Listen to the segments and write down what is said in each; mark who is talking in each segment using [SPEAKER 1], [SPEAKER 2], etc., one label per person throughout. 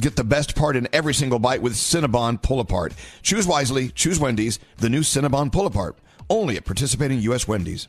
[SPEAKER 1] Get the best part in every single bite with Cinnabon Pull Apart. Choose wisely, choose Wendy's, the new Cinnabon Pull Apart, only at participating U.S. Wendy's.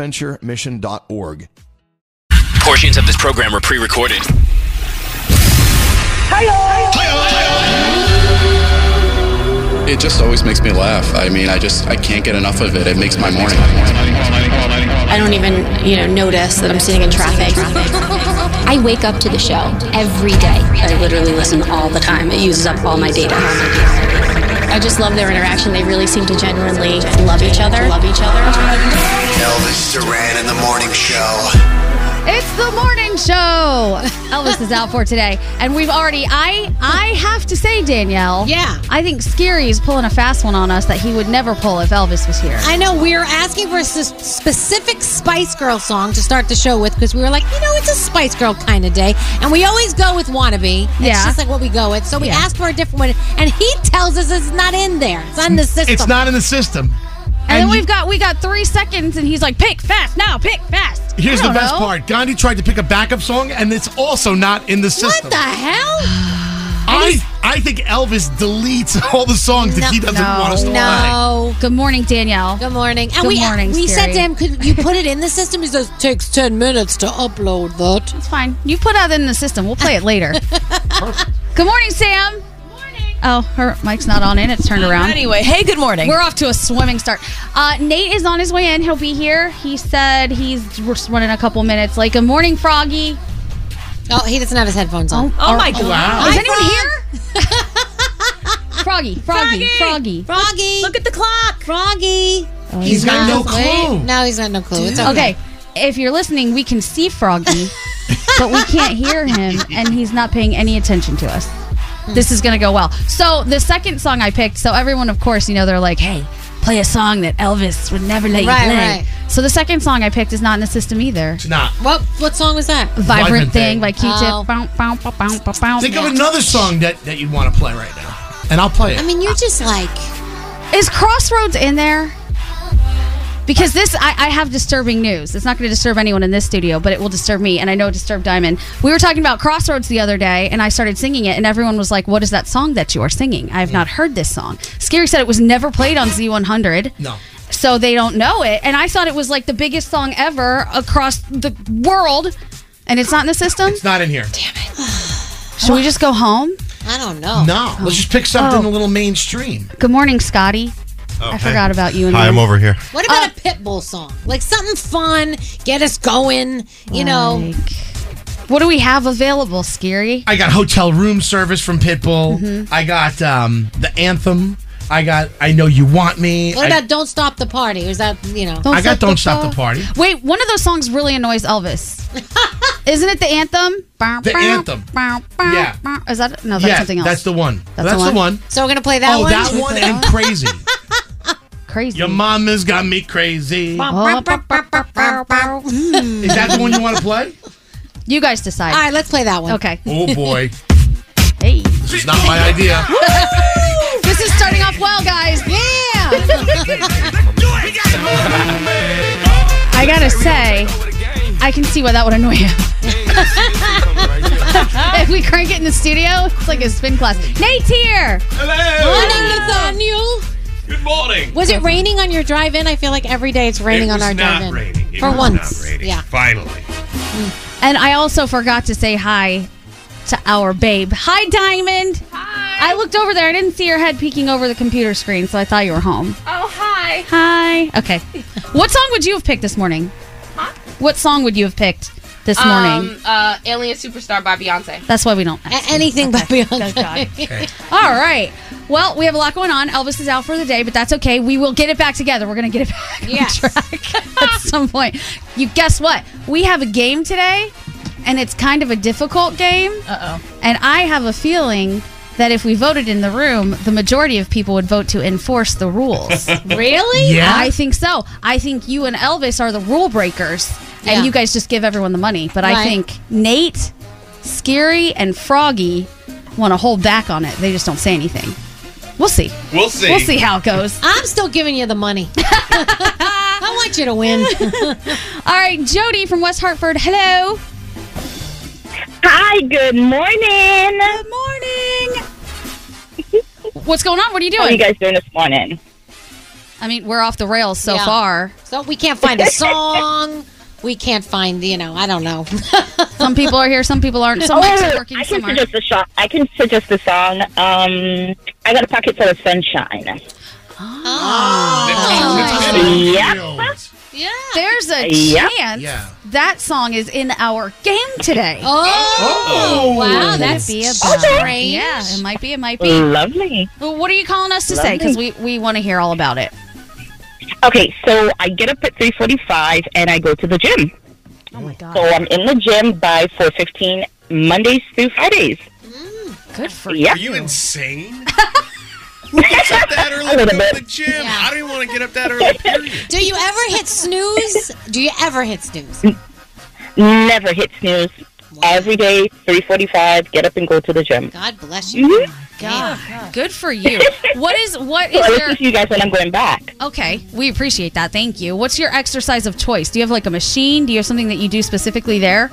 [SPEAKER 2] Portions of this program are pre-recorded.
[SPEAKER 3] It just always makes me laugh. I mean, I just I can't get enough of it. It makes my morning.
[SPEAKER 4] I don't even, you know, notice that I'm sitting in traffic. I wake up to the show every day. I literally listen all the time. It uses up all my data. I just love their interaction. They really seem to genuinely love each other. Love each other.
[SPEAKER 5] Elvis Duran in the morning show.
[SPEAKER 6] It's the morning show. Elvis is out for today, and we've already. I I have to say, Danielle.
[SPEAKER 7] Yeah.
[SPEAKER 6] I think Scary is pulling a fast one on us that he would never pull if Elvis was here.
[SPEAKER 7] I know we were asking for a s- specific Spice Girl song to start the show with because we were like, you know, it's a Spice Girl kind of day, and we always go with "Wannabe." It's
[SPEAKER 6] Yeah.
[SPEAKER 7] just like what we go with. So we asked for a different one, and he tells us it's not in there. It's on the system.
[SPEAKER 8] It's not in the system.
[SPEAKER 6] and, then
[SPEAKER 8] you-
[SPEAKER 6] we've got we got three seconds, and he's like, "Pick fast now, pick fast."
[SPEAKER 8] Here's
[SPEAKER 6] I
[SPEAKER 8] the
[SPEAKER 6] don't
[SPEAKER 8] best
[SPEAKER 6] know.
[SPEAKER 8] part. Gandhi tried to pick a backup song, and it's also not in the
[SPEAKER 7] What
[SPEAKER 8] system.
[SPEAKER 7] the hell?
[SPEAKER 8] I, I think Elvis deletes all the songs that he doesn't
[SPEAKER 6] no,
[SPEAKER 8] want us to play.
[SPEAKER 7] No.
[SPEAKER 6] Good morning, Danielle.
[SPEAKER 7] Good morning. And
[SPEAKER 6] Good
[SPEAKER 7] we
[SPEAKER 6] morning,
[SPEAKER 7] we
[SPEAKER 6] Scary.
[SPEAKER 7] said to him, could you put it in the system? He says, takes 10 minutes to upload that.
[SPEAKER 6] It's fine. You put out in the system. We'll play it later. Good morning, Sam. Good morning. Oh, her mic's not on in. It's turned around.
[SPEAKER 9] Anyway, hey, good morning.
[SPEAKER 6] We're off to a swimming start. Uh, Nate is on his way in. He'll be here. He said he's just running a couple minutes late. Good morning, Froggy.
[SPEAKER 7] Oh, he doesn't have his headphones on.
[SPEAKER 9] oh my god!
[SPEAKER 8] Wow.
[SPEAKER 6] Is anyone here? Froggy, Froggy, Froggy. Oh,
[SPEAKER 7] Froggy.
[SPEAKER 9] Look at the clock.
[SPEAKER 7] Froggy.
[SPEAKER 8] he's got no clue.
[SPEAKER 7] No, he's got no clue. It's okay.
[SPEAKER 6] Okay, if you're listening, we can see Froggy, but we can't hear him, and he's not paying any attention to us.
[SPEAKER 7] Hmm.
[SPEAKER 6] This is going to go well. So, the second song I picked, so everyone, of course, you know, they're like, hey, play a song that Elvis would never let you
[SPEAKER 7] Right,
[SPEAKER 6] play.
[SPEAKER 7] right.
[SPEAKER 6] So, the second song I picked is not in the system either.
[SPEAKER 8] It's not.
[SPEAKER 7] What, what song was that?
[SPEAKER 6] Vibrant,
[SPEAKER 8] Vibrant
[SPEAKER 6] Thing
[SPEAKER 8] Thing.
[SPEAKER 6] by Q-Tip.
[SPEAKER 7] Oh.
[SPEAKER 6] Bow, bow, bow, bow, bow, bow.
[SPEAKER 8] Think of another song that, that you'd want to play right now, and I'll play it.
[SPEAKER 7] I mean, you're just like,
[SPEAKER 6] Is Crossroads in there? Because this, I, I have disturbing news. It's not going to disturb anyone in this studio, but it will disturb me, and I know it disturbed Diamond. We were talking about Crossroads the other day, and I started singing it, and everyone was like, "What is that song that you are singing? I
[SPEAKER 8] Mm.
[SPEAKER 6] have not heard this song." Scary said it was never played on Z100.
[SPEAKER 8] No.
[SPEAKER 6] So they don't know it, and I thought it was like the biggest song ever across the world, and it's not in the system.
[SPEAKER 8] it's not in here.
[SPEAKER 6] Should we just go home?
[SPEAKER 7] I don't know.
[SPEAKER 8] No. Let's just pick something
[SPEAKER 6] Oh.
[SPEAKER 8] a little mainstream.
[SPEAKER 6] Good morning, Scotty. I forgot about you. And
[SPEAKER 10] Oh, Hi, I'm
[SPEAKER 6] Mom.
[SPEAKER 10] over here.
[SPEAKER 7] What about
[SPEAKER 6] Uh,
[SPEAKER 7] a Pitbull song? Like something fun, get us going, you know.
[SPEAKER 6] Like, What do we have available, Scary?
[SPEAKER 8] I got hotel room service from Pitbull.
[SPEAKER 6] Mhm.
[SPEAKER 8] I got um, the anthem. I got I know you want me.
[SPEAKER 7] What
[SPEAKER 8] I-
[SPEAKER 7] about Don't Stop the Party? Or is that, you know?
[SPEAKER 8] I got Don't Stop the Party.
[SPEAKER 6] Wait, one of those songs really annoys Elvis. Isn't it the anthem?
[SPEAKER 8] The anthem. Yeah.
[SPEAKER 6] Is that no? That's
[SPEAKER 8] yeah,
[SPEAKER 6] something else.
[SPEAKER 8] That's the one. That's,
[SPEAKER 6] That's the
[SPEAKER 8] the
[SPEAKER 6] one?
[SPEAKER 8] one.
[SPEAKER 7] So we're going to play that
[SPEAKER 8] Oh,
[SPEAKER 7] one?
[SPEAKER 8] that one and crazy.
[SPEAKER 6] crazy.
[SPEAKER 8] Your mama's got me crazy. Oh,
[SPEAKER 6] Is
[SPEAKER 8] Hmm. Is that the one you want to play?
[SPEAKER 6] You guys decide.
[SPEAKER 7] All right, let's play that one.
[SPEAKER 6] Okay.
[SPEAKER 8] Oh boy,
[SPEAKER 6] Hey.
[SPEAKER 8] this is not my idea.
[SPEAKER 6] This is starting off well, guys. Yeah. I gotta say, I can see why that would annoy him. if we crank it in the studio, it's like a spin class. Nate's here.
[SPEAKER 7] Morning, Nathaniel.
[SPEAKER 11] Good morning.
[SPEAKER 7] Was it raining on your drive in? I feel like every day it's raining
[SPEAKER 11] It
[SPEAKER 7] on
[SPEAKER 11] was
[SPEAKER 7] our
[SPEAKER 11] not
[SPEAKER 7] drive in.
[SPEAKER 11] raining. It
[SPEAKER 7] For
[SPEAKER 11] was
[SPEAKER 7] once.
[SPEAKER 11] Not raining.
[SPEAKER 7] Yeah.
[SPEAKER 11] Finally.
[SPEAKER 6] And I also forgot to say hi to our babe. Hi, Diamond. Hi. I looked over there. I didn't see your head peeking over the computer screen, so I thought you were home.
[SPEAKER 12] Oh, hi.
[SPEAKER 6] Hi. Okay. what song would you have picked this morning? What song would you have picked this morning?
[SPEAKER 12] Um, uh, Alien Superstar by Beyonce.
[SPEAKER 6] That's why we don't. Oh, Ask
[SPEAKER 7] anything but
[SPEAKER 3] Oh,
[SPEAKER 7] Beyonce.
[SPEAKER 6] All right. Well, we have a lot going on. Elvis is out for the day, but that's okay. We will get it back together. We're going to get it back on track at some point. You guess what? We have a game today, and it's kind of a difficult game. Uh oh. And I have a feeling that if we voted in the room, the majority of people would vote to enforce the rules.
[SPEAKER 7] Really?
[SPEAKER 12] Yeah.
[SPEAKER 6] I think so. I think you and Elvis are the rule breakers, and you guys just give everyone the money. But I
[SPEAKER 12] Right.
[SPEAKER 6] think Nate, Scary, and Froggy want to hold back on it. They just don't say anything. We'll see.
[SPEAKER 11] We'll see.
[SPEAKER 6] We'll see how it goes.
[SPEAKER 7] I'm still giving you the money. I want you to win.
[SPEAKER 6] All right, Jody from West Hartford. Hello.
[SPEAKER 13] Hi, good morning.
[SPEAKER 6] Good morning. What's going on? What are you doing?
[SPEAKER 13] How are you guys doing this morning?
[SPEAKER 6] I mean, we're off the rails so
[SPEAKER 7] Yeah.
[SPEAKER 6] far.
[SPEAKER 7] So we can't find a song. We can't find, you know, I don't know.
[SPEAKER 6] Some people are here, some people aren't. Some mics are working,
[SPEAKER 13] I
[SPEAKER 6] some
[SPEAKER 13] can
[SPEAKER 6] aren't.
[SPEAKER 13] suggest a shot. I can suggest a song. Um, I got a pocket full of sunshine.
[SPEAKER 6] Oh.
[SPEAKER 13] Yep.
[SPEAKER 7] Yeah.
[SPEAKER 6] There's a
[SPEAKER 13] Yep.
[SPEAKER 6] chance
[SPEAKER 13] Yeah.
[SPEAKER 6] that song is in our game today.
[SPEAKER 7] Oh, wow,
[SPEAKER 6] Could
[SPEAKER 7] that's
[SPEAKER 6] it be a
[SPEAKER 7] strange.
[SPEAKER 6] bummer? Yeah, it might be. It might be.
[SPEAKER 13] Lovely.
[SPEAKER 6] Well, what are you calling us to say? Because we, we want to hear all about it.
[SPEAKER 13] Okay, so I get up at three forty-five and I go to the gym.
[SPEAKER 6] Oh my god.
[SPEAKER 13] So I'm in the gym by four fifteen Mondays through Fridays.
[SPEAKER 6] Good for
[SPEAKER 13] Yep.
[SPEAKER 11] Are you insane? It's up that
[SPEAKER 13] A
[SPEAKER 11] early
[SPEAKER 13] little
[SPEAKER 11] to go to the
[SPEAKER 13] bit.
[SPEAKER 11] gym. I don't even want to get up that early. Period.
[SPEAKER 7] Do you ever hit snooze? Do you ever hit snooze?
[SPEAKER 13] Never hit snooze. Every day, three forty-five. Get up and go to the gym.
[SPEAKER 7] God bless you.
[SPEAKER 13] Mhm.
[SPEAKER 6] Oh God. Good for you. What is what
[SPEAKER 13] So
[SPEAKER 6] is
[SPEAKER 13] I
[SPEAKER 6] your
[SPEAKER 13] listen to you guys when I'm going back.
[SPEAKER 6] Okay, we appreciate that. Thank you. What's your exercise of choice? Do you have like a machine? Do you have something that you do specifically there?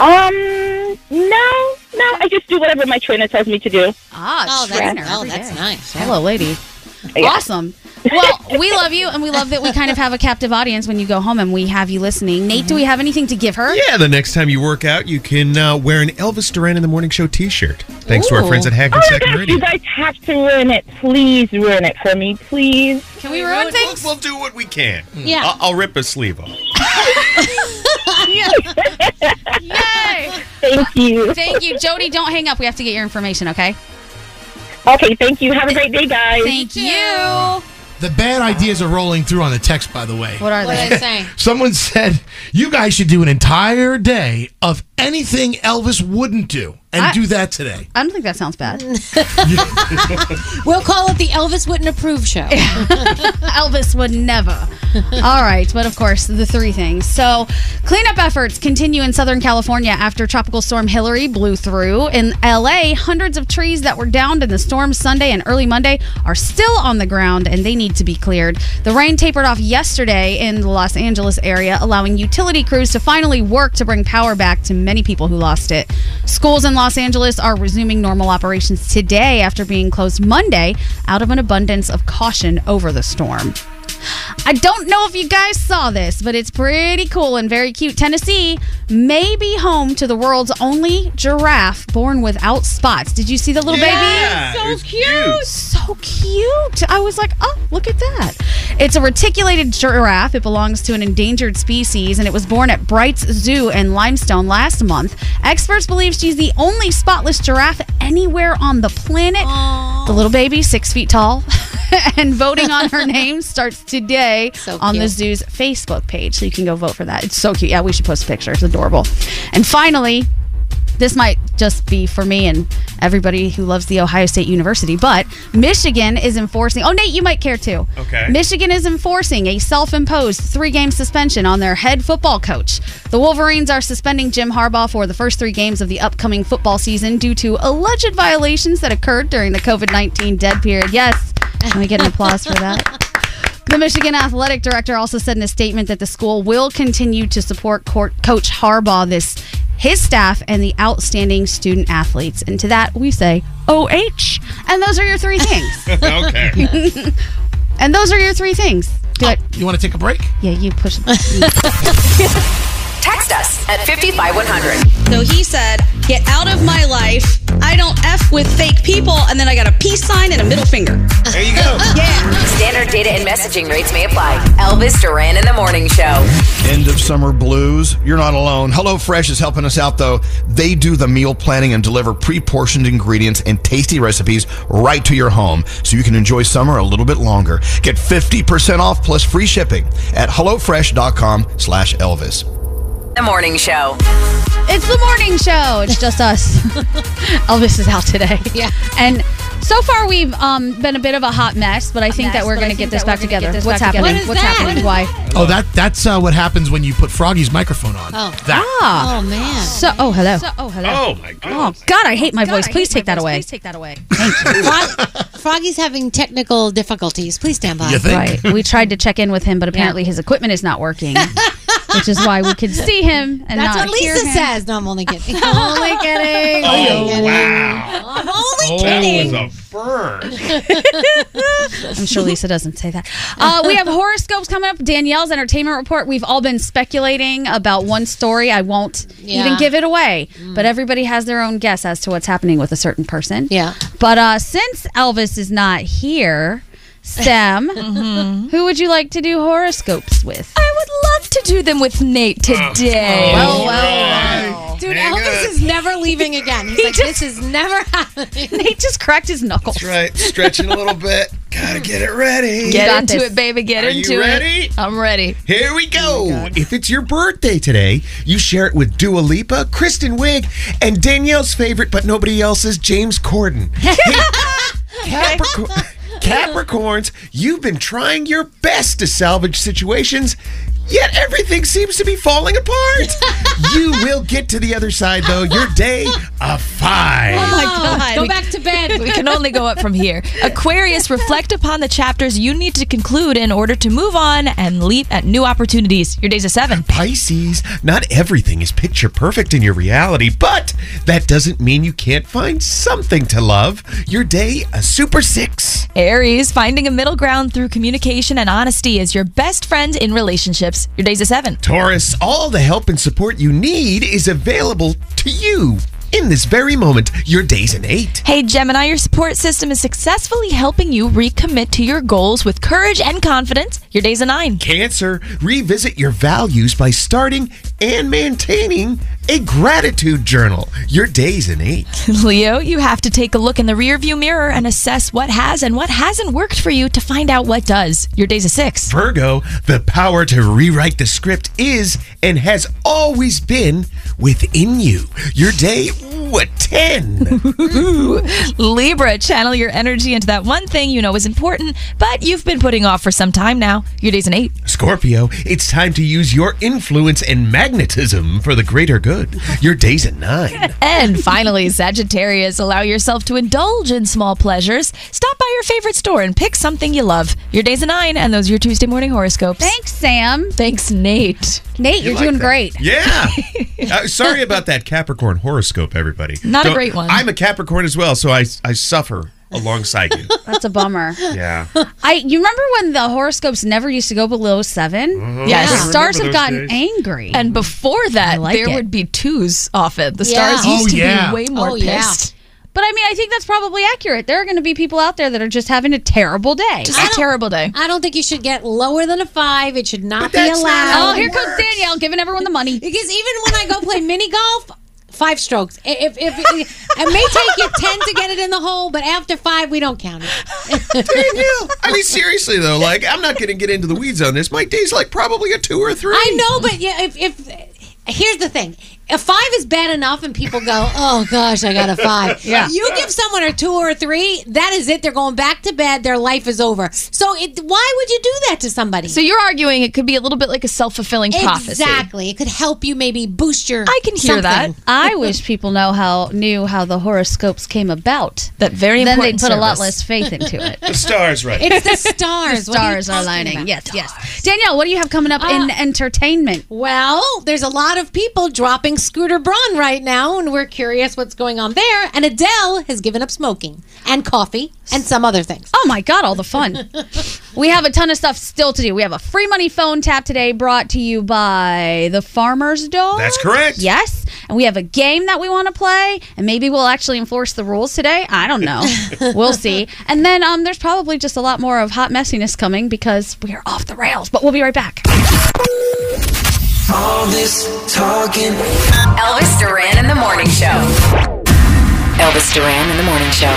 [SPEAKER 13] Um, no, no. I just do whatever my trainer tells me to do.
[SPEAKER 6] Ah,
[SPEAKER 7] Oh, that's-
[SPEAKER 6] trainer.
[SPEAKER 7] oh,
[SPEAKER 6] every
[SPEAKER 7] that's
[SPEAKER 6] day.
[SPEAKER 7] nice.
[SPEAKER 6] Hello, lady.
[SPEAKER 13] Yeah.
[SPEAKER 6] Awesome. Well, we love you, and we love that we kind of have a captive audience when you go home and we have you listening. Nate, do we have anything to give her?
[SPEAKER 11] Yeah, the next time you work out, you can uh, wear an Elvis Duran in the Morning Show T-shirt. Thanks to our
[SPEAKER 6] Ooh.
[SPEAKER 11] friends at
[SPEAKER 13] Oh my
[SPEAKER 11] Hackensack
[SPEAKER 13] gosh,
[SPEAKER 11] Radio.
[SPEAKER 13] you guys have to ruin it. Please ruin it for me, please.
[SPEAKER 6] Can we ruin things?
[SPEAKER 11] We'll do what we can.
[SPEAKER 7] Yeah.
[SPEAKER 11] I'll, I'll rip a sleeve off.
[SPEAKER 6] Yay!
[SPEAKER 13] Thank you.
[SPEAKER 6] Thank you, Jody. Don't hang up. We have to get your information, okay?
[SPEAKER 13] Okay, thank you. Have a great day, guys.
[SPEAKER 6] Thank you.
[SPEAKER 8] The bad ideas are rolling through on the text, by the way.
[SPEAKER 6] What are
[SPEAKER 7] What
[SPEAKER 6] they?
[SPEAKER 7] did I say?
[SPEAKER 8] Someone said you guys should do an entire day of anything Elvis wouldn't do, and
[SPEAKER 6] I-
[SPEAKER 8] do that today.
[SPEAKER 6] I don't think that sounds bad.
[SPEAKER 7] We'll call it the Elvis wouldn't approve show.
[SPEAKER 6] Elvis would never. All right, but of course, the three things. So, cleanup efforts continue in Southern California after Tropical Storm Hillary blew through. In LA, hundreds of trees that were downed in the storm Sunday and early Monday are still on the ground and they need to be cleared. The rain tapered off yesterday in the Los Angeles area, allowing utility crews to finally work to bring power back to many people who lost it. Schools in Los Angeles are resuming normal operations today after being closed Monday out of an abundance of caution over the storm. I don't know if you guys saw this, but it's pretty cool and very cute. Tennessee may be home to the world's only giraffe born without spots. Did you see the little baby?
[SPEAKER 11] Yeah, it was cute.
[SPEAKER 6] So cute. I was like, oh, look at that. It's a reticulated giraffe. It belongs to an endangered species, and it was born at Bright's Zoo in Limestone last month. Experts believe she's the only spotless giraffe anywhere on the planet. The little baby, six feet tall. and voting on her name starts today on the
[SPEAKER 14] cute.
[SPEAKER 6] zoo's Facebook page. So you can go vote for that. It's so cute. Yeah, we should post a picture. It's adorable. And finally, this might just be for me and everybody who loves the Ohio State University, but Michigan is enforcing. Oh, Nate, you might care too.
[SPEAKER 9] Okay.
[SPEAKER 6] Michigan is enforcing a self imposed three game suspension on their head football coach. The Wolverines are suspending Jim Harbaugh for the first three games of the upcoming football season due to alleged violations that occurred during the COVID 19 dead period. Yes. Can we get an applause for that? The Michigan athletic director also said in a statement that the school will continue to support court Coach Harbaugh, this his staff, and the outstanding student athletes. And to that we say OH. And those are your three things.
[SPEAKER 8] Okay.
[SPEAKER 6] and those are your three things. Do I-
[SPEAKER 8] Oh, You want to take a break?
[SPEAKER 6] yeah, you push.
[SPEAKER 2] Text us at 55100.
[SPEAKER 14] So he said, Get out of my life. I don't F with fake people. And then I got a peace sign and a middle finger.
[SPEAKER 2] There you go. yeah. Standard data and messaging rates may apply. Elvis Duran in the Morning Show.
[SPEAKER 1] End of summer blues. You're not alone. HelloFresh is helping us out, though. They do the meal planning and deliver pre portioned ingredients and tasty recipes right to your home so you can enjoy summer a little bit longer. Get 50% off plus free shipping at HelloFresh.com slash Elvis.
[SPEAKER 2] The Morning Show.
[SPEAKER 6] It's the morning show. It's just us. Elvis Oh, is out today. Yeah. And so far we've um, been a bit of a hot mess, but I think
[SPEAKER 14] mess,
[SPEAKER 6] that we're
[SPEAKER 14] but I
[SPEAKER 6] going to get
[SPEAKER 14] think
[SPEAKER 6] this
[SPEAKER 14] that we're
[SPEAKER 6] back
[SPEAKER 14] gonna get
[SPEAKER 6] together.
[SPEAKER 14] this
[SPEAKER 6] What's
[SPEAKER 14] back together.
[SPEAKER 6] happening?
[SPEAKER 14] What
[SPEAKER 6] What's
[SPEAKER 14] is that?
[SPEAKER 6] happening? Why?
[SPEAKER 8] Oh, that that's uh, what happens when you put Froggy's microphone on.
[SPEAKER 6] Oh.
[SPEAKER 8] That.
[SPEAKER 6] Ah. Oh man. So oh hello.
[SPEAKER 15] So-
[SPEAKER 6] oh
[SPEAKER 15] hello.
[SPEAKER 8] Oh, my
[SPEAKER 6] God. Oh God, I hate my voice. Please take that away.
[SPEAKER 15] Please
[SPEAKER 6] take that away.
[SPEAKER 15] Froggy's having technical difficulties. Please stand by.
[SPEAKER 6] Right. We tried to check in with him, but apparently his equipment is not working, which is why we could see him. And
[SPEAKER 15] That's
[SPEAKER 6] not
[SPEAKER 15] what
[SPEAKER 6] hear
[SPEAKER 15] Lisa
[SPEAKER 6] him.
[SPEAKER 15] says. No, I'm only kidding.
[SPEAKER 6] I'm only kidding.
[SPEAKER 15] Oh,
[SPEAKER 9] wow.
[SPEAKER 15] I'm only kidding.
[SPEAKER 9] That was a burn.
[SPEAKER 6] I'm sure Lisa doesn't say that. Uh, we have horoscopes coming up. Danielle's entertainment report. We've all been speculating about one story. I won't
[SPEAKER 14] Yeah.
[SPEAKER 6] even give it away,
[SPEAKER 15] Mm.
[SPEAKER 6] but everybody has their own guess as to what's happening with a certain person. Yeah. But uh, since Elvis is not here, Sam,
[SPEAKER 15] Mm-hmm.
[SPEAKER 6] who would you like to do horoscopes with? I would love to do them with Nate
[SPEAKER 11] Oh,
[SPEAKER 15] today.
[SPEAKER 6] Well, well,
[SPEAKER 15] Dude, Elvis is never leaving again. He's like, this is never happening.
[SPEAKER 6] Nate just cracked his knuckles.
[SPEAKER 15] That's
[SPEAKER 11] right. Stretching a little bit. Gotta get it ready.
[SPEAKER 9] Get into it, baby. Get
[SPEAKER 11] Are you
[SPEAKER 9] into
[SPEAKER 11] ready?
[SPEAKER 9] it. I'm ready.
[SPEAKER 11] Here we go. if it's your birthday today, you share it with Dua Lipa, Kristen Wiig, and Danielle's favorite, but nobody else's, James Corden. Hey, Capricorn- Capricorns, you've been trying your best to salvage situations. Yet everything seems to be falling apart. you will get to the other side, though. Your day a
[SPEAKER 6] Oh
[SPEAKER 11] five.
[SPEAKER 15] Go back to bed.
[SPEAKER 9] Oh We can only go up from here. Aquarius, reflect upon the chapters you need to conclude in order to move on and leap at new opportunities. Your day's a seven.
[SPEAKER 11] Pisces, not everything is picture perfect in your reality, but that doesn't mean you can't find something to love. Your day, a super six.
[SPEAKER 9] Aries, finding a middle ground through communication and honesty is your best friend in relationships. Your day's a seven.
[SPEAKER 11] Taurus, all the help and support you need is available to you in this very moment. Your day's an eight.
[SPEAKER 9] Hey Gemini, your support system is successfully helping you recommit to your goals with courage and confidence. Your day's a nine.
[SPEAKER 11] Cancer, revisit your values by starting and maintaining a gratitude journal. Your day's an eight.
[SPEAKER 9] Leo, you have to take a look in the rearview mirror and assess what has and what hasn't worked for you to find out what does. Your day's a six.
[SPEAKER 11] Virgo, the power to rewrite the script is and has always been within you. Your day, ooh, a 10.
[SPEAKER 9] Libra, channel your energy into that one thing you know is important, but you've been putting off for some time now. Your day's an eight.
[SPEAKER 11] Scorpio, it's time to use your influence and magnetism for the greater good. Your day's a 9.
[SPEAKER 9] And finally, Sagittarius, allow yourself to indulge in small pleasures. Stop by your favorite store and pick something you love. Your day's a nine, and those are your Tuesday morning horoscopes.
[SPEAKER 6] Thanks, Sam.
[SPEAKER 9] Thanks, Nate.
[SPEAKER 6] Nate,
[SPEAKER 11] You like that. Yeah. Uh, sorry about that Capricorn horoscope, everybody.
[SPEAKER 9] Not a
[SPEAKER 11] Don't-
[SPEAKER 9] great one.
[SPEAKER 11] I'm a Capricorn as well, so I, I suffer alongside you.
[SPEAKER 6] That's a bummer.
[SPEAKER 11] Yeah.
[SPEAKER 6] I you remember when the horoscopes never used to go below 7
[SPEAKER 7] Mm-hmm.
[SPEAKER 9] Mhm. Yes. I
[SPEAKER 6] the stars have
[SPEAKER 9] remember
[SPEAKER 6] gotten
[SPEAKER 9] those
[SPEAKER 6] angry.
[SPEAKER 9] And before that,
[SPEAKER 6] like
[SPEAKER 9] there
[SPEAKER 6] it.
[SPEAKER 9] would be twos often. The
[SPEAKER 6] Yeah.
[SPEAKER 9] stars
[SPEAKER 6] Oh,
[SPEAKER 9] used to
[SPEAKER 6] yeah.
[SPEAKER 9] be way more
[SPEAKER 6] Oh, yeah.
[SPEAKER 9] pissed.
[SPEAKER 6] But I mean, I think that's probably accurate. There are going to be people out there that are just having a terrible day. Just a terrible day.
[SPEAKER 7] I don't think you should get lower than a five. It should not
[SPEAKER 6] But that's
[SPEAKER 7] be
[SPEAKER 6] not
[SPEAKER 7] allowed.
[SPEAKER 6] how it Oh, here comes works. Danielle giving everyone the money.
[SPEAKER 7] because even when I go play mini golf, five strokes. I- If, if, if- it may take you ten to get it in the hole, but after five, we don't count it.
[SPEAKER 11] I mean, seriously though, like I'm not going to get into the weeds on this. My day's like probably a two or three.
[SPEAKER 7] I know, but yeah, if, if here's the thing. A five is bad enough, and people go, "Oh gosh, I got a five.
[SPEAKER 6] Yeah.
[SPEAKER 7] You give someone a two or a three, that is it. They're going back to bed. Their life is over. So, it, why would you do that to somebody?
[SPEAKER 9] So you're arguing it could be a little bit like a self fulfilling prophecy.
[SPEAKER 7] Exactly. It could help you maybe boost your.
[SPEAKER 9] I can hear that.
[SPEAKER 6] I wish people know how knew how the horoscopes came about.
[SPEAKER 9] That very
[SPEAKER 6] then
[SPEAKER 9] important
[SPEAKER 6] they put a lot
[SPEAKER 9] service.
[SPEAKER 6] less faith into it.
[SPEAKER 11] The stars, right?
[SPEAKER 7] stars.
[SPEAKER 6] The
[SPEAKER 7] What are you
[SPEAKER 6] stars are,
[SPEAKER 7] talking
[SPEAKER 6] lining.
[SPEAKER 7] about? Uh,
[SPEAKER 6] Yes, yes. Danielle, what do you have coming up in entertainment?
[SPEAKER 7] Well, there's a lot of people dropping Scooter Braun right now, and we're curious what's going on there. And Adele has given up smoking and coffee and some other things.
[SPEAKER 6] Oh my God, all the fun. we have a ton of stuff still to do. We have a free money phone tap today brought to you by the Farmer's Dog.
[SPEAKER 11] That's correct.
[SPEAKER 6] Yes. And we have a game that we want to play, and maybe we'll actually enforce the rules today. I don't know. we'll see. And then um, there's probably just a lot more of hot messiness coming because we are off the rails, but we'll be right back.
[SPEAKER 16] All this talking.
[SPEAKER 2] Elvis Duran in the morning show. Elvis Duran in the morning show.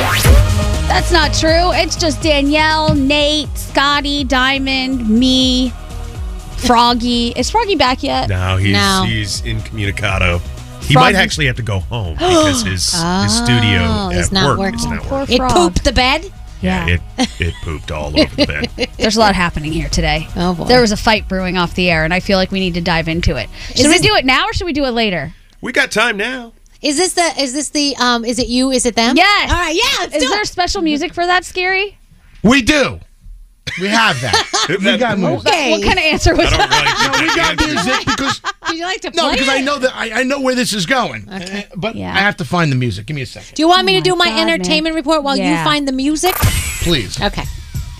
[SPEAKER 6] That's not true. It's just Danielle, Nate, Scotty, Diamond, me, Froggy. Is Froggy back yet?
[SPEAKER 11] No, he's
[SPEAKER 6] No.
[SPEAKER 11] he's incommunicado. He
[SPEAKER 6] Frog-
[SPEAKER 11] might actually have to go home because his his studio
[SPEAKER 7] Oh,
[SPEAKER 11] at
[SPEAKER 7] is not
[SPEAKER 11] work
[SPEAKER 7] working.
[SPEAKER 11] is not working.
[SPEAKER 7] It pooped the bed.
[SPEAKER 11] Yeah, it it pooped all over the bed.
[SPEAKER 6] There's a lot happening here today.
[SPEAKER 7] Oh boy.
[SPEAKER 6] There was a fight brewing off the air, and I feel like we need to dive into it. Should we do it now or should we do it later?
[SPEAKER 11] We got time now.
[SPEAKER 7] Is this the? Is this the? Um, is it you? Is it them?
[SPEAKER 6] Yes.
[SPEAKER 7] All right. Yeah. Let's
[SPEAKER 6] Is
[SPEAKER 7] do
[SPEAKER 6] there
[SPEAKER 7] it.
[SPEAKER 6] special music for that, Scary?
[SPEAKER 8] We do. We have that. we got music.
[SPEAKER 6] What kind of answer was that?
[SPEAKER 8] No, we got music because
[SPEAKER 7] Did you like to play?
[SPEAKER 8] no, because I
[SPEAKER 7] it?
[SPEAKER 8] know that I, I know where this is going. Okay. But I have to find the music. Give me a second,
[SPEAKER 7] Do you want me
[SPEAKER 6] Oh
[SPEAKER 7] to do
[SPEAKER 6] my
[SPEAKER 7] my
[SPEAKER 6] God, man.
[SPEAKER 7] entertainment report while
[SPEAKER 6] Yeah.
[SPEAKER 7] you find the music?
[SPEAKER 8] please.
[SPEAKER 7] Okay.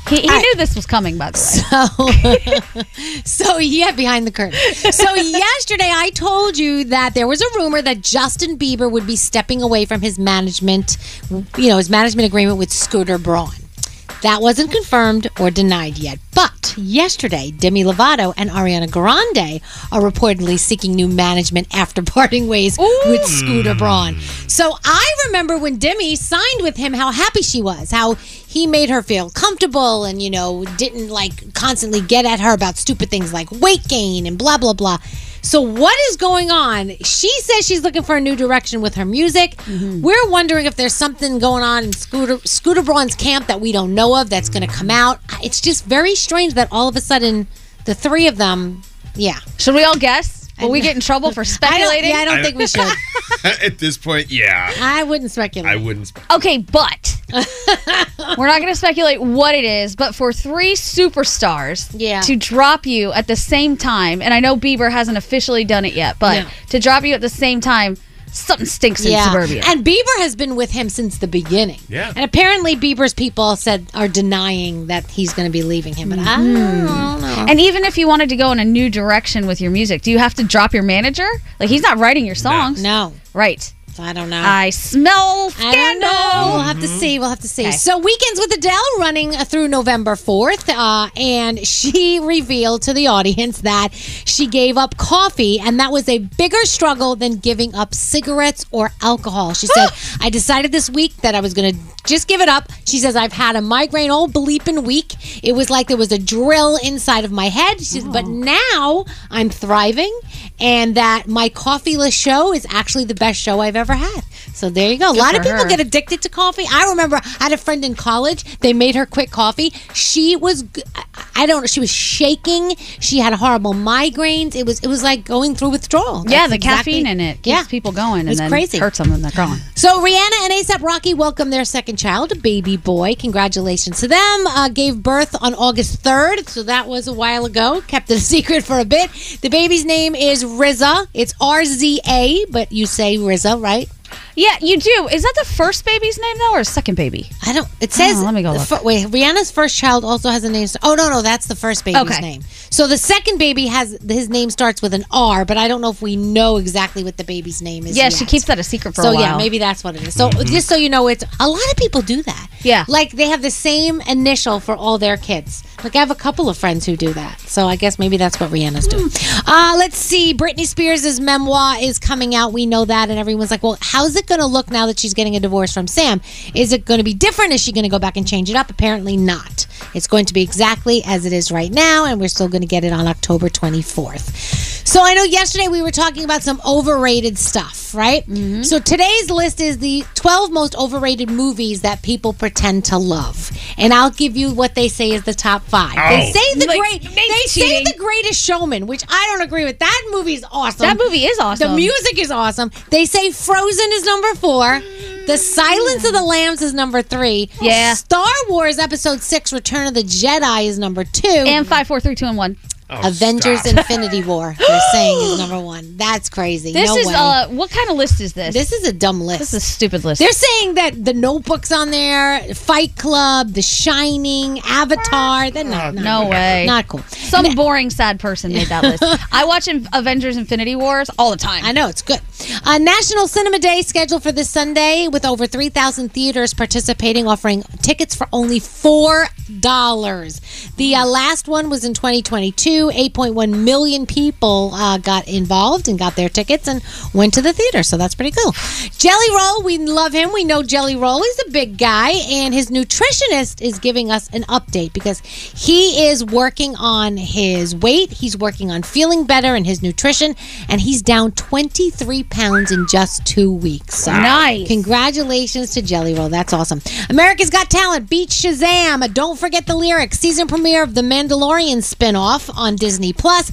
[SPEAKER 6] He, he knew this was coming, by the way.
[SPEAKER 7] So, so yeah, behind the curtain. So yesterday, I told you that there was a rumor that Justin Bieber would be stepping away from his management, you know, his management agreement with Scooter Braun. That wasn't confirmed or denied yet. But yesterday, Demi Lovato and Ariana Grande are reportedly seeking new management after parting ways with Scooter Braun. So I remember when Demi signed with him how happy she was, how he made her feel comfortable and, you know, didn't like constantly get at her about stupid things like weight gain and blah, blah, blah. So what is going on? She says she's looking for a new direction with her music.
[SPEAKER 6] Mm-hmm.
[SPEAKER 7] We're wondering if there's something going on in Scooter Scooter Braun's camp that we don't know of that's going to come out. It's just very strange that all of a sudden the three of them, yeah.
[SPEAKER 6] Should we all guess? Will we get in trouble for speculating?
[SPEAKER 7] yeah, I don't think we should.
[SPEAKER 11] At this point, yeah,
[SPEAKER 7] I wouldn't speculate.
[SPEAKER 11] I wouldn't.
[SPEAKER 6] Okay, but we're not going to speculate what it is, but for three superstars
[SPEAKER 7] Yeah.
[SPEAKER 6] to drop you at the same time, and I know Bieber hasn't officially done it yet, but
[SPEAKER 7] No.
[SPEAKER 6] to drop you at the same time, something stinks in suburbia.
[SPEAKER 7] And Bieber has been with him since the beginning.
[SPEAKER 6] Yeah.
[SPEAKER 7] And apparently Bieber's people said are denying that he's going to be leaving him. But I don't know.
[SPEAKER 6] Mm-hmm. Hmm. And even if you wanted to go in a new direction with your music, do you have to drop your manager? Like he's not writing your songs.
[SPEAKER 7] No.
[SPEAKER 6] Right.
[SPEAKER 7] I don't know.
[SPEAKER 6] I smell
[SPEAKER 7] I don't
[SPEAKER 6] scandal.
[SPEAKER 7] know. We'll have to see. We'll have to see. So, Weekends with Adele running through November 4th. Uh, and she revealed to the audience that she gave up coffee, and that was a bigger struggle than giving up cigarettes or alcohol. She said, I decided this week that I was going to just give it up. She says, I've had a migraine all bleeping week. It was like there was a drill inside of my head. She says, but now I'm thriving, and that my coffeeless show is actually the best show I've ever had. So, there you go. A
[SPEAKER 6] Good
[SPEAKER 7] lot
[SPEAKER 6] for
[SPEAKER 7] of people
[SPEAKER 6] her.
[SPEAKER 7] get addicted to coffee. I remember I had a friend in college. They made her quit coffee. She was, g- I- I don't know, she was shaking. She had horrible migraines. It was, it was like going through withdrawal.
[SPEAKER 6] Yeah,
[SPEAKER 7] That's
[SPEAKER 6] the
[SPEAKER 7] exactly-
[SPEAKER 6] caffeine in it keeps
[SPEAKER 7] Yeah.
[SPEAKER 6] people going and
[SPEAKER 7] It's
[SPEAKER 6] then
[SPEAKER 7] crazy.
[SPEAKER 6] hurts them when they're gone.
[SPEAKER 7] So Rihanna and ASAP Rocky welcomed their second child, a baby boy. Congratulations to them. Uh, gave birth on August 3rd, so that was a while ago. Kept it a secret for a bit. The baby's name is Rizza. It's R Z A, but you say Rizza, right?
[SPEAKER 6] Yeah, you do. Is that the first baby's name though, or second baby? Oh,
[SPEAKER 7] I don't. It says.
[SPEAKER 6] let me go look.
[SPEAKER 7] F- wait, Rihanna's first child also has a name. st- Oh no, no, that's the first baby's
[SPEAKER 6] Okay.
[SPEAKER 7] name. So the second baby has his name starts with an R, but I don't know if we know exactly what the baby's name is.
[SPEAKER 6] yeah,
[SPEAKER 7] yet.
[SPEAKER 6] she keeps that a secret for
[SPEAKER 7] so
[SPEAKER 6] a while.
[SPEAKER 7] yeah, maybe that's what it is. So
[SPEAKER 17] Mm-hmm.
[SPEAKER 6] Mhm.
[SPEAKER 7] just so you know, it's a lot of people do that. Yeah, like they have the same initial for all their kids. Like I have a couple of friends who do that. So I guess maybe that's what Rihanna's doing. Uh, let's see. Britney Spears' memoir is coming out. We know that, and everyone's like, "Well, how's it going to look now that she's getting a divorce from Sam? Is it going to be different? Is she going to go back and change it up? Apparently not. It's going to be exactly as it is right now, and we're still going to get it on October 24th. So I know yesterday we were talking about some overrated stuff, right? So today's list is the 12 most overrated movies that people pretend to love. And I'll give you what they say is the top 5. They
[SPEAKER 6] Oh.
[SPEAKER 7] say the
[SPEAKER 6] Like,
[SPEAKER 7] great they say the greatest showman, which I don't agree with. That movie's awesome.
[SPEAKER 6] That movie is awesome.
[SPEAKER 7] The music is awesome. They say Frozen is number 4. The Silence of the Lambs is number three. Yeah. Star Wars Episode Six: Return of the Jedi is number two. And
[SPEAKER 6] five, four, three, two, and one.
[SPEAKER 18] Oh,
[SPEAKER 7] Avengers:
[SPEAKER 6] stop.
[SPEAKER 7] Infinity War. They're saying is number one. That's crazy.
[SPEAKER 6] This
[SPEAKER 7] No
[SPEAKER 6] is
[SPEAKER 7] way.
[SPEAKER 6] uh, what kind of list is this?
[SPEAKER 7] This is a dumb list.
[SPEAKER 6] This is a stupid list.
[SPEAKER 7] They're saying that the Notebook's on there, Fight Club, The Shining, Avatar. They're not. not
[SPEAKER 6] no
[SPEAKER 7] cool.
[SPEAKER 6] way.
[SPEAKER 7] Not cool.
[SPEAKER 6] Some boring, sad person made that list. I watch in- Avengers: Infinity Wars all the time. I
[SPEAKER 7] know it's good. Uh, National Cinema Day scheduled for this Sunday with over 3,000 theaters participating, offering tickets for only $4. The uh, last one was in 2022. 8.1 million people uh, got involved and got their tickets and went to the theater, so that's pretty cool. Jelly Roll, we love him. We know Jelly Roll. He's a big guy, and his nutritionist is giving us an update because he is working on his weight. He's working on feeling better and his nutrition, and he's down 23 pounds in just two weeks. So,
[SPEAKER 6] Nice.
[SPEAKER 7] Congratulations to Jelly Roll. That's awesome. America's Got Talent beat Shazam. Don't forget the lyrics. Season premiere of The Mandalorian spinoff on Disney Plus,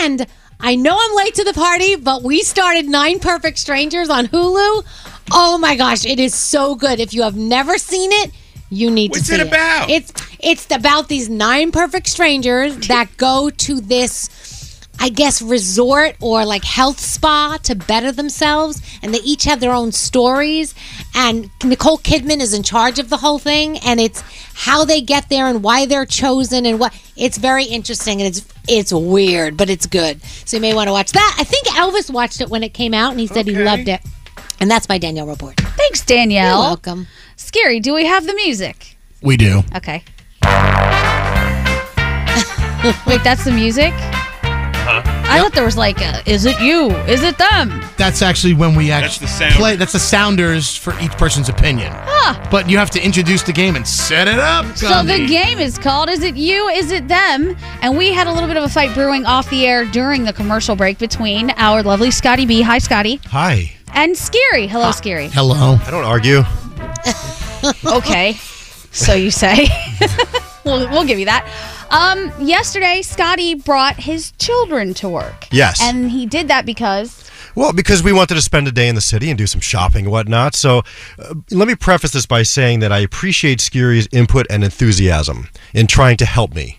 [SPEAKER 7] and. I know I'm late to the party, but we started Nine Perfect Strangers on Hulu. Oh my gosh, it is so good. If you have never seen it, you need
[SPEAKER 18] What's
[SPEAKER 7] to see
[SPEAKER 18] it about?
[SPEAKER 7] It's it's about these nine perfect strangers that go to this I guess resort or like health spa to better themselves and they each have their own stories and Nicole Kidman is in charge of the whole thing and it's how they get there and why they're chosen and what it's very interesting and it's it's weird but it's good. So you may want to watch that. I think Elvis watched it when it came out and he said he loved it. And that's my Danielle report.
[SPEAKER 6] Thanks, Danielle.
[SPEAKER 7] You're welcome.
[SPEAKER 6] Scary. Do we have the music?
[SPEAKER 8] We do.
[SPEAKER 6] Okay. Wait, that's the music. I thought there was like, a, is it you? Is it them?
[SPEAKER 8] That's actually when we actually
[SPEAKER 19] the sound.
[SPEAKER 8] play. That's the sounders for each person's opinion.
[SPEAKER 6] Huh.
[SPEAKER 8] But you have to introduce the game and set it up.
[SPEAKER 6] Ah. So the
[SPEAKER 8] Gandhi.
[SPEAKER 6] game is called Is It You? Is It Them? And we had a little bit of a fight brewing off the air during the commercial break between our lovely Scotty B. Hi, Scotty.
[SPEAKER 20] Hi.
[SPEAKER 6] And Scary. Hello, Scary.
[SPEAKER 8] Hello.
[SPEAKER 20] I don't argue.
[SPEAKER 6] okay. So you say. we'll, we'll give you that. Um, yesterday, Scotty brought his children to work.
[SPEAKER 20] Yes.
[SPEAKER 6] And he did that because.
[SPEAKER 20] Well, because we wanted to spend a day in the city and do some shopping and whatnot. So uh, let me preface this by saying that I appreciate Scary's input and enthusiasm in trying to help me.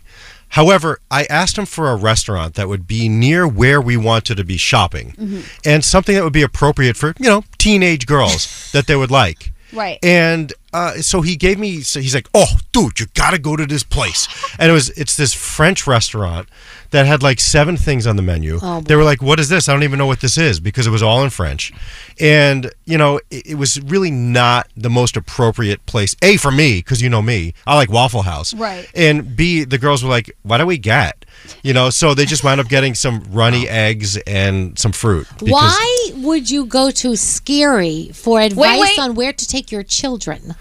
[SPEAKER 20] However, I asked him for a restaurant that would be near where we wanted to be shopping and something that would be appropriate for, you know, teenage girls that they would like.
[SPEAKER 6] Right.
[SPEAKER 20] And uh, so he gave me. So he's like, "Oh, dude, you gotta go to this place." And it was it's this French restaurant that had like seven things on the menu.
[SPEAKER 21] Oh, boy.
[SPEAKER 20] they were like, "What is this? I don't even know what this is," because it was all in French. And you know, it, it was really not the most appropriate place. A for me, because you know me, I like Waffle House.
[SPEAKER 21] Right.
[SPEAKER 20] And B, the girls were like, "What do we get?" You know, so they just wound up getting some runny
[SPEAKER 21] Oh.
[SPEAKER 20] eggs and some fruit. because-
[SPEAKER 7] Why would you go to Scary for advice
[SPEAKER 6] wait.
[SPEAKER 7] on where to take your children?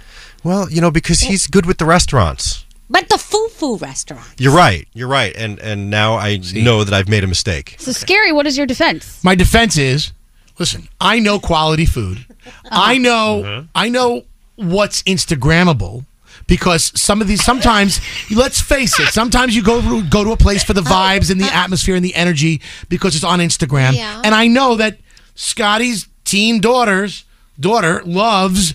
[SPEAKER 20] Well, you know, because he's good with the restaurants.
[SPEAKER 7] But the Foo Foo restaurant.
[SPEAKER 20] You're right. You're right. And and now I know that I've made a mistake.
[SPEAKER 6] So, Scary, what is your defense?
[SPEAKER 8] My defense is, listen, I know quality food. I know I know what's Instagrammable because some of these sometimes let's face it, sometimes you go to go to a place for the vibes and the atmosphere and the energy because it's on Instagram.
[SPEAKER 21] Yeah.
[SPEAKER 8] And I know that Scotty's teen daughter's daughter loves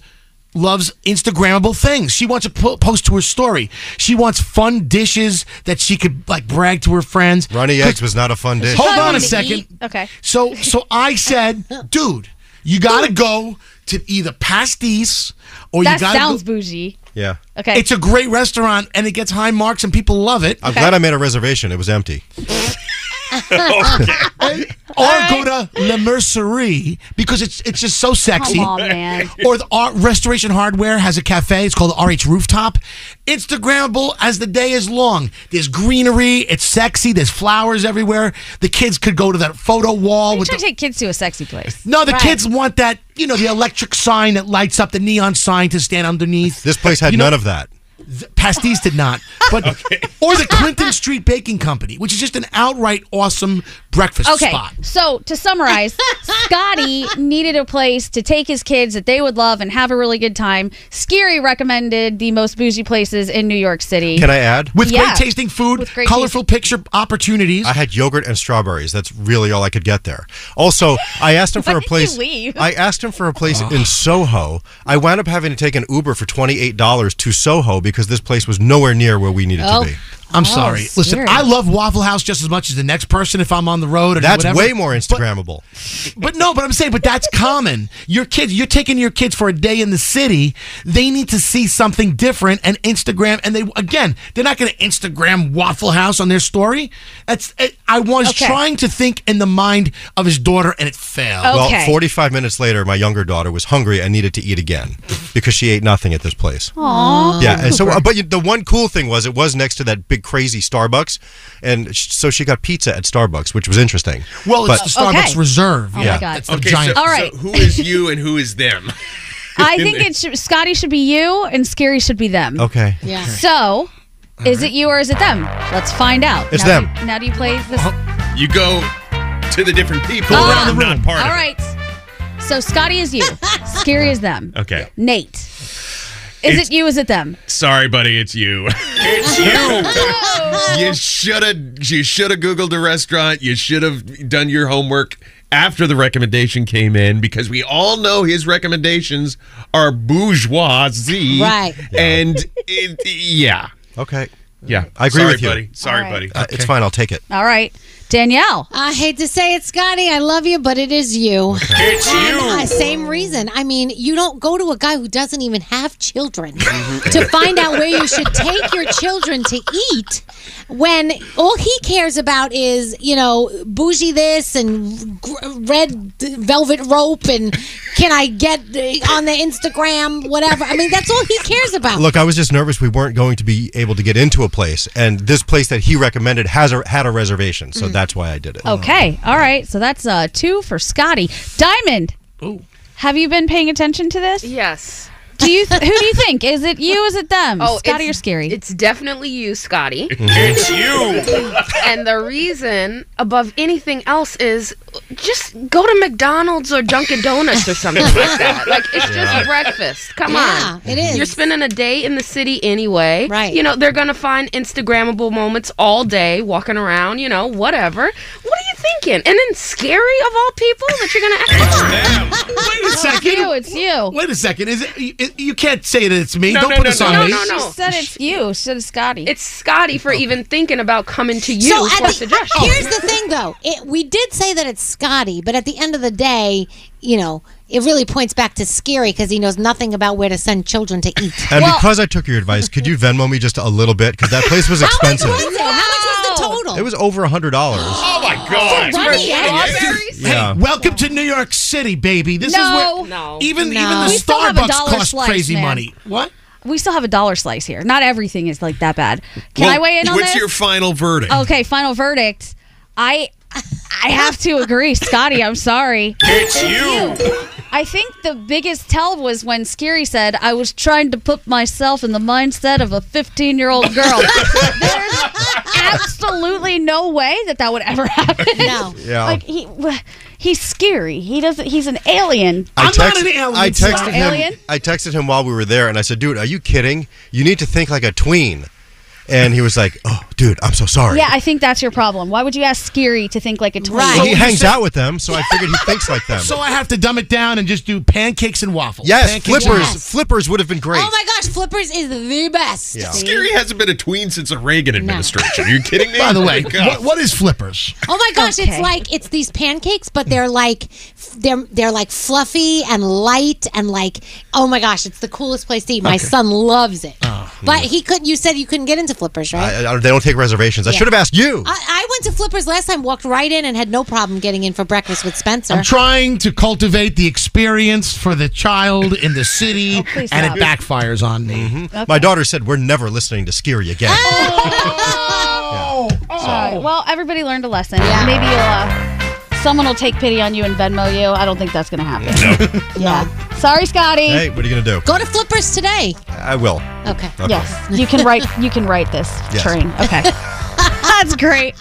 [SPEAKER 8] loves Instagrammable things. She wants to po- post to her story. She wants fun dishes that she could like brag to her friends.
[SPEAKER 20] Runny eggs was not a fun dish.
[SPEAKER 8] Hold on a second.
[SPEAKER 6] Okay.
[SPEAKER 8] So so I said, dude, you gotta go to either pasties or
[SPEAKER 6] that
[SPEAKER 8] you got
[SPEAKER 6] sounds bougie.
[SPEAKER 20] Yeah.
[SPEAKER 6] Okay.
[SPEAKER 8] It's a great restaurant and it gets high marks and people love it.
[SPEAKER 20] I'm glad I made a reservation. It was empty.
[SPEAKER 8] or go to La Mercerie because it's it's just so sexy.
[SPEAKER 6] Come on, man.
[SPEAKER 8] Or the R- Restoration Hardware has a cafe. It's called the RH Rooftop. Instagrammable as the day is long. There's greenery. It's sexy. There's flowers everywhere. The kids could go to that photo wall.
[SPEAKER 6] You
[SPEAKER 8] With
[SPEAKER 6] should
[SPEAKER 8] the,
[SPEAKER 6] take kids to a sexy place.
[SPEAKER 8] no, the
[SPEAKER 6] Right.
[SPEAKER 8] kids want that. You know, the electric sign that lights up, the neon sign to stand underneath.
[SPEAKER 20] This place had
[SPEAKER 8] You know-
[SPEAKER 20] none of that.
[SPEAKER 8] Pasties did not, but or the Clinton Street Baking Company, which is just an outright awesome breakfast
[SPEAKER 6] Okay.
[SPEAKER 8] spot.
[SPEAKER 6] So to summarize, Scotty needed a place to take his kids that they would love and have a really good time. Scary recommended the most bougie places in New York City.
[SPEAKER 20] Can I add?
[SPEAKER 8] With
[SPEAKER 6] Yeah.
[SPEAKER 8] great tasting food,
[SPEAKER 6] With great
[SPEAKER 8] colorful picture opportunities.
[SPEAKER 20] I had yogurt and strawberries. That's really all I could get there. Also, I asked him for
[SPEAKER 6] Why
[SPEAKER 20] a
[SPEAKER 6] did you
[SPEAKER 20] place.
[SPEAKER 6] leave?
[SPEAKER 20] I asked him for a place in Soho. I wound up having to take an Uber for twenty eight dollars to Soho because this place was nowhere near where we needed
[SPEAKER 6] Oh.
[SPEAKER 20] to be.
[SPEAKER 8] I'm sorry. Listen, I love Waffle House just as much as the next person if I'm on the road. Or
[SPEAKER 20] That's
[SPEAKER 8] whatever.
[SPEAKER 20] way more Instagrammable.
[SPEAKER 8] But no, but I'm saying, but that's common. Your kids, you're taking your kids for a day in the city. They need to see something different and Instagram. And they again, they're not going to Instagram Waffle House on their story. That's. I- I was
[SPEAKER 20] Okay.
[SPEAKER 8] trying to think in the mind of his daughter, and it failed.
[SPEAKER 20] Well, 45 minutes later, my younger daughter was hungry and needed to eat again because she ate nothing at this place.
[SPEAKER 8] Aw.
[SPEAKER 20] Yeah, and so
[SPEAKER 8] Cooper.
[SPEAKER 20] but you- the one cool thing was it was next to that big crazy Starbucks, and sh- so she got pizza at Starbucks, which was interesting.
[SPEAKER 8] Well, it's the Starbucks
[SPEAKER 6] Okay.
[SPEAKER 8] Reserve.
[SPEAKER 6] Oh my
[SPEAKER 20] yeah,
[SPEAKER 6] God.
[SPEAKER 20] It's
[SPEAKER 6] the giant-
[SPEAKER 11] So,
[SPEAKER 6] All right.
[SPEAKER 11] so who is you and who is them?
[SPEAKER 6] I think it should, Scotty should be you and Scary should be them.
[SPEAKER 20] Okay.
[SPEAKER 11] Yeah.
[SPEAKER 6] So, is it you or is it them? Let's find out.
[SPEAKER 11] It's
[SPEAKER 6] Now do-
[SPEAKER 11] them.
[SPEAKER 6] now do you play this?
[SPEAKER 11] You go to the different people.
[SPEAKER 6] Ah.
[SPEAKER 11] that are not part
[SPEAKER 6] All
[SPEAKER 11] of it.
[SPEAKER 6] right. So Scotty is you. Scary is them.
[SPEAKER 18] Okay.
[SPEAKER 6] Nate. Is
[SPEAKER 18] It's-
[SPEAKER 6] it you? Is it them?
[SPEAKER 18] Sorry, buddy, it's you.
[SPEAKER 11] It's you. you should have. You should have googled a restaurant. You should have done your homework after the recommendation came in because we all know his recommendations are bourgeoisie.
[SPEAKER 20] Right.
[SPEAKER 11] And it, yeah.
[SPEAKER 20] Okay.
[SPEAKER 11] Yeah.
[SPEAKER 20] I agree
[SPEAKER 11] Sorry,
[SPEAKER 20] with you.
[SPEAKER 11] buddy. Sorry, All right. buddy.
[SPEAKER 20] Uh, It's
[SPEAKER 11] Okay.
[SPEAKER 20] fine. I'll take it.
[SPEAKER 6] All right. Danielle.
[SPEAKER 7] I hate to say it, Scotty. I love you, but it is you.
[SPEAKER 6] It's
[SPEAKER 7] And,
[SPEAKER 6] you.
[SPEAKER 7] uh, same reason. I mean, you don't go to a guy who doesn't even have children to find out where you should take your children to eat when all he cares about is, you know, bougie this and gr- red velvet rope and can I get uh, on the Instagram, whatever. I mean, that's all he cares about.
[SPEAKER 20] Look, I was just nervous we weren't going to be able to get into a place, and this place that he recommended has a, had a reservation, so that's why I did it.
[SPEAKER 6] Mm. Okay. All right. So that's uh two for Scotty. Diamond.
[SPEAKER 20] Ooh.
[SPEAKER 6] Have you been paying attention to this?
[SPEAKER 3] Yes.
[SPEAKER 6] Do you? Th- who do you think? Is it you? Is it them? Scotty
[SPEAKER 3] Oh, it's-
[SPEAKER 6] or Scary?
[SPEAKER 3] It's definitely you, Scotty.
[SPEAKER 6] It's you.
[SPEAKER 3] and the reason above anything else is just go to McDonald's or Dunkin' Donuts or something like that. Like it's
[SPEAKER 12] Yeah.
[SPEAKER 3] just breakfast. Come
[SPEAKER 12] Yeah,
[SPEAKER 3] on. It is. You're spending a day in the city anyway.
[SPEAKER 12] Right.
[SPEAKER 3] You know, they're gonna find Instagrammable moments all day, walking around, you know, whatever. What are you thinking? And then scary of all people that you're gonna act
[SPEAKER 8] Wait a second. It's you.
[SPEAKER 6] It's you.
[SPEAKER 8] Wait a second. Is it? You, you can't say that it's me.
[SPEAKER 3] No,
[SPEAKER 8] Don't
[SPEAKER 3] no,
[SPEAKER 8] put
[SPEAKER 3] no,
[SPEAKER 8] this
[SPEAKER 3] no,
[SPEAKER 8] on
[SPEAKER 3] no,
[SPEAKER 8] me.
[SPEAKER 3] no, no.
[SPEAKER 6] She said it's you. She said it's Scotty.
[SPEAKER 3] It's Scotty for even thinking about coming to you
[SPEAKER 7] So at
[SPEAKER 3] for a
[SPEAKER 7] the-
[SPEAKER 3] suggestion.
[SPEAKER 7] Here's the thing, though. It, we did say that it's Scotty, but at the end of the day, you know, it really points back to Scary because he knows nothing about where to send children to eat.
[SPEAKER 20] And because I took your advice, could you Venmo me just a little bit? Because that place was expensive.
[SPEAKER 7] How much was the total?
[SPEAKER 20] It was over a hundred dollars.
[SPEAKER 7] Oh,
[SPEAKER 20] my
[SPEAKER 7] God. For running out?
[SPEAKER 8] Hey,
[SPEAKER 20] Yeah.
[SPEAKER 8] welcome to New York City, baby. This is
[SPEAKER 6] No.
[SPEAKER 8] where
[SPEAKER 6] No.
[SPEAKER 8] even
[SPEAKER 6] No.
[SPEAKER 8] even the
[SPEAKER 6] We still have a
[SPEAKER 8] Starbucks
[SPEAKER 6] dollar
[SPEAKER 8] costs
[SPEAKER 6] slice,
[SPEAKER 8] crazy
[SPEAKER 6] man.
[SPEAKER 8] money. What?
[SPEAKER 6] We still have a dollar slice here. Not everything is like that bad. Can I
[SPEAKER 11] Well,
[SPEAKER 6] weigh in on
[SPEAKER 11] what's
[SPEAKER 6] this?
[SPEAKER 11] your final verdict?
[SPEAKER 22] Oh,
[SPEAKER 6] Okay, final verdict. I I have to agree, Scotty. I'm sorry.
[SPEAKER 11] It's
[SPEAKER 6] I think the biggest tell was when Scary said, "I was trying to put myself in the mindset of a 15-year-old girl." There's absolutely no way that that would ever happen. No.
[SPEAKER 20] Yeah.
[SPEAKER 6] Like he he's scary. He doesn't he's an alien.
[SPEAKER 20] I text- I texted him.
[SPEAKER 6] Alien?
[SPEAKER 20] I texted him while we were there, and I said, "Dude, are you kidding? You need to think like a tween." And he was like, "Oh, dude, I'm so sorry."
[SPEAKER 6] Yeah, I think that's your problem. Why would you ask Scary to think like a twin?
[SPEAKER 20] He hangs out with them, so I figured he thinks like them.
[SPEAKER 8] So I have to dumb it down and just do pancakes and waffles.
[SPEAKER 20] yes,
[SPEAKER 8] Pancakes and
[SPEAKER 20] flippers.
[SPEAKER 8] waffles.
[SPEAKER 20] Flippers would have been great.
[SPEAKER 7] Oh my gosh,
[SPEAKER 23] gosh, Flippers is the best.
[SPEAKER 24] Yeah. Scary hasn't been a tween since the Reagan administration. Are you kidding me?
[SPEAKER 22] By the way,
[SPEAKER 24] Oh my God.
[SPEAKER 22] what, what is Flippers?
[SPEAKER 23] Oh my gosh, it's like it's these pancakes, but they're like they're they're like fluffy and light and like oh my gosh, it's the coolest place to eat. My
[SPEAKER 20] Okay.
[SPEAKER 23] son loves it,
[SPEAKER 20] Oh,
[SPEAKER 23] but he couldn't. You said you couldn't get into Flippers, right?
[SPEAKER 20] I, I- they don't take reservations. I
[SPEAKER 23] Yeah.
[SPEAKER 20] should have asked you.
[SPEAKER 23] I, I went to Flippers last time, walked right in, and had no problem getting in for breakfast with Spencer.
[SPEAKER 22] I'm trying to cultivate the experience for the child in the city,
[SPEAKER 23] Oh, please
[SPEAKER 22] and
[SPEAKER 23] stop.
[SPEAKER 22] it backfires on me.
[SPEAKER 8] Mm-hmm.
[SPEAKER 20] My daughter said we're never listening to Scary again.
[SPEAKER 25] Oh, well, everybody learned a lesson. Maybe you'll, uh, someone will take pity on you and Venmo you. I don't think that's going to happen. Yeah. Sorry, Scotty.
[SPEAKER 20] hey, what are you gonna do?
[SPEAKER 23] Go to Flippers today.
[SPEAKER 20] I will.
[SPEAKER 23] Okay.
[SPEAKER 20] Okay.
[SPEAKER 25] Yes, you can write. You can write this
[SPEAKER 20] Yes.
[SPEAKER 25] train. Okay, that's great.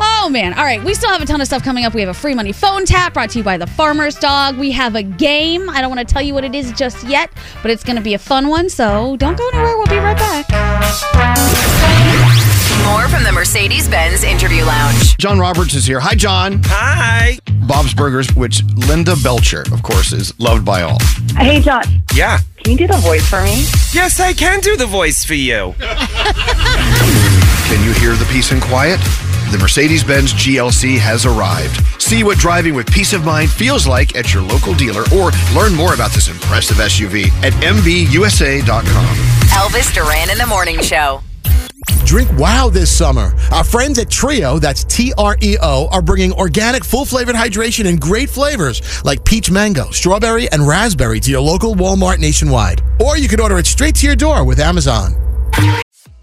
[SPEAKER 25] Oh man! All right, we still have a ton of stuff coming up. We have a free money phone tap brought to you by the Farmer's Dog. We have a game. I don't want to tell you what it is just yet, but it's going to be a fun one. So don't go anywhere. We'll be right back.
[SPEAKER 2] More from the Mercedes Benz Interview Lounge.
[SPEAKER 1] John Roberts is here. Hi, John. Hi. Bob's Burgers, which Linda Belcher, of course, is loved by all.
[SPEAKER 13] Hey, John,
[SPEAKER 1] Yeah.
[SPEAKER 13] can you do the voice for me? Yes, I can do the voice for you.
[SPEAKER 1] Can you hear the peace and quiet? The Mercedes Benz GLC has arrived. See what driving with peace of mind feels like at your local dealer or learn more about this impressive SUV at MBUSA.com.
[SPEAKER 2] Elvis Duran in the Morning Show.
[SPEAKER 8] Drink wow this summer. Our friends at Trio, that's T R E O, are bringing organic, full flavored hydration in great flavors like peach mango, strawberry, and raspberry to your local Walmart nationwide. Or you can order it straight to your door with Amazon.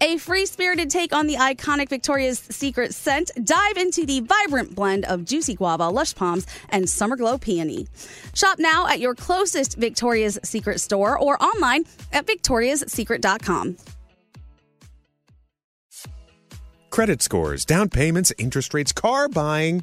[SPEAKER 6] a free spirited take on the iconic Victoria's Secret scent. Dive into the vibrant blend of juicy guava, lush palms, and summer glow peony. Shop now at your closest Victoria's Secret store or online at victoriassecret.com.
[SPEAKER 11] Credit scores, down payments, interest rates, car buying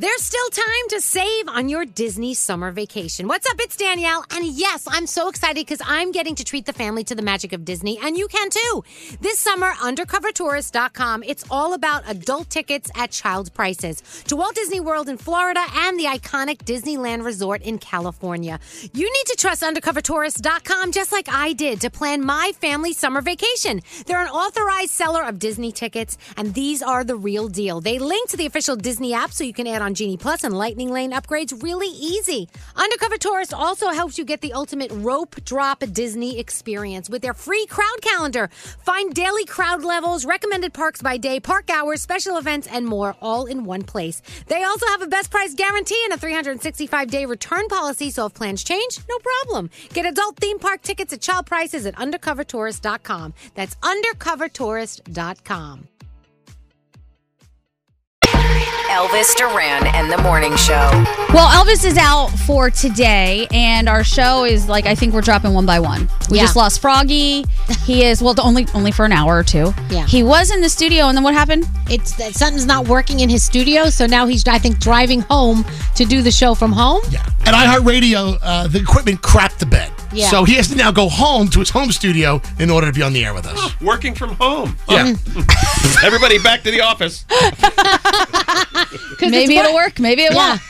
[SPEAKER 7] There's still time to save on your Disney summer vacation. What's up? It's Danielle. And yes, I'm so excited because I'm getting to treat the family to the magic of Disney, and you can too. This summer, undercovertourist.com, it's all about adult tickets at child prices to Walt Disney World in Florida and the iconic Disneyland Resort in California. You need to trust undercovertourist.com just like I did to plan my family summer vacation. They're an authorized seller of Disney tickets, and these are the real deal. They link to the official Disney app so you can add on
[SPEAKER 15] on Genie Plus and Lightning Lane upgrades really easy. Undercover Tourist also helps you get the ultimate rope drop Disney experience with their free crowd calendar. Find daily crowd levels, recommended parks by day, park hours, special events, and more all in one place. They also have a best price guarantee and a 365 day return policy, so if plans change, no problem. Get adult theme park tickets at child prices at undercovertourist.com. That's undercovertourist.com.
[SPEAKER 2] Elvis Duran and the Morning Show.
[SPEAKER 6] Well, Elvis is out for today, and our show is like I think we're dropping one by one. We
[SPEAKER 7] Yeah.
[SPEAKER 6] just lost Froggy. He is well, the only only for an hour or two.
[SPEAKER 7] Yeah.
[SPEAKER 6] He was in the studio, and then what happened?
[SPEAKER 7] It's that something's not working in his studio, so now he's I think driving home to do the show from home. Yeah.
[SPEAKER 8] At iHeartRadio, uh, the equipment crapped the bed.
[SPEAKER 7] Yeah.
[SPEAKER 8] So he has to now go home to his home studio in order to be on the air with us.
[SPEAKER 26] Working from home.
[SPEAKER 8] Yeah.
[SPEAKER 26] Oh, everybody back to the office.
[SPEAKER 6] Maybe
[SPEAKER 7] it's
[SPEAKER 6] it'll work. Maybe it won't.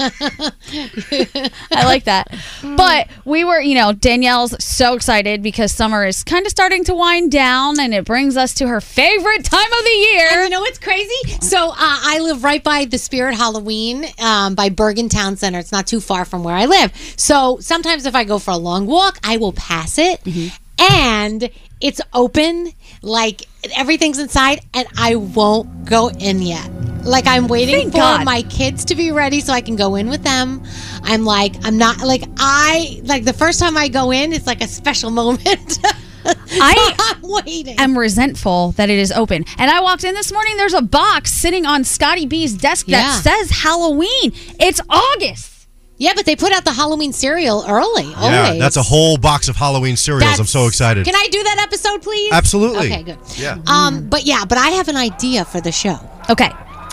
[SPEAKER 6] I like that. But we were, you know, Danielle's so excited because summer is kind of starting to wind down, and it brings us to her favorite time of the year.
[SPEAKER 7] And you know what's crazy? So uh, I live right by the Spirit Halloween um, by Bergen Town Center. It's not too far from where I live. So sometimes if I go for a long walk, I will pass it.
[SPEAKER 6] Mm-hmm.
[SPEAKER 7] And it's open, like everything's inside, and I won't go in yet. Like I'm waiting
[SPEAKER 6] Thank
[SPEAKER 7] for
[SPEAKER 6] God.
[SPEAKER 7] my kids to be ready so I can go in with them. I'm like, I'm not like I like the first time I go in, it's like a special moment.
[SPEAKER 6] I
[SPEAKER 7] am waiting.
[SPEAKER 6] am resentful that it is open. And I walked in this morning, there's a box sitting on Scotty B's desk that
[SPEAKER 7] Yeah.
[SPEAKER 6] says Halloween. It's August.
[SPEAKER 7] Yeah, but they put out the Halloween cereal early.
[SPEAKER 20] Yeah,
[SPEAKER 7] always.
[SPEAKER 20] that's a whole box of Halloween cereals. I'm so excited.
[SPEAKER 7] Can I do that episode, please?
[SPEAKER 20] Absolutely.
[SPEAKER 7] Okay, good.
[SPEAKER 20] Yeah.
[SPEAKER 7] Um, but yeah, but I have an idea for the show.
[SPEAKER 6] Okay.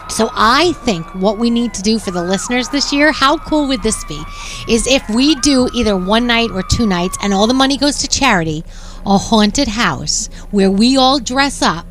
[SPEAKER 7] So I think what we need to do for the listeners this year, how cool would this be? Is if we do either one night or two nights and all the money goes to charity, a haunted house where we all dress up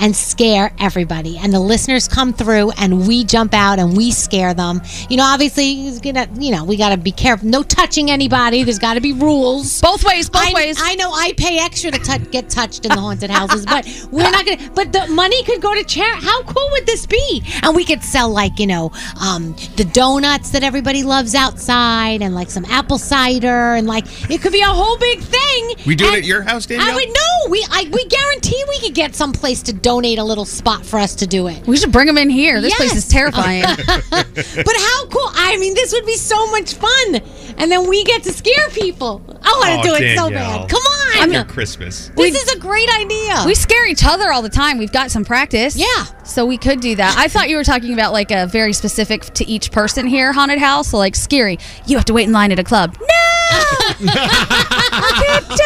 [SPEAKER 7] and scare everybody and the listeners come through and we jump out and we scare them you know obviously he's gonna you know we gotta be careful no touching anybody there's gotta be rules
[SPEAKER 6] both ways both
[SPEAKER 7] ways i know i pay extra to tou- get touched in the haunted houses but we're not gonna but the money could go to charity how cool would this be and we could sell like you know um, the donuts that everybody loves outside and like some apple cider and like it could be a whole big thing
[SPEAKER 26] We do
[SPEAKER 7] And-
[SPEAKER 26] it at your house, Danielle?
[SPEAKER 7] I would know. We I, we guarantee we could get some place to donate a little spot for us to do it.
[SPEAKER 6] We should bring them in here. This place is terrifying.
[SPEAKER 7] but how cool! I mean, this would be so much fun, and then we get to scare people. I want to
[SPEAKER 26] Oh,
[SPEAKER 7] do it so
[SPEAKER 26] Danielle.
[SPEAKER 7] bad. Come on!
[SPEAKER 26] I'm your Christmas.
[SPEAKER 7] This is a great idea.
[SPEAKER 6] We scare each other all the time. We've got some practice. Yeah. So we could do that. I thought you were talking about like a very specific to each person here haunted house. So like scary. You have to wait in line at a club. No.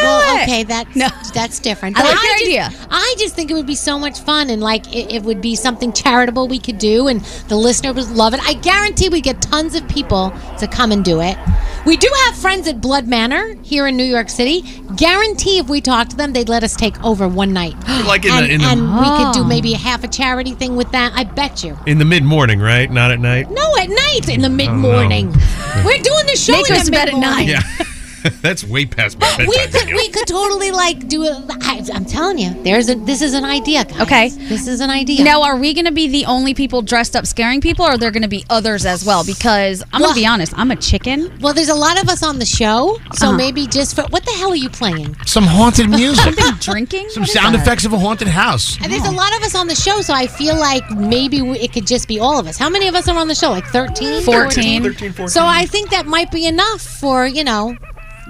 [SPEAKER 7] well, okay, that's that's different.
[SPEAKER 6] I like your
[SPEAKER 7] just,
[SPEAKER 6] idea.
[SPEAKER 7] I just think it would be so much fun, and like it, it would be something charitable we could do, and the listener would love it. I guarantee we get tons of people to come and do it. We do have friends at Blood Manor here in New York City. Guarantee if we talk to them, they'd let us take over one night.
[SPEAKER 26] Like in the-
[SPEAKER 7] and,
[SPEAKER 26] in the-
[SPEAKER 7] and we could do
[SPEAKER 26] Oh.
[SPEAKER 7] maybe a half a charity thing with that. I bet you.
[SPEAKER 26] In the mid morning, right? Not at night.
[SPEAKER 7] No, at night
[SPEAKER 26] Oh,
[SPEAKER 7] in the mid morning. We're doing the show
[SPEAKER 6] Make
[SPEAKER 7] in
[SPEAKER 6] us
[SPEAKER 7] the
[SPEAKER 6] bed at
[SPEAKER 7] mid-morning.
[SPEAKER 26] Yeah. That's way past my
[SPEAKER 7] We
[SPEAKER 26] bedtime.
[SPEAKER 7] could we could totally like do it. I, I'm telling you, there's a this is an idea. Guys.
[SPEAKER 6] Okay.
[SPEAKER 7] this is an idea.
[SPEAKER 6] Now, are we going to be the only people dressed up scaring people, or are there going to be others as well? Because I'm going to be honest, I'm a chicken.
[SPEAKER 7] Well, there's a lot of us on the show, so
[SPEAKER 6] Uh-huh.
[SPEAKER 7] maybe just for what the hell are you playing?
[SPEAKER 8] Some haunted music.
[SPEAKER 6] drinking.
[SPEAKER 8] Some sound effects of a haunted house.
[SPEAKER 7] And there's a lot of us on the show, so I feel like maybe we, it could just be all of us. How many of us are on the show? Like 13?
[SPEAKER 6] 14. 13,
[SPEAKER 26] 14.
[SPEAKER 7] So I think that might be enough for, you know,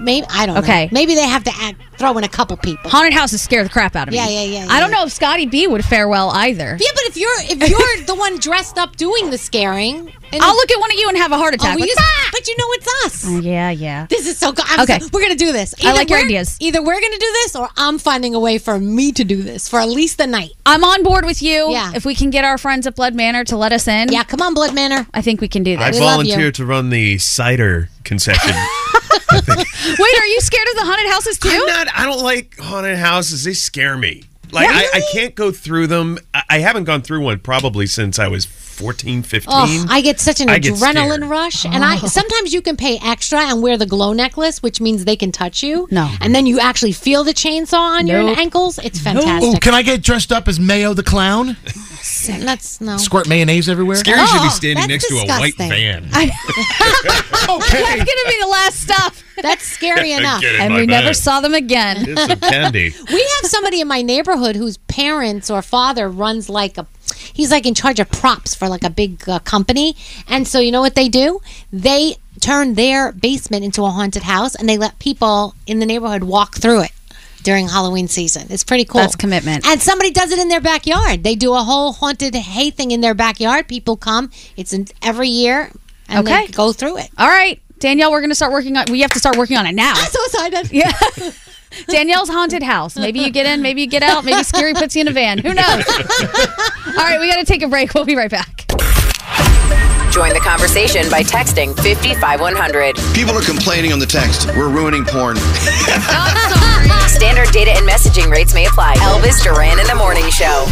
[SPEAKER 7] maybe, I don't know.
[SPEAKER 6] Okay.
[SPEAKER 7] Maybe they have to add, throw in a couple people.
[SPEAKER 6] Haunted houses scare the crap out of me.
[SPEAKER 7] Yeah, yeah, yeah,
[SPEAKER 6] I don't
[SPEAKER 7] yeah.
[SPEAKER 6] know if Scotty B would fare well either.
[SPEAKER 7] Yeah, but if you're if you're the one dressed up doing the scaring, and
[SPEAKER 6] I'll look at one of you and have a heart attack.
[SPEAKER 7] we
[SPEAKER 6] Like,
[SPEAKER 7] just- But you know it's us.
[SPEAKER 6] Oh, yeah, yeah.
[SPEAKER 7] This is so. Go- I'm
[SPEAKER 6] Okay.
[SPEAKER 7] so- we're gonna do this.
[SPEAKER 6] I like your
[SPEAKER 7] we're-
[SPEAKER 6] ideas.
[SPEAKER 7] Either we're gonna do this, or I'm finding a way for me to do this for at least the night.
[SPEAKER 6] I'm on board with you.
[SPEAKER 7] Yeah.
[SPEAKER 6] If we can get our friends at Blood Manor to let us in. Yeah,
[SPEAKER 7] come on, Blood Manor.
[SPEAKER 6] I think we can do this.
[SPEAKER 26] I volunteer to run the cider concession.
[SPEAKER 6] Wait, are you scared of the haunted houses too?
[SPEAKER 26] I'm not. I don't like haunted houses. They scare me. Like I, I can't go through them. I, I haven't gone through one probably since I was 14, 15.
[SPEAKER 7] Oh, I get such an
[SPEAKER 26] I get
[SPEAKER 7] adrenaline
[SPEAKER 26] scared.
[SPEAKER 7] rush, and
[SPEAKER 6] Oh.
[SPEAKER 7] I sometimes you can pay extra and wear the glow necklace, which means they can touch you. No, and then you actually feel the chainsaw on
[SPEAKER 8] Nope.
[SPEAKER 7] your ankles. It's
[SPEAKER 8] Ooh,
[SPEAKER 7] fantastic.
[SPEAKER 8] can I get dressed up as Mayo the clown?
[SPEAKER 7] sick. That's no.
[SPEAKER 8] Squirt mayonnaise everywhere.
[SPEAKER 26] Scary should
[SPEAKER 7] Oh,
[SPEAKER 26] be standing next to a white van.
[SPEAKER 6] okay. That's gonna be the last stop.
[SPEAKER 7] That's scary
[SPEAKER 26] Get
[SPEAKER 7] enough.
[SPEAKER 26] in And my we never bag. saw
[SPEAKER 6] them again.
[SPEAKER 26] Here's some candy.
[SPEAKER 7] we have somebody in my neighborhood whose parents or father runs like a he's like in charge of props for like a big uh, company. And so you know what they do? They turn their basement into a haunted house and they let people in the neighborhood walk through it during Halloween season. It's pretty cool.
[SPEAKER 6] That's commitment.
[SPEAKER 7] And somebody does it in their backyard. They do a whole haunted hay thing in their backyard. People come. It's in every year and they
[SPEAKER 6] Okay.
[SPEAKER 7] go through it.
[SPEAKER 6] All right, Danielle, we're gonna start working on. We have to start working on it now. I'm
[SPEAKER 7] so excited.
[SPEAKER 6] Yeah. Danielle's haunted house. Maybe you get in, maybe you get out, maybe Scary puts you in a van. Who knows? All right, we got to take a break. We'll be right back.
[SPEAKER 2] Join the conversation by texting 55100.
[SPEAKER 1] People are complaining on the text. We're ruining porn.
[SPEAKER 2] Standard data and messaging rates may apply. Elvis Duran in the Morning Show.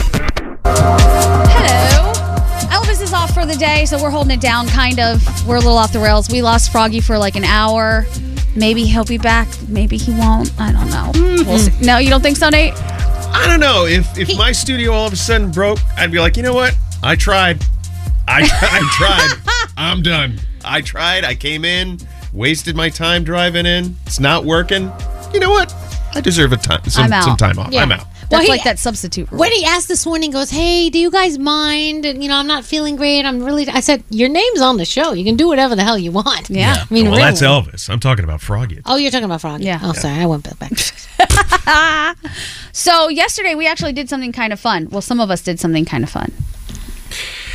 [SPEAKER 6] Elvis is off for the day, so we're holding it down, kind of. We're a little off the rails. We lost Froggy for like an hour. Maybe he'll be back. Maybe he won't. I don't know. We'll see. No, you don't think so, Nate?
[SPEAKER 26] I don't know. If if my studio all of a sudden broke, I'd be like, you know what? I tried. I, I tried. I'm done. I tried. I came in, wasted my time driving in. It's not working. You know what? I deserve a time some,
[SPEAKER 7] I'm out.
[SPEAKER 26] some time off.
[SPEAKER 7] Yeah.
[SPEAKER 26] I'm out.
[SPEAKER 6] That's
[SPEAKER 7] he-
[SPEAKER 6] like that substitute rule.
[SPEAKER 7] When he asked this morning, he goes, "Hey, do you guys mind? And, you know, I'm not feeling great. I'm really." I said, "Your name's on the show. You can do whatever the hell you want." Yeah, I mean,
[SPEAKER 26] well,
[SPEAKER 7] really.
[SPEAKER 26] that's Elvis. I'm talking about Froggy.
[SPEAKER 7] Oh, you're talking about Froggy. Yeah. Oh, sorry, I went back.
[SPEAKER 6] So yesterday we actually did something kind of fun. Well, some of us did something kind of fun.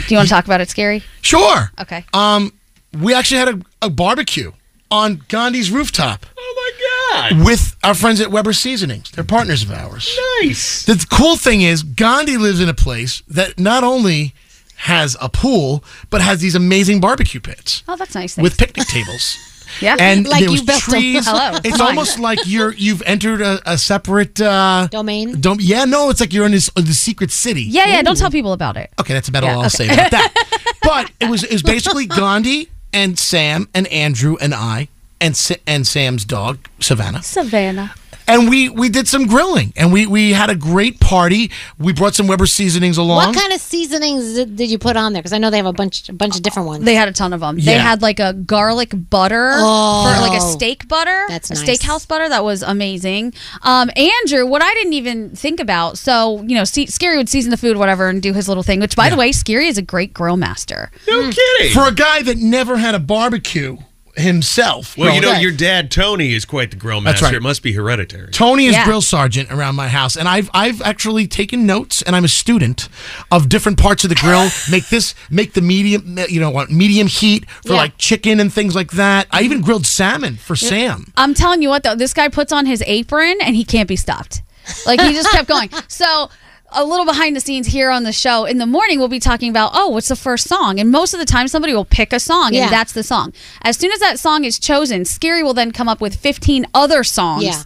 [SPEAKER 6] Do you want to talk about it, Scary?
[SPEAKER 8] Sure.
[SPEAKER 6] Okay.
[SPEAKER 8] Um, we actually had a, a barbecue on Gandhi's rooftop. Oh my
[SPEAKER 26] God!
[SPEAKER 8] With our friends at Weber Seasonings, they're partners of ours.
[SPEAKER 26] Nice.
[SPEAKER 8] The cool thing is Gandhi lives in a place that not only has a pool but has these amazing barbecue pits
[SPEAKER 6] Oh, that's nice.
[SPEAKER 8] with picnic tables.
[SPEAKER 6] Yeah.
[SPEAKER 8] and
[SPEAKER 6] Like
[SPEAKER 8] there
[SPEAKER 6] you
[SPEAKER 8] was
[SPEAKER 6] built them.
[SPEAKER 8] trees.
[SPEAKER 6] Hello. Oh
[SPEAKER 8] It's
[SPEAKER 6] Mine.
[SPEAKER 8] almost like you're you've entered a, a separate uh,
[SPEAKER 7] domain.
[SPEAKER 8] Dom- yeah, no, it's like you're in this uh, the secret city.
[SPEAKER 6] Yeah, yeah. Don't tell people about it.
[SPEAKER 8] Okay, that's about
[SPEAKER 6] Yeah,
[SPEAKER 8] all I'll
[SPEAKER 6] okay.
[SPEAKER 8] say about that. But it was it was basically Gandhi and Sam and Andrew and I and Sa- and Sam's dog Savannah.
[SPEAKER 6] Savannah.
[SPEAKER 8] And we we did some grilling and we we had a great party. We brought some Weber seasonings along.
[SPEAKER 7] What kind of seasonings did did you put on there? Because I know they have a bunch, a bunch of different ones.
[SPEAKER 6] They had a ton of them. They
[SPEAKER 7] Yeah.
[SPEAKER 6] had like a garlic butter
[SPEAKER 7] Oh.
[SPEAKER 6] for like a steak butter, That's a
[SPEAKER 7] nice.
[SPEAKER 6] steakhouse butter. That was amazing. Um, Andrew, what I didn't even think about. So you know, Se- Scary would season the food, whatever, and do his little thing. Which, by the way, Scary is a great grill master.
[SPEAKER 26] No kidding.
[SPEAKER 8] For a guy that never had a barbecue himself.
[SPEAKER 26] well, you know,
[SPEAKER 8] growing up.
[SPEAKER 26] your dad Tony is quite the grill
[SPEAKER 8] That's
[SPEAKER 26] master. It
[SPEAKER 8] right.
[SPEAKER 26] must be hereditary.
[SPEAKER 8] Tony is
[SPEAKER 26] Yeah.
[SPEAKER 8] drill sergeant around my house, and I've I've actually taken notes, and I'm a student of different parts of the grill. make this, make the medium, you know, what medium heat for
[SPEAKER 6] Yeah.
[SPEAKER 8] like chicken and things like that. I even grilled salmon for Sam.
[SPEAKER 6] I'm telling you what, though, this guy puts on his apron and he can't be stopped. Like he just kept going. So a little behind the scenes here on the show in the morning we'll be talking about oh what's the first song and most of the time somebody will pick a song
[SPEAKER 7] Yeah.
[SPEAKER 6] and that's the song as soon as that song is chosen scary will then come up with 15 other songs
[SPEAKER 7] Yeah.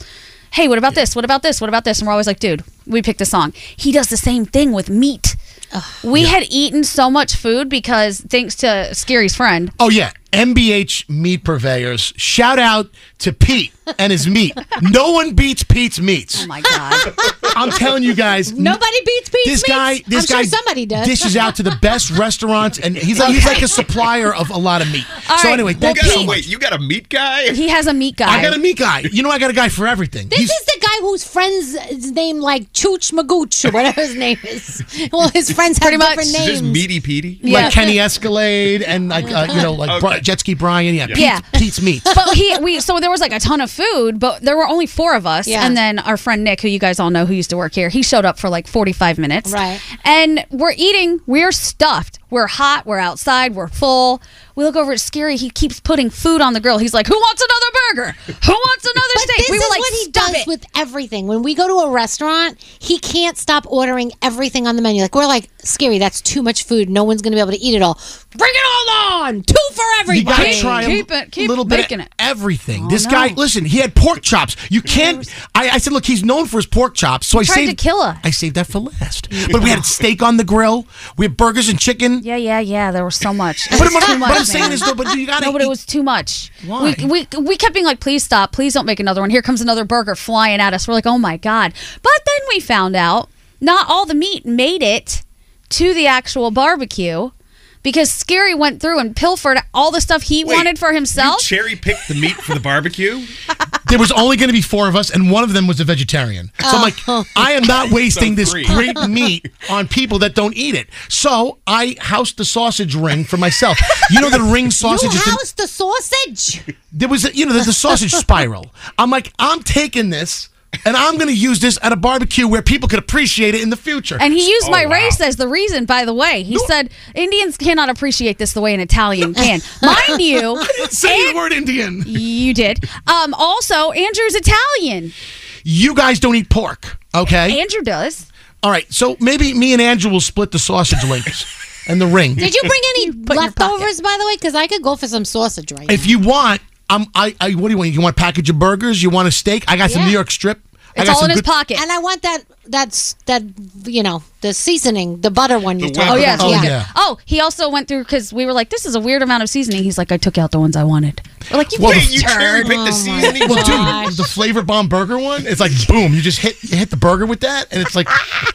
[SPEAKER 6] hey what about this what about this what about this and we're always like dude we picked a song he does the same thing with meat we had eaten so much food because thanks to scary's friend
[SPEAKER 8] Oh yeah, MBH meat purveyors. Shout out to Pete and his meat. no one beats Pete's meats.
[SPEAKER 6] oh my god
[SPEAKER 8] I'm telling you guys,
[SPEAKER 7] Nobody beats Pete's
[SPEAKER 8] This guy,
[SPEAKER 7] Meats.
[SPEAKER 8] this
[SPEAKER 7] I'm
[SPEAKER 8] guy,
[SPEAKER 7] sure somebody does.
[SPEAKER 8] dishes out to the best restaurants, and he's like he's like a supplier of a lot of meat.
[SPEAKER 6] All
[SPEAKER 8] so
[SPEAKER 6] right,
[SPEAKER 8] anyway,
[SPEAKER 6] well,
[SPEAKER 8] thank you so
[SPEAKER 6] Pete-
[SPEAKER 8] much.
[SPEAKER 26] Wait, you got a meat guy?
[SPEAKER 6] he has a meat guy
[SPEAKER 8] I got a meat guy. You know, I got a guy for everything.
[SPEAKER 7] This is the guy whose friends is named like Chooch Magooch or whatever his name is. Well, his friends have
[SPEAKER 8] Pretty much.
[SPEAKER 7] different
[SPEAKER 8] Is this
[SPEAKER 7] names.
[SPEAKER 26] Meaty Petey?
[SPEAKER 8] like Kenny Escalade and like uh, you know like Bri- Jet Ski Brian. Yeah, Pete's,
[SPEAKER 6] Yeah.
[SPEAKER 8] Pete's meat.
[SPEAKER 6] but he we so there was like a ton of food, but there were only four of us,
[SPEAKER 7] Yeah.
[SPEAKER 6] and then our friend Nick, who you guys all know, who used to work here, he showed up for like forty five minutes,
[SPEAKER 7] Right.
[SPEAKER 6] And we're eating, we're stuffed, we're hot, we're outside, we're full. We look over at Scary, he keeps putting food on the grill. He's like, "Who wants another burger? Who wants another
[SPEAKER 7] But
[SPEAKER 6] steak?"
[SPEAKER 7] this
[SPEAKER 6] we were
[SPEAKER 7] is
[SPEAKER 6] like,
[SPEAKER 7] what he
[SPEAKER 6] "Stop
[SPEAKER 7] does
[SPEAKER 6] it."
[SPEAKER 7] with everything. When we go to a restaurant, he can't stop ordering everything on the menu. Like we're like, scary. That's too much food. No one's going to be able to eat it all. Bring it all on. Two for
[SPEAKER 8] You
[SPEAKER 7] everybody.
[SPEAKER 8] gotta try a
[SPEAKER 6] Keep it- keep
[SPEAKER 8] little bit
[SPEAKER 6] making
[SPEAKER 8] of
[SPEAKER 6] it.
[SPEAKER 8] everything.
[SPEAKER 6] Oh,
[SPEAKER 8] this
[SPEAKER 6] no.
[SPEAKER 8] guy, listen, he had pork chops. You can't. I, I said, look, he's known for his pork chops, so I
[SPEAKER 6] Tried to
[SPEAKER 8] saved
[SPEAKER 6] kill us.
[SPEAKER 8] I saved that for last. But we had steak on the grill. We had burgers and chicken.
[SPEAKER 6] Yeah, yeah, yeah. There was so much.
[SPEAKER 8] But
[SPEAKER 6] It was
[SPEAKER 8] I'm-
[SPEAKER 6] too
[SPEAKER 8] but
[SPEAKER 6] much,
[SPEAKER 8] I'm saying
[SPEAKER 6] man.
[SPEAKER 8] is, though, but you gotta
[SPEAKER 6] No, but it
[SPEAKER 8] eat-
[SPEAKER 6] was too much.
[SPEAKER 8] Why?
[SPEAKER 6] We, we we kept being like, please stop, please don't make another one. Here comes another burger flying at us. We're like, oh my god. But then we found out not all the meat made it to the actual barbecue because Scary went through and pilfered all the stuff he wanted for himself.
[SPEAKER 26] Cherry picked the meat for the barbecue.
[SPEAKER 8] There was only going to be four of us, and one of them was a vegetarian. So I'm like, I am not wasting this
[SPEAKER 26] three.
[SPEAKER 8] great meat on people that don't eat it. So I housed the sausage ring for myself. You know the ring sausage.
[SPEAKER 7] you
[SPEAKER 8] is the-
[SPEAKER 7] housed the sausage.
[SPEAKER 8] there was, a, you know, there's a sausage spiral. I'm like, I'm taking this. And I'm going to use this at a barbecue where people could appreciate it in the future. Oh,
[SPEAKER 6] And he used my race as the reason, by the way. He said, Indians cannot appreciate this the way an Italian can. Mind you,
[SPEAKER 8] I didn't say the word Indian.
[SPEAKER 6] You did. Um, also, Andrew's Italian.
[SPEAKER 8] You guys don't eat pork, okay?
[SPEAKER 6] Andrew does.
[SPEAKER 8] All right, so maybe me and Andrew will split the sausage links and the ring.
[SPEAKER 7] Did you bring any leftovers, by the way? Because I could go for some sausage right
[SPEAKER 8] If you want, I'm. I, I. What do you want? You want a package of burgers? You want a steak? I got some
[SPEAKER 7] Yeah.
[SPEAKER 8] New York strip. I
[SPEAKER 7] It's
[SPEAKER 8] got
[SPEAKER 7] all
[SPEAKER 8] some
[SPEAKER 7] in his
[SPEAKER 8] good-
[SPEAKER 6] pocket.
[SPEAKER 7] And I want that that's that you know, the seasoning, the butter one you
[SPEAKER 6] Oh
[SPEAKER 7] talked
[SPEAKER 6] yeah.
[SPEAKER 7] about.
[SPEAKER 8] Oh, yeah.
[SPEAKER 6] Oh, he also went through because we were like, this is a weird amount of seasoning. He's like, I took out the ones I wanted. We're like, you
[SPEAKER 8] Well,
[SPEAKER 6] big
[SPEAKER 8] the- you
[SPEAKER 6] turd. Oh
[SPEAKER 8] cherry-picked the
[SPEAKER 7] seasoning.
[SPEAKER 8] Well, dude, the flavor bomb burger one. It's like boom. You just hit you hit the burger with that, and it's like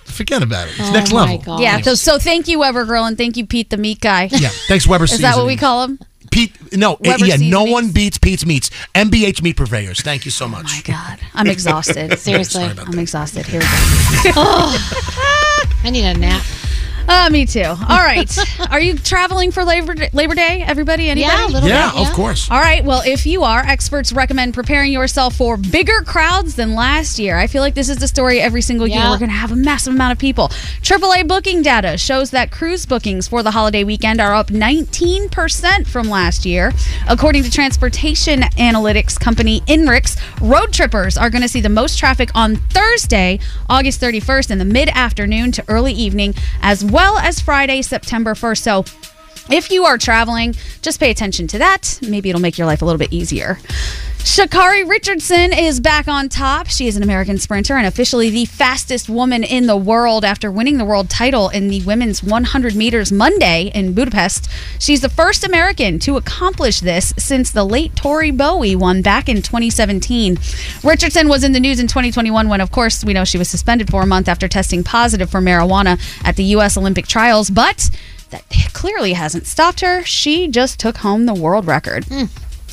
[SPEAKER 8] forget about it. It's
[SPEAKER 7] Oh,
[SPEAKER 8] next level.
[SPEAKER 6] Oh Yeah. So, so thank you, Evergirl, and thank you, Pete the meat guy.
[SPEAKER 8] yeah. Thanks, Weber.
[SPEAKER 6] Is that what we call him?
[SPEAKER 8] Pete? No. it-
[SPEAKER 6] Weber
[SPEAKER 8] yeah. No one beats Pete's meats. MBH meat purveyors. Thank you so much. Oh
[SPEAKER 6] my god, I'm exhausted. Seriously,
[SPEAKER 8] Sorry
[SPEAKER 6] I'm
[SPEAKER 8] about
[SPEAKER 6] exhausted. Here we go.
[SPEAKER 7] I need a nap.
[SPEAKER 6] Uh, me too. All right. Are you traveling for Labor Day, Labor Day everybody? Anybody?
[SPEAKER 7] Yeah, a little
[SPEAKER 8] Yeah, bit, of yeah. course.
[SPEAKER 6] All right. Well, if you are, experts recommend preparing yourself for bigger crowds than last year. I feel like this is the story every single year.
[SPEAKER 7] Yeah.
[SPEAKER 6] We're going to have a massive amount of people. AAA booking data shows that cruise bookings for the holiday weekend are up 19% from last year. According to transportation analytics company Inrix, road trippers are going to see the most traffic on Thursday, August 31st, in the mid afternoon to early evening, as well as Friday, September 1st. So, if you are traveling, just pay attention to that. Maybe it'll make your life a little bit easier. Shakari Richardson is back on top. She is an American sprinter and officially the fastest woman in the world after winning the world title in the women's 100 meters Monday in Budapest. She's the first American to accomplish this since the late Tori Bowie won back in 2017. Richardson was in the news in 2021 when, of course, we know she was suspended for a month after testing positive for marijuana at the U.S. Olympic trials, but that clearly hasn't stopped her. She just took home the world record.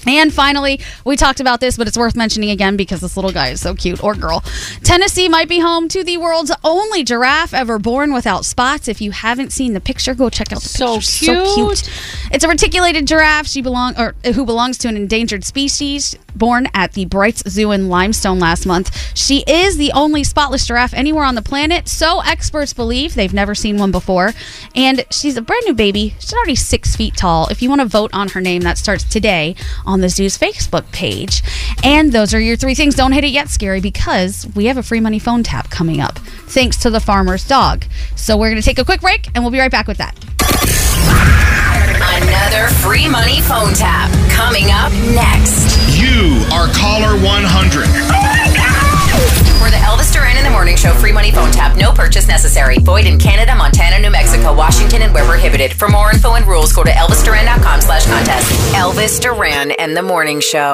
[SPEAKER 6] And finally, we talked about this, but it's worth mentioning again because this little guy is so cute or girl. Tennessee might be home to the world's only giraffe ever born without spots. If you haven't seen the picture, go check out the so picture. So cute. It's a reticulated giraffe. She belong or uh, who belongs to an endangered species born at the Brights Zoo in Limestone last month. She is the only spotless giraffe anywhere on the planet. So experts believe they've never seen one before. And she's a brand new baby. She's already six feet tall. If you want to vote on her name, that starts today on the zoo's Facebook page. And those are your three things. Don't hit it yet, Scary, because we have a free money phone tap coming up thanks to the farmer's dog. So we're going to take a quick break and we'll be right back with that.
[SPEAKER 2] Another free money phone tap coming up next.
[SPEAKER 27] You are caller 100.
[SPEAKER 2] For the Elvis Duran in the Morning Show free money phone tap, no purchase necessary. Void in Canada, Montana, New Mexico, Washington, and where prohibited. For more info and rules, go to elvisduran.com slash contest. Elvis Duran and the Morning Show.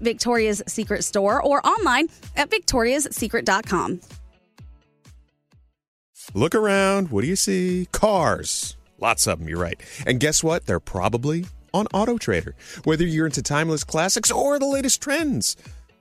[SPEAKER 14] Victoria's Secret store or online at victoriassecret.com.
[SPEAKER 21] Look around. What do you see? Cars. Lots of them, you're right. And guess what? They're probably on Auto Trader. Whether you're into timeless classics or the latest trends,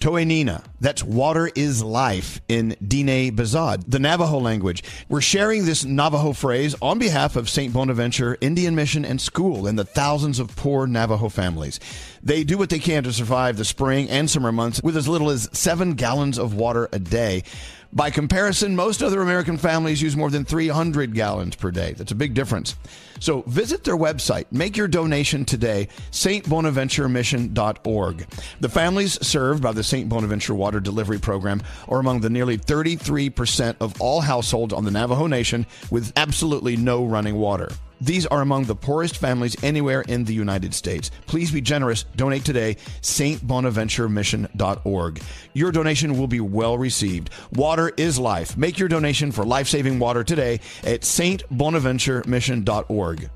[SPEAKER 1] Toenina. That's water is life in Dine Bazad, the Navajo language. We're sharing this Navajo phrase on behalf of St. Bonaventure Indian Mission and School and the thousands of poor Navajo families. They do what they can to survive the spring and summer months with as little as seven gallons of water a day. By comparison, most other American families use more than 300 gallons per day. That's a big difference. So visit their website, make your donation today, stbonaventuremission.org. The families served by the St. Bonaventure Water Delivery Program are among the nearly 33% of all households on the Navajo Nation with absolutely no running water. These are among the poorest families anywhere in the United States. Please be generous. Donate today, stbonaventuremission.org. Your donation will be well received. Water is life. Make your donation for life saving water today at stbonaventuremission.org.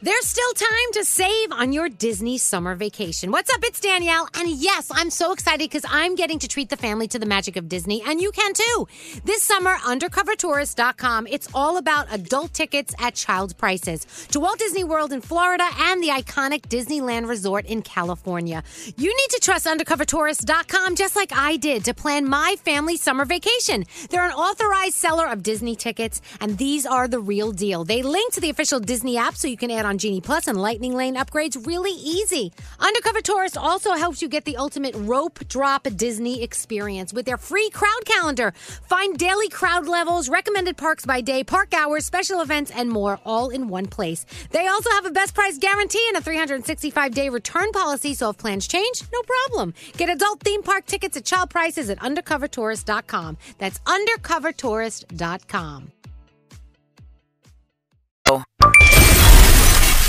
[SPEAKER 7] There's still time to save on your Disney summer vacation. What's up? It's Danielle. And yes, I'm so excited because I'm getting to treat the family to the magic of Disney, and you can too. This summer, undercovertourist.com, it's all about adult tickets at child prices to Walt Disney World in Florida and the iconic Disneyland Resort in California. You need to trust undercovertourist.com just like I did to plan my family summer vacation. They're an authorized seller of Disney tickets, and these are the real deal. They link to the official Disney app so you can add on Genie Plus and Lightning Lane upgrades really easy. Undercover Tourist also helps you get the ultimate rope drop Disney experience with their free crowd calendar. Find daily crowd levels, recommended parks by day, park hours, special events, and more all in one place. They also have a best price guarantee and a 365 day return policy, so if plans change, no problem. Get adult theme park tickets at child prices at undercovertourist.com. That's undercovertourist.com.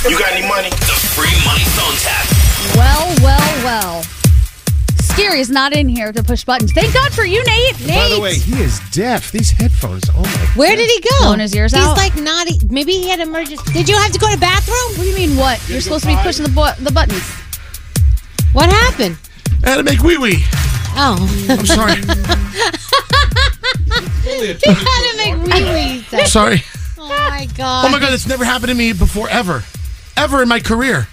[SPEAKER 21] You got any money? The free money phone tap.
[SPEAKER 6] Well, well, well. Scary is not in here to push buttons. Thank God for you, Nate. Nate.
[SPEAKER 28] By the way, he is deaf. These headphones. Oh my.
[SPEAKER 29] Where did he go?
[SPEAKER 6] Blowing his ears
[SPEAKER 29] He's
[SPEAKER 6] out.
[SPEAKER 29] like not. e, Maybe he had emergency. Did you have to go to bathroom?
[SPEAKER 6] What do you mean? What? You're supposed to be pushing the bu- the buttons.
[SPEAKER 29] What happened?
[SPEAKER 8] I had to make wee wee.
[SPEAKER 29] Oh,
[SPEAKER 8] Mm, I'm sorry.
[SPEAKER 29] he had to make really.
[SPEAKER 8] I'm sorry.
[SPEAKER 29] Oh my god.
[SPEAKER 8] Oh my god, that's never happened to me before ever, ever in my career.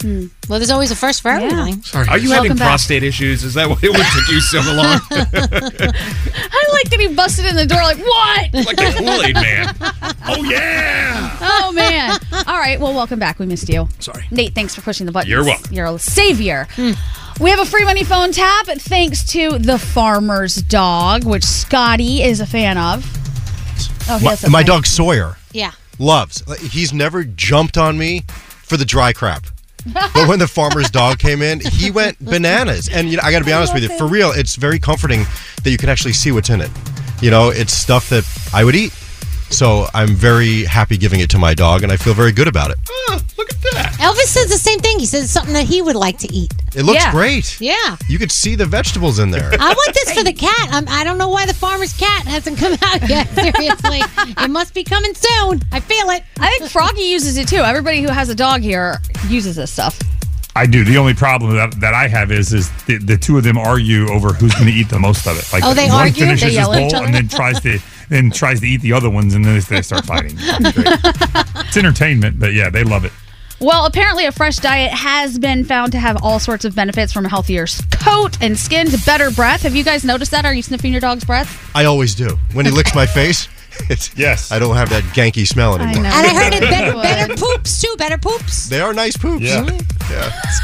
[SPEAKER 29] Hmm. Well, there's always a first for everything.
[SPEAKER 8] Sorry.
[SPEAKER 13] Are you having prostate issues? Is that why it would take you so long?
[SPEAKER 6] I like to be busted in the door. Like what?
[SPEAKER 13] like the Kool-Aid man. Oh yeah.
[SPEAKER 6] Oh man. All right. Well, welcome back. We missed you.
[SPEAKER 8] Sorry.
[SPEAKER 6] Nate, thanks for pushing the buttons.
[SPEAKER 13] You're welcome.
[SPEAKER 6] You're a savior.
[SPEAKER 29] Hmm.
[SPEAKER 6] We have a free money phone tap thanks to the farmer's dog, which Scotty is a fan of. Oh, he
[SPEAKER 20] My,
[SPEAKER 6] has a
[SPEAKER 20] my
[SPEAKER 6] fan.
[SPEAKER 20] dog Sawyer
[SPEAKER 6] Yeah.
[SPEAKER 20] loves. Like, He's never jumped on me for the dry crap. but when the farmer's dog came in, he went bananas. And you know, I got to be honest with you, for real, it's very comforting that you can actually see what's in it. You know, it's stuff that I would eat. So I'm very happy giving it to my dog, and I feel very good about it.
[SPEAKER 29] Elvis says the same thing. He says it's something that he would like to eat.
[SPEAKER 20] It looks great.
[SPEAKER 29] Yeah.
[SPEAKER 20] You could see the vegetables in there.
[SPEAKER 29] I want this for the cat. I'm, I don't know why the farmer's cat hasn't come out yet. Seriously, it must be coming soon. I feel it.
[SPEAKER 6] I think Froggy uses it too. Everybody who has a dog here uses this stuff.
[SPEAKER 30] I do. The only problem that, that I have is is the, the two of them argue over who's going to eat the most of it. Like
[SPEAKER 6] Oh, they
[SPEAKER 30] one
[SPEAKER 6] argue?
[SPEAKER 30] finishes
[SPEAKER 6] They
[SPEAKER 30] his
[SPEAKER 6] yell at
[SPEAKER 30] bowl
[SPEAKER 6] each other?
[SPEAKER 30] and then tries to then tries to eat the other ones, and then they start fighting. It's great. it's entertainment, but yeah, they love it.
[SPEAKER 6] Well, apparently, a fresh diet has been found to have all sorts of benefits from a healthier s- coat and skin to better breath. Have you guys noticed that? Are you sniffing your dog's breath?
[SPEAKER 20] I always do. When he licks my face, it's, yes, I don't have that ganky smell anymore.
[SPEAKER 29] And I heard it better, better poops too. Better poops.
[SPEAKER 20] They are nice poops. Yeah.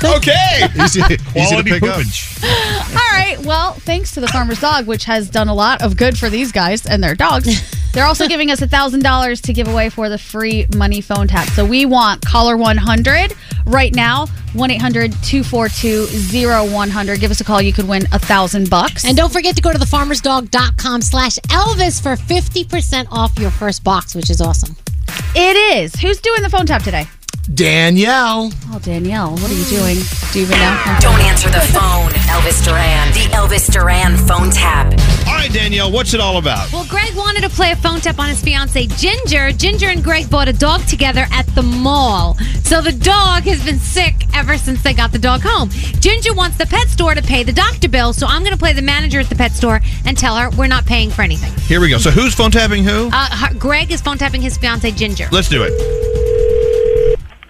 [SPEAKER 29] Okay.
[SPEAKER 20] Easy, easy to
[SPEAKER 30] Quality
[SPEAKER 20] pick up.
[SPEAKER 6] All right. Well, thanks to the farmer's dog, which has done a lot of good for these guys and their dogs. They're also giving us $1,000 to give away for the free money phone tap. So we want caller 100 right now, 1 800 242 0100. Give us a call. You could win 1000 bucks.
[SPEAKER 29] And don't forget to go to thefarmersdog.com slash Elvis for 50% off your first box, which is awesome.
[SPEAKER 6] It is. Who's doing the phone tap today?
[SPEAKER 8] Danielle.
[SPEAKER 6] Oh, Danielle, what are you doing? Do you even know?
[SPEAKER 2] Don't answer the phone, Elvis Duran. The Elvis Duran phone tap.
[SPEAKER 1] right, Danielle, what's it all about?
[SPEAKER 17] Well, Greg wanted to play a phone tap on his fiancee, Ginger. Ginger and Greg bought a dog together at the mall. So the dog has been sick ever since they got the dog home. Ginger wants the pet store to pay the doctor bill, so I'm going to play the manager at the pet store and tell her we're not paying for anything.
[SPEAKER 1] Here we go. So who's phone tapping who?
[SPEAKER 17] Uh, her- Greg is phone tapping his fiancee, Ginger.
[SPEAKER 1] Let's do it.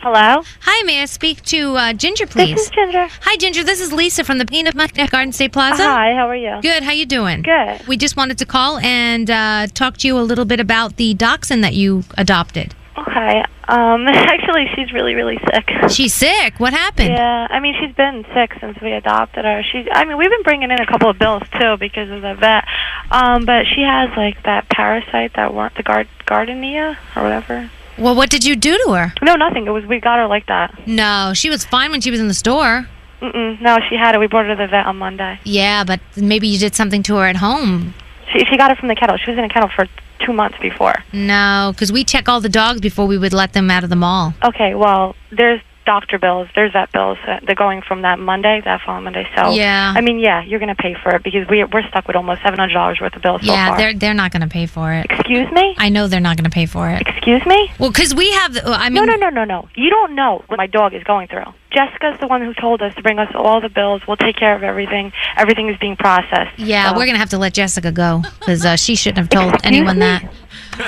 [SPEAKER 17] Hello? Hi, may I speak to uh, Ginger, please? This is Ginger. Hi, Ginger. This is Lisa from the Peanut Butter Garden State Plaza.
[SPEAKER 31] Hi, how are you?
[SPEAKER 17] Good. How you doing?
[SPEAKER 31] Good.
[SPEAKER 17] We just wanted to call and uh, talk to you a little bit about the dachshund that you adopted.
[SPEAKER 31] Okay. Um, actually, she's really, really sick.
[SPEAKER 17] She's sick. What happened?
[SPEAKER 31] Yeah, I mean, she's been sick since we adopted her. She, I mean, we've been bringing in a couple of bills too because of the vet. Um, but she has like that parasite that weren't the guard gardenia or whatever.
[SPEAKER 17] Well, what did you do to her?
[SPEAKER 31] No, nothing. It was we got her like that.
[SPEAKER 17] No, she was fine when she was in the store.
[SPEAKER 31] Mm-mm, no, she had it. We brought her to the vet on Monday.
[SPEAKER 17] Yeah, but maybe you did something to her at home.
[SPEAKER 31] She, she got it from the kennel. She was in a kennel for two months before.
[SPEAKER 17] No, because we check all the dogs before we would let them out of the mall.
[SPEAKER 31] Okay, well, there's doctor bills, there's vet bills. Uh, they're going from that Monday, that following Monday. So
[SPEAKER 17] Yeah.
[SPEAKER 31] I mean, yeah, you're gonna pay for it because we we're stuck with almost seven hundred dollars worth of bills so
[SPEAKER 17] yeah,
[SPEAKER 31] far.
[SPEAKER 17] they're they're not going to pay for it.
[SPEAKER 31] Excuse me?
[SPEAKER 17] I know they're not going to pay for it.
[SPEAKER 31] Excuse me?
[SPEAKER 17] Well, because we have. the- I
[SPEAKER 31] no,
[SPEAKER 17] mean,
[SPEAKER 31] no, no, no, no. You don't know what my dog is going through. Jessica's the one who told us to bring us all the bills. We'll take care of everything. Everything is being processed.
[SPEAKER 17] Yeah,
[SPEAKER 31] So-
[SPEAKER 17] we're going to have to let Jessica go because uh, she shouldn't have told anyone that.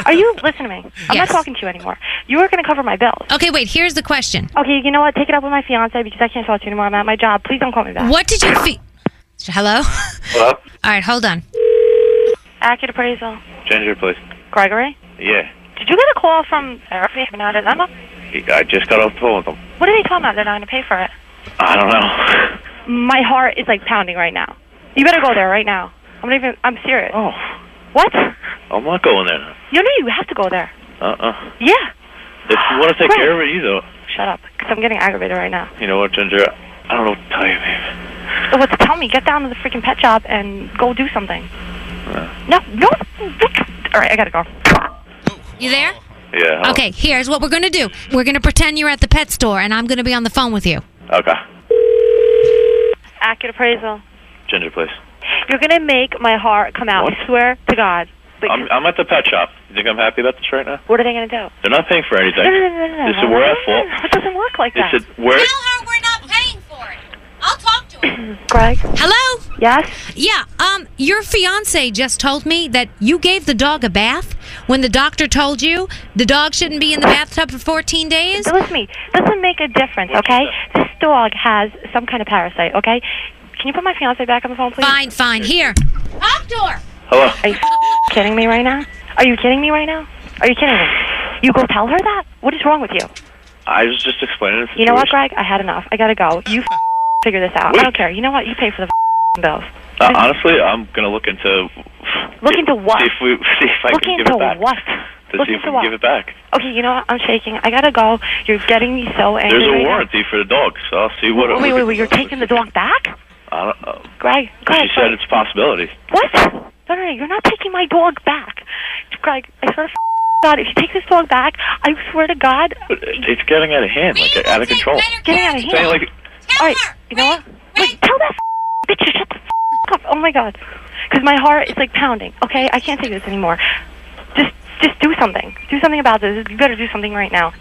[SPEAKER 31] Are you listen to me? I'm
[SPEAKER 17] Yes.
[SPEAKER 31] not talking to you anymore. You are going to cover my bills.
[SPEAKER 17] Okay, wait. Here's the question.
[SPEAKER 31] Okay, you know what? Take it up with my fiance because I can't talk to you anymore. I'm at my job. Please don't call me back.
[SPEAKER 17] What did you feel? Hello?
[SPEAKER 32] Hello?
[SPEAKER 17] All right, hold on.
[SPEAKER 31] Accurate appraisal.
[SPEAKER 32] Ginger, please.
[SPEAKER 31] Gregory,
[SPEAKER 32] Yeah.
[SPEAKER 31] did you get a call from Therapy Not Emma?
[SPEAKER 32] I just got off the phone with him.
[SPEAKER 31] What are they talking about? They're not going to pay for it.
[SPEAKER 32] I don't know.
[SPEAKER 31] My heart is like pounding right now. You better go there right now. I'm not even. I'm serious.
[SPEAKER 32] Oh.
[SPEAKER 31] What?
[SPEAKER 32] I'm not going there now.
[SPEAKER 31] You know you have to go there.
[SPEAKER 32] Uh-uh.
[SPEAKER 31] Yeah.
[SPEAKER 32] If you want to take
[SPEAKER 31] Right.
[SPEAKER 32] care of it, you do.
[SPEAKER 31] Shut up, because I'm getting aggravated right now.
[SPEAKER 32] You know what, Ginger? I don't know what to tell you, man.
[SPEAKER 31] So what to tell me? Get down to the freaking pet shop and go do something.
[SPEAKER 32] Uh,
[SPEAKER 31] No, no. All right, I gotta go.
[SPEAKER 17] You there?
[SPEAKER 31] Oh,
[SPEAKER 32] yeah. hello.
[SPEAKER 17] Okay, here's what we're going to do we're going to pretend you're at the pet store, and I'm going to be on the phone with you.
[SPEAKER 32] Okay.
[SPEAKER 31] Accurate appraisal.
[SPEAKER 32] Ginger, please.
[SPEAKER 31] You're gonna make my heart come out. I swear to God.
[SPEAKER 32] I'm, I'm at the pet shop. You think I'm happy about this right now?
[SPEAKER 31] What are they gonna do?
[SPEAKER 32] They're not paying for anything.
[SPEAKER 31] No, no, no, no, no.
[SPEAKER 32] This is
[SPEAKER 31] no,
[SPEAKER 32] we're
[SPEAKER 31] no,
[SPEAKER 32] at
[SPEAKER 31] no,
[SPEAKER 32] fault.
[SPEAKER 31] no, no. It doesn't work like that.
[SPEAKER 32] This is we're.
[SPEAKER 31] Greg.
[SPEAKER 17] Hello?
[SPEAKER 31] Yes?
[SPEAKER 17] Yeah, um, your fiance just told me that you gave the dog a bath when the doctor told you the dog shouldn't be in the bathtub for 14 days.
[SPEAKER 31] Listen to me. Doesn't make a difference, okay? This dog has some kind of parasite, okay? Can you put my fiance back on the phone, please?
[SPEAKER 17] Fine, fine. Here. Up door.
[SPEAKER 32] Hello.
[SPEAKER 31] Are you kidding me right now? Are you kidding me right now? Are you kidding me? You go tell her that? What is wrong with you?
[SPEAKER 32] I was just explaining the situation.
[SPEAKER 31] You know what, Greg? I had enough. I gotta go. You figure this out. I don't care. You know what? You pay for the bills.
[SPEAKER 32] Uh, honestly, I'm going to look into...
[SPEAKER 31] Look into what?
[SPEAKER 32] See if, we, see if I
[SPEAKER 31] Look
[SPEAKER 32] can give
[SPEAKER 31] into
[SPEAKER 32] it back.
[SPEAKER 31] what?
[SPEAKER 32] To
[SPEAKER 31] Look
[SPEAKER 32] see if
[SPEAKER 31] into
[SPEAKER 32] we
[SPEAKER 31] what?
[SPEAKER 32] can give it back.
[SPEAKER 31] Okay, you know what? I'm shaking. I gotta go. You're getting me so angry.
[SPEAKER 32] There's a
[SPEAKER 31] right now.
[SPEAKER 32] warranty for the dog, so I'll see what...
[SPEAKER 31] Wait, wait, wait. You're taking the dog back?
[SPEAKER 32] I don't know.
[SPEAKER 31] Greg, Greg.
[SPEAKER 32] She said it's a possibility.
[SPEAKER 31] What? No, no, no. You're not taking my dog back. Greg, I swear to God, if you take this dog back, I swear to God,
[SPEAKER 32] But uh, it- It's getting out of hand, like out of control.
[SPEAKER 31] get it out of
[SPEAKER 32] It's
[SPEAKER 31] here.
[SPEAKER 32] getting like
[SPEAKER 31] All right, you know what? Wait, tell that bitch to shut the up. Oh my God, because my heart is like pounding. Okay, I can't take this anymore. Just, just do something. Do something about this. You better do something right now.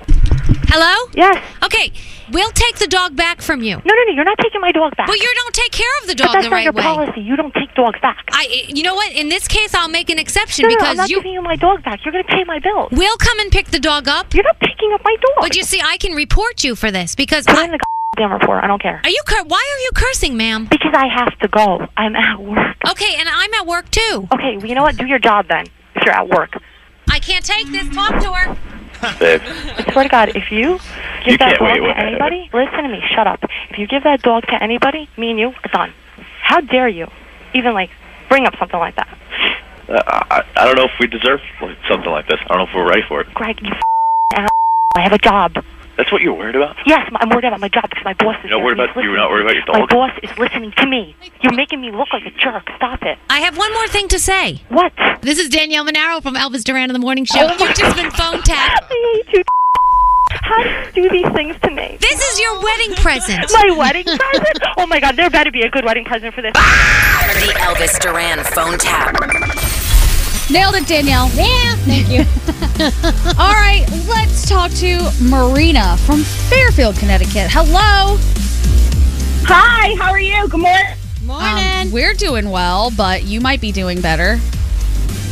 [SPEAKER 17] Hello?
[SPEAKER 31] Yes.
[SPEAKER 17] Okay, we'll take the dog back from you.
[SPEAKER 31] No, no, no. You're not taking my dog back.
[SPEAKER 17] But you don't take care of the
[SPEAKER 31] But
[SPEAKER 17] dog
[SPEAKER 31] that's
[SPEAKER 17] the
[SPEAKER 31] not
[SPEAKER 17] right
[SPEAKER 31] your
[SPEAKER 17] way.
[SPEAKER 31] policy. You don't take dogs back.
[SPEAKER 17] I, you know what? In this case, I'll make an exception
[SPEAKER 31] No, no, no,
[SPEAKER 17] because
[SPEAKER 31] I'm not
[SPEAKER 17] you.
[SPEAKER 31] giving you my dog back. You're going to pay my bill.
[SPEAKER 17] We'll come and pick the dog up.
[SPEAKER 31] You're not picking up my dog.
[SPEAKER 17] But you see, I can report you for this because.
[SPEAKER 31] I'm the damn report. I don't care.
[SPEAKER 17] Are you cur- Why are you cursing, ma'am?
[SPEAKER 31] Because I have to go. I'm at work.
[SPEAKER 17] Okay, and I'm at work too.
[SPEAKER 31] Okay, well, you know what? Do your job then. If you're at work.
[SPEAKER 17] I can't take this. Talk to her.
[SPEAKER 32] Babe.
[SPEAKER 31] I swear to God, if you give
[SPEAKER 32] You
[SPEAKER 31] that
[SPEAKER 32] can't-
[SPEAKER 31] dog
[SPEAKER 32] wait,
[SPEAKER 31] to
[SPEAKER 32] wait.
[SPEAKER 31] anybody, listen to me. Shut up. If you give that dog to anybody, me and you are done. How dare you even like bring up something like that,
[SPEAKER 32] Uh, I, I don't know if we deserve like, something like this. I don't know if we're ready for it.
[SPEAKER 31] Greg? You ass. I have a job.
[SPEAKER 32] That's what you're worried about.
[SPEAKER 31] Yes, I'm worried about my job because my boss is.
[SPEAKER 32] You're not
[SPEAKER 31] there.
[SPEAKER 32] worried about
[SPEAKER 31] He's
[SPEAKER 32] you're not worried about your
[SPEAKER 31] listening. My
[SPEAKER 32] dog.
[SPEAKER 31] boss is listening to me. You're making me look like a jerk. Stop it.
[SPEAKER 17] I have one more thing to say.
[SPEAKER 31] What? Oh,
[SPEAKER 17] This is Danielle Monaro from Elvis Duran in the Morning Show. You've just been phone tapped.
[SPEAKER 31] I hate you. How do you do these things to me?
[SPEAKER 17] This is your your wedding present?
[SPEAKER 31] My wedding present? Oh my God, there better be a good wedding present for this.
[SPEAKER 2] The Elvis Duran phone tap.
[SPEAKER 6] Nailed it, Danielle. Yeah, thank you. All right, let's talk to Marina from Fairfield, Connecticut. Hello.
[SPEAKER 13] Hi, how are you? Good morning.
[SPEAKER 6] Morning. we're doing well, but you might be doing better.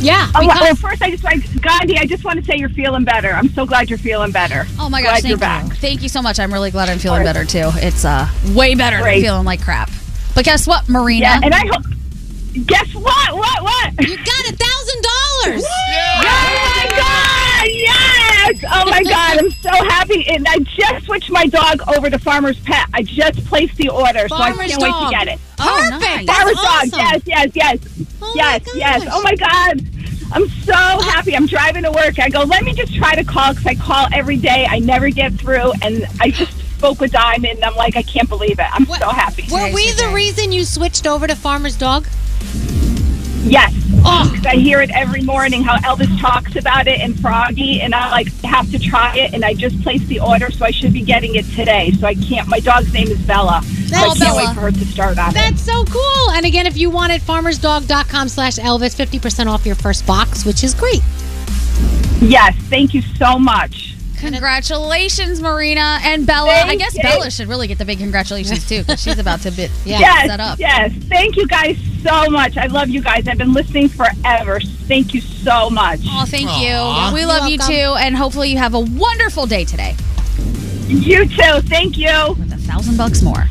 [SPEAKER 6] Yeah.
[SPEAKER 13] Oh,
[SPEAKER 6] because-
[SPEAKER 13] well, first, I just want Gandhi. I just want to say you're feeling better. I'm so glad you're feeling better.
[SPEAKER 6] Oh my gosh,
[SPEAKER 13] glad you're
[SPEAKER 6] thank
[SPEAKER 13] back.
[SPEAKER 6] you. Thank you so much. I'm really glad I'm feeling better too. It's uh way better
[SPEAKER 13] Great.
[SPEAKER 6] than feeling like crap. But guess what, Marina?
[SPEAKER 13] Yeah, and I hope. Guess what? What? What?
[SPEAKER 6] You got a thousand dollars.
[SPEAKER 13] Oh my God! Yes! Oh my God! I'm so happy, and I just switched my dog over to Farmer's Pet. I just placed the order, so I
[SPEAKER 12] Farmer's
[SPEAKER 13] can't wait
[SPEAKER 12] dog.
[SPEAKER 13] to get it.
[SPEAKER 12] Oh, Perfect. nice.
[SPEAKER 13] Farmer's
[SPEAKER 12] That's awesome.
[SPEAKER 13] dog. Yes, yes, yes, yes, yes. Oh my God! I'm so happy. I'm driving to work. I go, let me just try to call because I call every day. I never get through, and I just spoke with Diamond. And I'm like, I can't believe it. I'm so happy.
[SPEAKER 7] Were we the reason you switched over to Farmer's Dog?
[SPEAKER 13] Yes. Oh. I hear it every morning how Elvis talks about it and Froggy, and I like have to try it. And I just placed the order, so I should be getting it today. So I can't. My dog's name is Bella. So I
[SPEAKER 7] That's-
[SPEAKER 13] can't wait for her to start on it.
[SPEAKER 7] That's so cool. And again, if you want it, farmersdog.com slash Elvis, 50% off your first box, which is great.
[SPEAKER 13] Yes. Thank you so much.
[SPEAKER 6] Congratulations, Marina and Bella. I
[SPEAKER 13] Thank
[SPEAKER 6] guess
[SPEAKER 13] you.
[SPEAKER 6] Bella should really get the big congratulations too, because she's about to bit yeah,
[SPEAKER 13] yes,
[SPEAKER 6] set up.
[SPEAKER 13] yes. Thank you guys so much. I love you guys. I've been listening forever. Thank you so much.
[SPEAKER 6] Oh, thank you. We love you too, and hopefully you have a wonderful day today.
[SPEAKER 13] You too. Thank you.
[SPEAKER 6] With a thousand bucks more.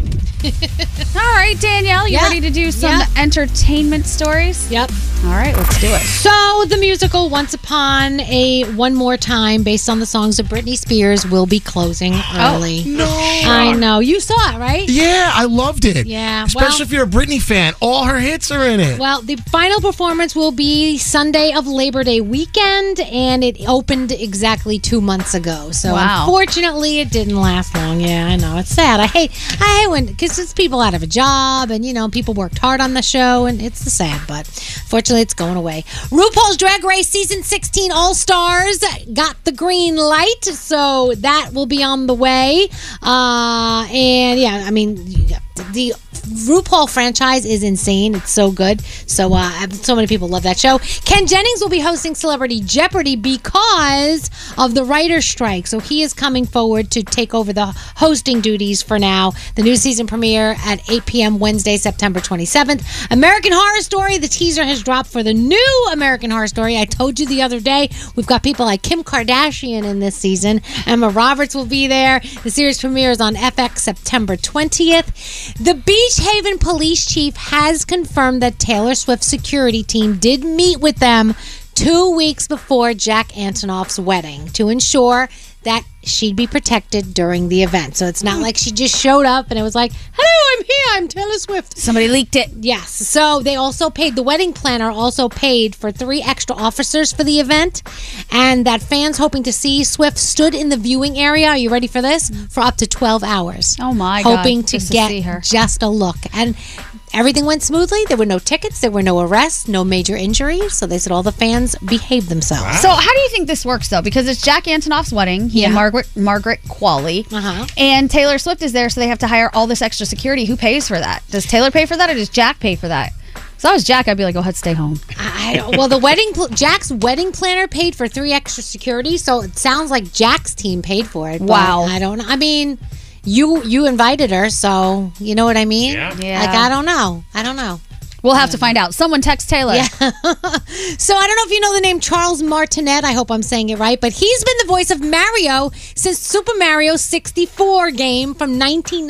[SPEAKER 6] All right, Danielle, you
[SPEAKER 7] Yeah.
[SPEAKER 6] ready to do some
[SPEAKER 7] Yeah.
[SPEAKER 6] entertainment stories?
[SPEAKER 7] Yep.
[SPEAKER 6] All right, let's do it.
[SPEAKER 7] So the musical Once Upon a One More Time, based on the songs of Britney Spears, will be closing
[SPEAKER 6] Oh,
[SPEAKER 7] early.
[SPEAKER 8] no.
[SPEAKER 7] I know. You saw it, right?
[SPEAKER 8] Yeah, I loved it.
[SPEAKER 7] Yeah,
[SPEAKER 8] Especially
[SPEAKER 7] well-
[SPEAKER 8] if you're a Britney fan. All her hits are in it.
[SPEAKER 7] Well, the final performance will be Sunday of Labor Day weekend, and it opened exactly two months ago. So
[SPEAKER 6] Wow.
[SPEAKER 7] unfortunately, it didn't last long. Yeah, I know it's sad. I hate, I hate when because it's people out of a job, and you know people worked hard on the show, and it's the sad. But fortunately, it's going away. RuPaul's Drag Race season 16 All Stars got the green light, so that will be on the way. Uh, and yeah, I mean the RuPaul franchise is insane. It's so good. So uh, so many people love that show. Ken Jennings will be hosting Celebrity Jeopardy because of the writer's strike. So he is coming forward to take over the hosting duties for now. The new season premiere at 8 p.m. Wednesday, September 27th. American Horror Story. The teaser has dropped for the new American Horror Story. I told you the other day we've got people like Kim Kardashian in this season. Emma Roberts will be there. The series premieres on FX September 20th. The Beach Haven police chief has confirmed that Taylor Swift's security team did meet with them two weeks before Jack Antonoff's wedding to ensure that she'd be protected during the event. So it's
[SPEAKER 6] Hmm.
[SPEAKER 7] not like she just showed up and it was like, hello, I'm here, I'm Taylor Swift.
[SPEAKER 6] Somebody leaked it.
[SPEAKER 7] Yes. So they also paid, the wedding planner also paid for three extra officers for the event and that fans hoping to see Swift stood in the viewing area. Are you ready for this? For up to 12 hours. Oh
[SPEAKER 6] Hmm. my God,
[SPEAKER 7] Hoping to
[SPEAKER 6] just to
[SPEAKER 7] get
[SPEAKER 6] see her.
[SPEAKER 7] just a look. And everything went smoothly. There were no tickets, there were no arrests, no major injuries. So they said all the fans behaved themselves.
[SPEAKER 26] Ah.
[SPEAKER 6] So, how do you think this works though? Because it's Jack Antonoff's wedding. He and Margaret Margaret Qualley,
[SPEAKER 26] Uh-huh.
[SPEAKER 6] and Taylor Swift is there, so they have to hire all this extra security. Who pays for that? Does Taylor pay for that, or does Jack pay for that? If I was Jack, I'd be like, "Go ahead, stay home."
[SPEAKER 7] I don't- well, the wedding pl- Jack's wedding planner paid for three extra security, so it sounds like Jack's team paid for it. but
[SPEAKER 6] Wow.
[SPEAKER 7] I don't. I mean, you you invited her, so you know what I mean.
[SPEAKER 6] Yeah.
[SPEAKER 7] Like
[SPEAKER 6] Yeah.
[SPEAKER 7] I don't know. I don't know.
[SPEAKER 6] We'll have to find out. Someone text Taylor.
[SPEAKER 7] Yeah. so I don't know if you know the name Charles Martinet. I hope I'm saying it right, but he's been the voice of Mario since Super Mario 64 game from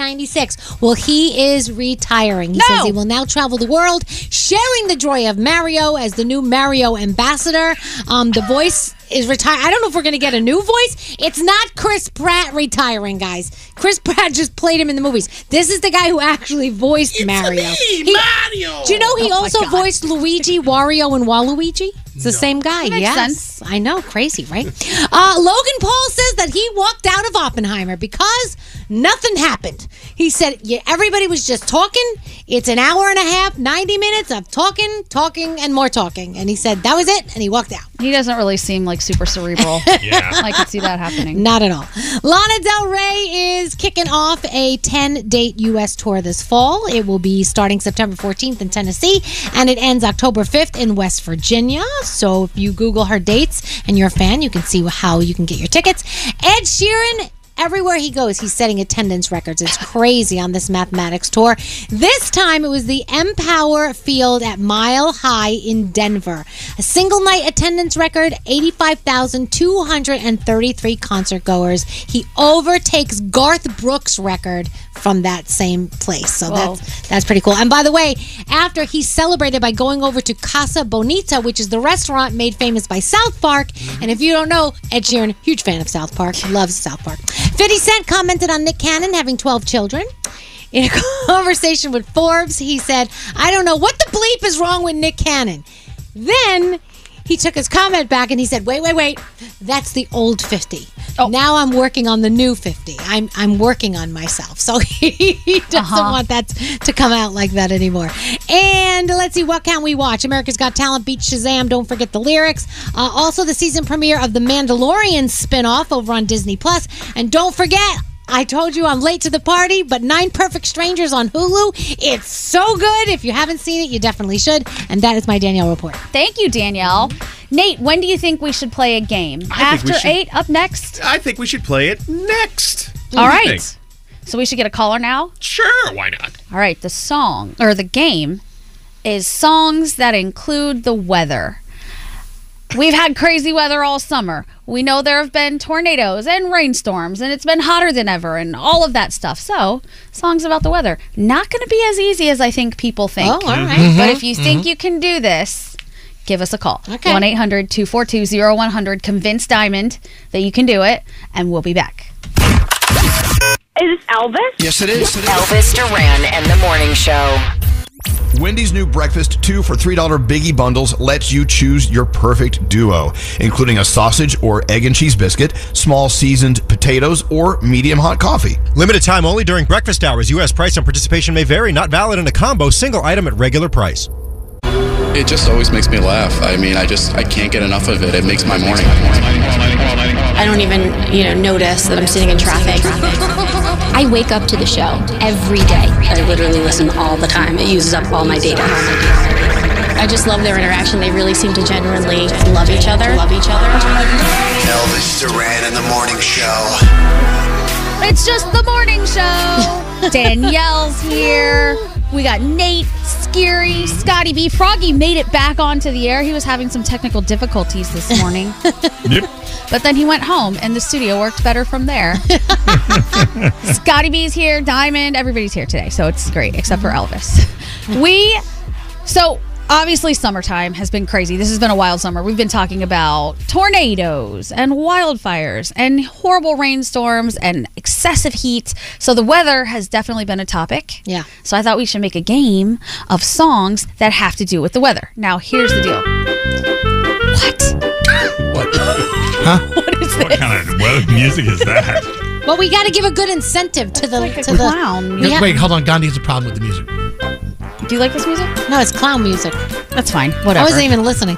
[SPEAKER 7] 1996. Well, he is retiring. He says he will now travel the world, sharing the joy of Mario as the new Mario ambassador. Um, the voice is retired. I don't know if we're going to get a new voice. It's not Chris Pratt retiring, guys. Chris Pratt just played him in the movies. This is the guy who actually voiced Mario. He-
[SPEAKER 8] Mario!
[SPEAKER 7] Do you know he
[SPEAKER 8] Oh my
[SPEAKER 7] also
[SPEAKER 8] God.
[SPEAKER 7] voiced Luigi, Wario, and Waluigi? It's the same guy.
[SPEAKER 6] That makes
[SPEAKER 7] yes.
[SPEAKER 6] sense.
[SPEAKER 7] I know. Crazy, right? uh, Logan Paul says that he walked out of Oppenheimer because nothing happened. He said yeah, everybody was just talking. It's an hour and a half, 90 minutes of talking, talking, and more talking. And he said that was it. And he walked out.
[SPEAKER 6] He doesn't really seem like super cerebral.
[SPEAKER 7] Yeah.
[SPEAKER 6] I could see that happening.
[SPEAKER 7] Not at all. Lana Del Rey is kicking off a 10 date U.S. tour this fall. It will be starting September 14th in Tennessee and it ends October 5th in West Virginia. So if you Google her dates and you're a fan, you can see how you can get your tickets. Ed Sheeran Everywhere he goes, he's setting attendance records. It's crazy on this mathematics tour. This time it was the Empower Field at Mile High in Denver. A single night attendance record 85,233 concert goers. He overtakes Garth Brooks' record from that same place. So that's that's pretty cool. And by the way, after he celebrated by going over to Casa Bonita, which is the restaurant made famous by South Park. And if you don't know, Ed Sheeran, huge fan of South Park, loves South Park. 50 Cent commented on Nick Cannon having 12 children. In a conversation with Forbes, he said, I don't know what the bleep is wrong with Nick Cannon. Then he took his comment back and he said, "Wait, wait, wait. That's the old 50. Now I'm working on the new 50. I'm I'm working on myself." So he doesn't want that to come out like that anymore. And let's see what can we watch? America's Got Talent beat Shazam. Don't forget the lyrics. Uh, also the season premiere of The Mandalorian spin-off over on Disney Plus. And don't forget I told you I'm late to the party, but Nine Perfect Strangers on Hulu. It's so good. If you haven't seen it, you definitely should. And that is my Danielle report.
[SPEAKER 6] Thank you, Danielle. Nate, when do you think we should play a game?
[SPEAKER 26] think we
[SPEAKER 6] After
[SPEAKER 26] should-
[SPEAKER 6] eight, up next.
[SPEAKER 26] I think we should play it next.
[SPEAKER 6] All
[SPEAKER 26] What do
[SPEAKER 6] right.
[SPEAKER 26] you
[SPEAKER 6] So we should get a caller now?
[SPEAKER 26] Sure, why not?
[SPEAKER 6] All right, the song or the game is songs that include the weather. We've had crazy weather all summer. We know there have been tornadoes and rainstorms, and it's been hotter than ever, and all of that stuff. So, songs about the weather. Not going to be as easy as I think people think.
[SPEAKER 7] Oh, all right. Mhm.
[SPEAKER 6] But if you think
[SPEAKER 7] Mhm.
[SPEAKER 6] you can do this, give us a call.
[SPEAKER 7] Okay.
[SPEAKER 6] 1 800 242 0100. Convince Diamond that you can do it, and we'll be back.
[SPEAKER 13] Is this Elvis?
[SPEAKER 1] Yes, it is.
[SPEAKER 2] Elvis Duran and the Morning Show.
[SPEAKER 1] Wendy's new breakfast two for $3 biggie bundles lets you choose your perfect duo, including a sausage or egg and cheese biscuit, small seasoned potatoes, or medium hot coffee.
[SPEAKER 20] Limited time only during breakfast hours. U.S. price and participation may vary. Not valid in a combo single item at regular price.
[SPEAKER 3] It just always makes me laugh. I mean, I just I can't get enough of it. It makes my morning.
[SPEAKER 12] I don't even, you know, notice that I'm sitting in traffic. I wake up to the show every day. I literally listen all the time. It uses up all my data. I just love their interaction. They really seem to genuinely love each other. Love each other.
[SPEAKER 9] Elvis Duran and the Morning Show.
[SPEAKER 6] It's just the morning show. Danielle's here. We got Nate, Scary, Scotty B. Froggy made it back onto the air. He was having some technical difficulties this morning. But then he went home and the studio worked better from there. Scotty B's here, Diamond, everybody's here today. So it's great, except for Elvis. We, so obviously, summertime has been crazy. This has been a wild summer. We've been talking about tornadoes and wildfires and horrible rainstorms and excessive heat. So the weather has definitely been a topic. Yeah. So I thought we should make a game of songs that have to do with the weather. Now, here's the deal. What is
[SPEAKER 30] What kind of weather music is that?
[SPEAKER 7] Well, we got to give a good incentive to the to the
[SPEAKER 6] clown.
[SPEAKER 7] We ha-
[SPEAKER 8] Wait, hold on. Gandhi has a problem with the music.
[SPEAKER 6] Do you like this music?
[SPEAKER 7] No, it's clown music.
[SPEAKER 6] That's fine. Whatever.
[SPEAKER 7] I wasn't even listening.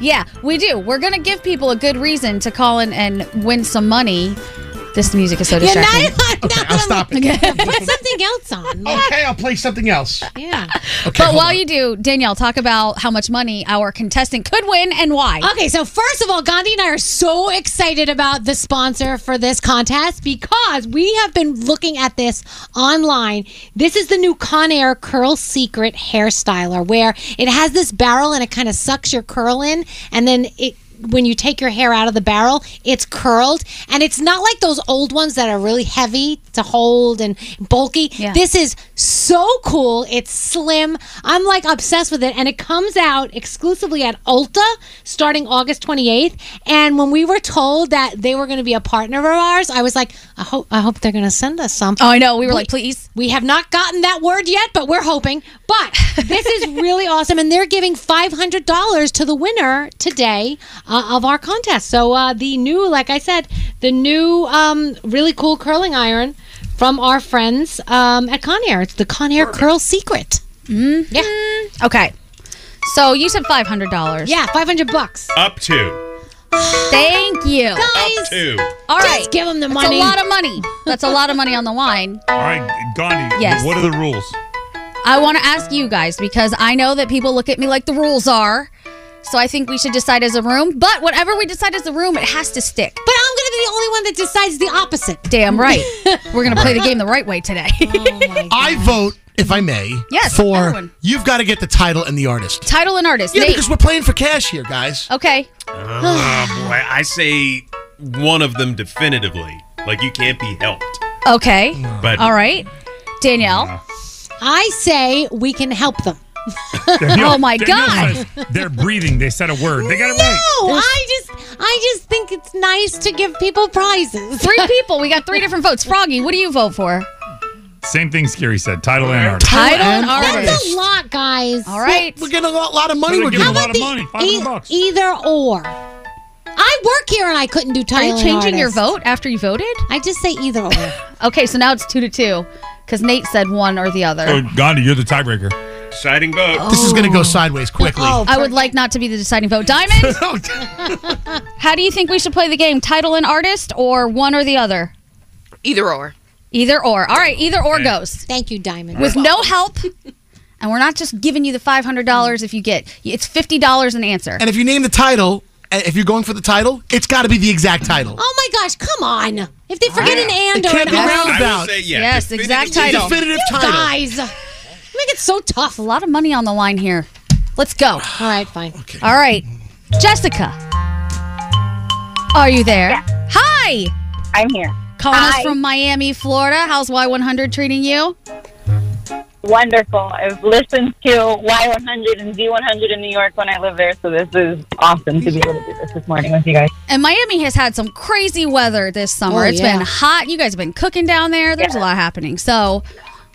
[SPEAKER 6] Yeah, we do. We're going to give people a good reason to call in and win some money. This music is so
[SPEAKER 7] Yeah, now
[SPEAKER 6] distracting.
[SPEAKER 8] Okay, I'll stop it.
[SPEAKER 7] Put something else on.
[SPEAKER 8] okay, I'll play something else.
[SPEAKER 7] Yeah.
[SPEAKER 8] Okay,
[SPEAKER 6] but
[SPEAKER 8] hold
[SPEAKER 6] while
[SPEAKER 8] on.
[SPEAKER 6] you do, Danielle, talk about how much money our contestant could win and why.
[SPEAKER 7] Okay, so first of all, Gandhi and I are so excited about the sponsor for this contest because we have been looking at this online. This is the new Conair Curl Secret hairstyler where it has this barrel and it kind of sucks your curl in and then it when you take your hair out of the barrel, it's curled and it's not like those old ones that are really heavy to hold and bulky. This is so cool. It's slim. I'm like obsessed with it and it comes out exclusively at Ulta starting August 28th. And when we were told that they were going to be a partner of ours, I was like, I hope I hope they're going to send us some.
[SPEAKER 6] Oh, I know. We were like, please.
[SPEAKER 7] We have not gotten that word yet, but we're hoping. But this is really awesome, and they're giving five hundred dollars to the winner today uh, of our contest. So uh, the new, like I said, the new um, really cool curling iron from our friends um, at Conair. It's the Conair Curl Secret.
[SPEAKER 6] Mhm.
[SPEAKER 7] Yeah.
[SPEAKER 6] Okay. So you said five hundred dollars.
[SPEAKER 7] Yeah, five hundred bucks.
[SPEAKER 26] Up to.
[SPEAKER 6] Thank you. Guys.
[SPEAKER 30] Two.
[SPEAKER 6] All right.
[SPEAKER 7] give them the
[SPEAKER 6] That's
[SPEAKER 7] money.
[SPEAKER 6] a lot of money. That's a lot of money on the line.
[SPEAKER 30] All right, Gandhi.
[SPEAKER 6] Yes.
[SPEAKER 30] What are the rules?
[SPEAKER 6] I want to ask you guys because I know that people look at me like the rules are. So I think we should decide as a room. But whatever we decide as a room, it has to stick. But
[SPEAKER 7] I'm going to be the only one that decides the opposite.
[SPEAKER 6] Damn right. We're going to play the game the right way today.
[SPEAKER 8] I vote, if I may,
[SPEAKER 6] Yes,
[SPEAKER 8] for
[SPEAKER 6] everyone.
[SPEAKER 8] you've got to get the title and the artist.
[SPEAKER 6] Title and artist.
[SPEAKER 8] Yeah,
[SPEAKER 6] Nate.
[SPEAKER 8] because we're playing for cash here, guys.
[SPEAKER 6] Okay.
[SPEAKER 26] Oh, boy, I say one of them definitively. Like you can't be helped.
[SPEAKER 6] Okay.
[SPEAKER 26] But-
[SPEAKER 6] All right. Danielle.
[SPEAKER 7] I say we can help them.
[SPEAKER 6] Oh,
[SPEAKER 30] Danielle- Danielle says they're breathing. They said a word. They got it right.
[SPEAKER 7] No, I just I just think it's nice to give people prizes.
[SPEAKER 6] Three people. We got three different votes. Froggy, what do you vote for?
[SPEAKER 30] Same thing Scary said. Title and artist.
[SPEAKER 6] Title and
[SPEAKER 7] That's a lot, guys. All
[SPEAKER 6] right.
[SPEAKER 8] We're getting a lot, lot of money.
[SPEAKER 30] We're
[SPEAKER 8] We're
[SPEAKER 30] getting
[SPEAKER 8] getting
[SPEAKER 30] a lot of money. Five hundred bucks.
[SPEAKER 7] Either or. I work here and I couldn't do
[SPEAKER 6] Are
[SPEAKER 7] title.
[SPEAKER 6] you changing your vote after you voted?
[SPEAKER 7] I just say either or.
[SPEAKER 6] okay, so now it's two to two because Nate said one or the other.
[SPEAKER 30] Oh, Gandhi, you're the tiebreaker.
[SPEAKER 26] Deciding vote.
[SPEAKER 8] This is going to go sideways quickly.
[SPEAKER 7] Oh,
[SPEAKER 6] I would like not to be the deciding vote. Diamond?
[SPEAKER 8] Oh,
[SPEAKER 6] How do you think we should play the game? Title and artist or one or the other?
[SPEAKER 27] Either or.
[SPEAKER 6] Either or. All right, either or
[SPEAKER 27] Okay.
[SPEAKER 6] goes.
[SPEAKER 7] Thank you, Diamond.
[SPEAKER 6] With no help. And we're not just giving you the $500 if you get. It's $50 an answer.
[SPEAKER 8] And if you name the title, uh, if you're going for the title, it's got to be the exact title.
[SPEAKER 7] Oh my gosh, come on. If they forget an and
[SPEAKER 8] It
[SPEAKER 7] or
[SPEAKER 8] can't
[SPEAKER 7] an
[SPEAKER 8] be
[SPEAKER 7] or.
[SPEAKER 8] roundabout. I would
[SPEAKER 6] say, yeah, Yes, definitive- exact title.
[SPEAKER 8] Definitive
[SPEAKER 7] you
[SPEAKER 8] title.
[SPEAKER 7] Guys. Make it so tough.
[SPEAKER 6] A lot of money on the line here. Let's go. All
[SPEAKER 7] right, fine.
[SPEAKER 6] All right. Jessica. Are you there? Hi.
[SPEAKER 13] I'm here.
[SPEAKER 6] Calling
[SPEAKER 13] Hi.
[SPEAKER 6] us from Miami, Florida. How's Y100 treating you?
[SPEAKER 13] Wonderful. I've listened to Y100 and Z100 in New York when I live there, so this is awesome to be able to do this this morning with you guys.
[SPEAKER 6] And Miami has had some crazy weather this summer.
[SPEAKER 13] Oh,
[SPEAKER 6] It's
[SPEAKER 13] yeah.
[SPEAKER 6] been hot. You guys have been cooking down there. There's a lot happening. So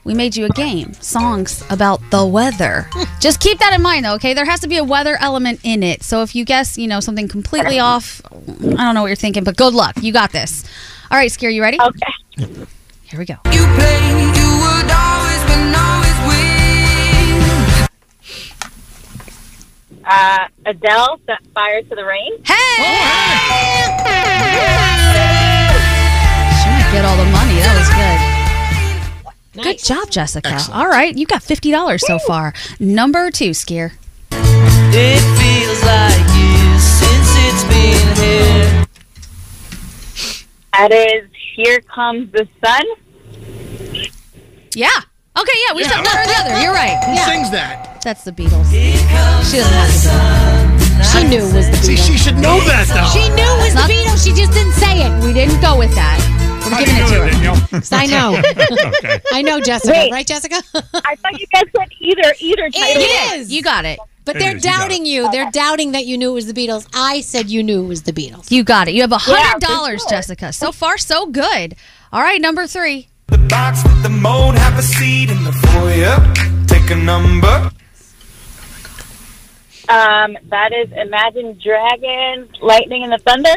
[SPEAKER 6] we made you a game songs about the weather. Just keep that in mind, though, okay? There has to be a weather element in it. So if you guess, you know, something completely off, I don't know what you're thinking, but good luck. You got this. All right, Scare, you ready? Okay. Here we go.
[SPEAKER 13] Uh, Adele set fire to the rain.
[SPEAKER 8] Oh,
[SPEAKER 6] She might get all the money. That was good. Good job, Jessica. All right, you got fifty dollars so far. Number two, Skier.
[SPEAKER 18] It feels like years since it's been here.
[SPEAKER 13] That is Here Comes the Sun.
[SPEAKER 6] Yeah. Okay. Yeah, we said one or the other. You're right.
[SPEAKER 8] Who
[SPEAKER 6] Yeah.
[SPEAKER 8] sings that?
[SPEAKER 6] That's the Beatles. She doesn't have to.
[SPEAKER 7] She knew it was the Beatles.
[SPEAKER 8] See, she should know that, though.
[SPEAKER 7] She knew it was the Beatles. She just didn't say it.
[SPEAKER 6] We didn't go with that.
[SPEAKER 7] We're giving it to her. I know.
[SPEAKER 30] okay.
[SPEAKER 7] I know, Jessica.
[SPEAKER 13] Wait.
[SPEAKER 7] Right, Jessica?
[SPEAKER 13] I thought you guys said either, either title.
[SPEAKER 7] It is.
[SPEAKER 6] You got it.
[SPEAKER 7] But
[SPEAKER 6] It
[SPEAKER 7] they're
[SPEAKER 6] is. You got
[SPEAKER 7] doubting you. They're doubting that you knew it was the Beatles. I said you knew it was the Beatles.
[SPEAKER 6] You got it. You have a
[SPEAKER 7] Yeah,
[SPEAKER 6] hundred
[SPEAKER 7] for
[SPEAKER 6] dollars,
[SPEAKER 7] sure.
[SPEAKER 6] Jessica. So far, so good. All right, number three.
[SPEAKER 19] box with the moan, have a seat in the foyer. Take a number.
[SPEAKER 13] Um, that is Imagine Dragons, Lightning and the Thunder.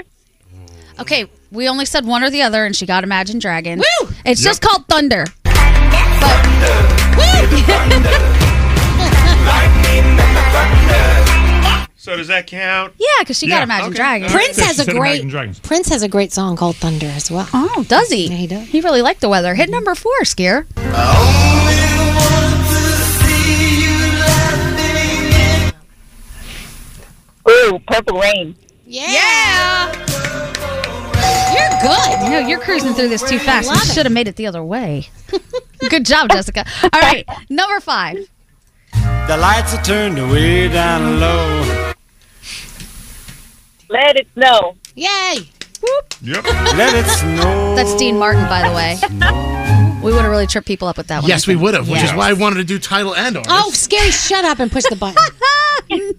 [SPEAKER 6] Okay, we only said one or the other, and she got Imagine Dragon. Woo! It's just called Thunder.
[SPEAKER 26] So does that count?
[SPEAKER 6] Yeah, because she got Imagine Dragons.
[SPEAKER 7] Prince has a great Prince has a great song called Thunder as well.
[SPEAKER 6] Oh, does he? he does. He really liked the weather. Hit number four, Scare.
[SPEAKER 13] Ooh, Purple Rain.
[SPEAKER 7] Yeah.
[SPEAKER 6] You're good. No, you're cruising through this too fast. You
[SPEAKER 7] Love it.
[SPEAKER 6] should have made it the other way. good job, Jessica. All right, number five.
[SPEAKER 19] The lights are turned way down low.
[SPEAKER 13] Let it snow.
[SPEAKER 7] Yay!
[SPEAKER 19] Yep. Let it snow.
[SPEAKER 6] That's Dean Martin, by the way. We would have really tripped people up with that one.
[SPEAKER 8] Yes, we would have, which is
[SPEAKER 6] Yeah.
[SPEAKER 8] why I wanted to do title and artist.
[SPEAKER 7] Oh, scary! Shut up and push the button.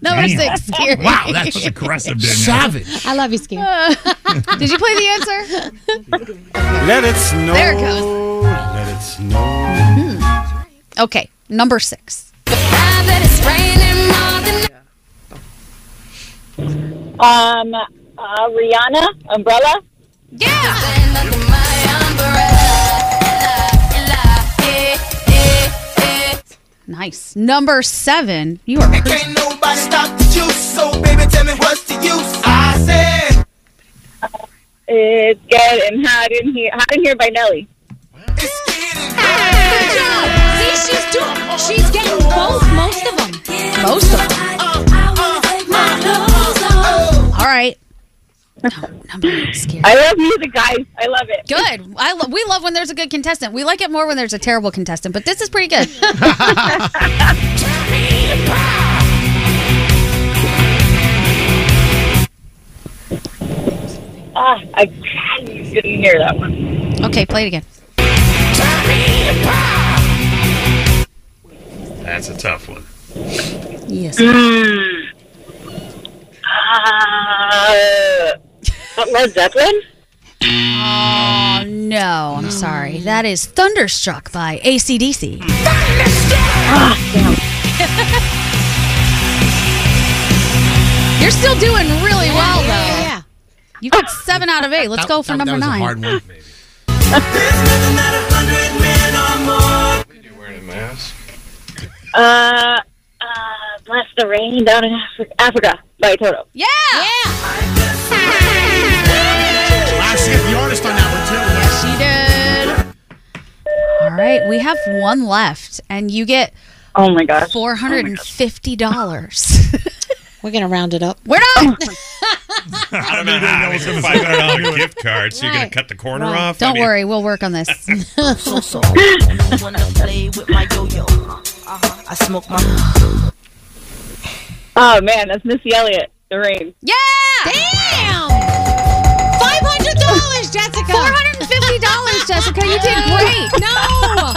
[SPEAKER 6] Number
[SPEAKER 8] Damn.
[SPEAKER 6] six, Scary. Uh,
[SPEAKER 8] Wow, that's aggressive, Savage.
[SPEAKER 7] I love you, Scary.
[SPEAKER 6] Did you play the answer?
[SPEAKER 19] Let it snow.
[SPEAKER 6] There it goes.
[SPEAKER 19] Let it snow.
[SPEAKER 6] Hmm. Okay, number six.
[SPEAKER 13] Um, uh, Rihanna, Umbrella.
[SPEAKER 6] Nice. Number seven. You are.
[SPEAKER 19] Can't nobody stop the juice, so baby, tell me what's the use. I said,
[SPEAKER 13] Uh, It's good and hot in here. Hot in here by Nelly.
[SPEAKER 7] See, she's doing. She's getting both. Most of them. Most of them.
[SPEAKER 6] All right.
[SPEAKER 13] I love music, guys. I love it.
[SPEAKER 6] Good. I lo- we love when there's a good contestant. We like it more when there's a terrible contestant, but this is pretty good.
[SPEAKER 13] Ah, I didn't hear that one.
[SPEAKER 6] okay, play it again.
[SPEAKER 14] That's a tough one.
[SPEAKER 6] Yes.
[SPEAKER 8] Mm.
[SPEAKER 13] Uh, not Led Zeppelin?
[SPEAKER 6] Oh, no. I'm sorry. That is Thunderstruck by ACDC. You're still doing really well, though. Yeah, You got seven out of eight. Let's go for number nine.
[SPEAKER 13] Uh, uh, Bless the Rain Down in Afri- Africa by Toto.
[SPEAKER 6] Yeah!
[SPEAKER 8] I see the artist on that one too. Yes,
[SPEAKER 6] she did. All right, we have one left, and you get
[SPEAKER 13] oh my gosh
[SPEAKER 6] four hundred and fifty dollars.
[SPEAKER 7] We're gonna round it up.
[SPEAKER 6] We're not.
[SPEAKER 14] I don't know how. It's a five hundred dollar gift card, so you're gonna
[SPEAKER 6] Right.
[SPEAKER 14] cut the corner
[SPEAKER 6] Right.
[SPEAKER 14] off.
[SPEAKER 6] Don't
[SPEAKER 14] I mean,
[SPEAKER 6] worry, we'll work on this.
[SPEAKER 27] I smoke my.
[SPEAKER 13] Oh man, that's Missy Elliott. The Rain.
[SPEAKER 6] Yeah!
[SPEAKER 7] Damn! Five hundred dollars, Jessica. Four
[SPEAKER 6] hundred and fifty dollars, Jessica. You did great.
[SPEAKER 7] No.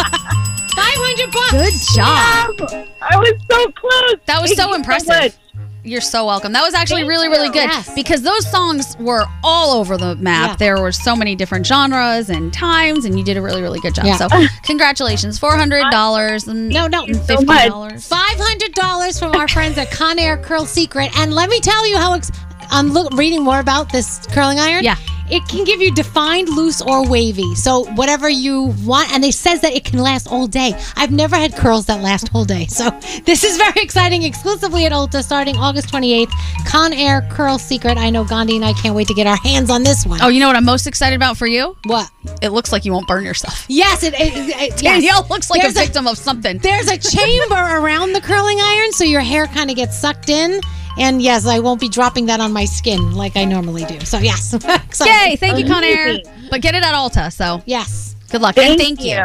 [SPEAKER 7] Five hundred bucks.
[SPEAKER 6] Good job.
[SPEAKER 13] I was so close.
[SPEAKER 6] That was so impressive. You're so welcome. That was actually really, really good
[SPEAKER 7] Yes.
[SPEAKER 6] because those songs were all over the map.
[SPEAKER 7] Yeah.
[SPEAKER 6] There were so many different genres and times, and you did a really, really good job.
[SPEAKER 7] Yeah.
[SPEAKER 6] So, congratulations, four hundred dollars and no, no, fifty dollars.
[SPEAKER 7] Five hundred dollars from our friends at Conair Curl Secret, and let me tell you how. Ex- I'm look, reading more about this curling iron. Yeah, it can give you defined, loose, or wavy. So whatever you want, and it says that it can last all day. I've never had curls that last whole day, so this is very exciting. Exclusively at Ulta, starting August 28th. Conair Curl Secret. I know Gandhi and I can't wait to get our hands on this one.
[SPEAKER 6] Oh, you know what I'm most excited about for you?
[SPEAKER 7] What?
[SPEAKER 6] It looks like you won't burn yourself.
[SPEAKER 7] Yes, it, it, it- it- yes.
[SPEAKER 6] Danielle looks like
[SPEAKER 7] There's
[SPEAKER 6] a victim of something.
[SPEAKER 7] There's a chamber around the curling iron, so your hair kind of gets sucked in. And yes, I won't be dropping that on my skin like I normally do. So yes, Excited.
[SPEAKER 6] Yay! Thank you, Conair. But get it at Ulta. So
[SPEAKER 7] yes,
[SPEAKER 6] good luck and
[SPEAKER 7] Thank
[SPEAKER 6] thank you.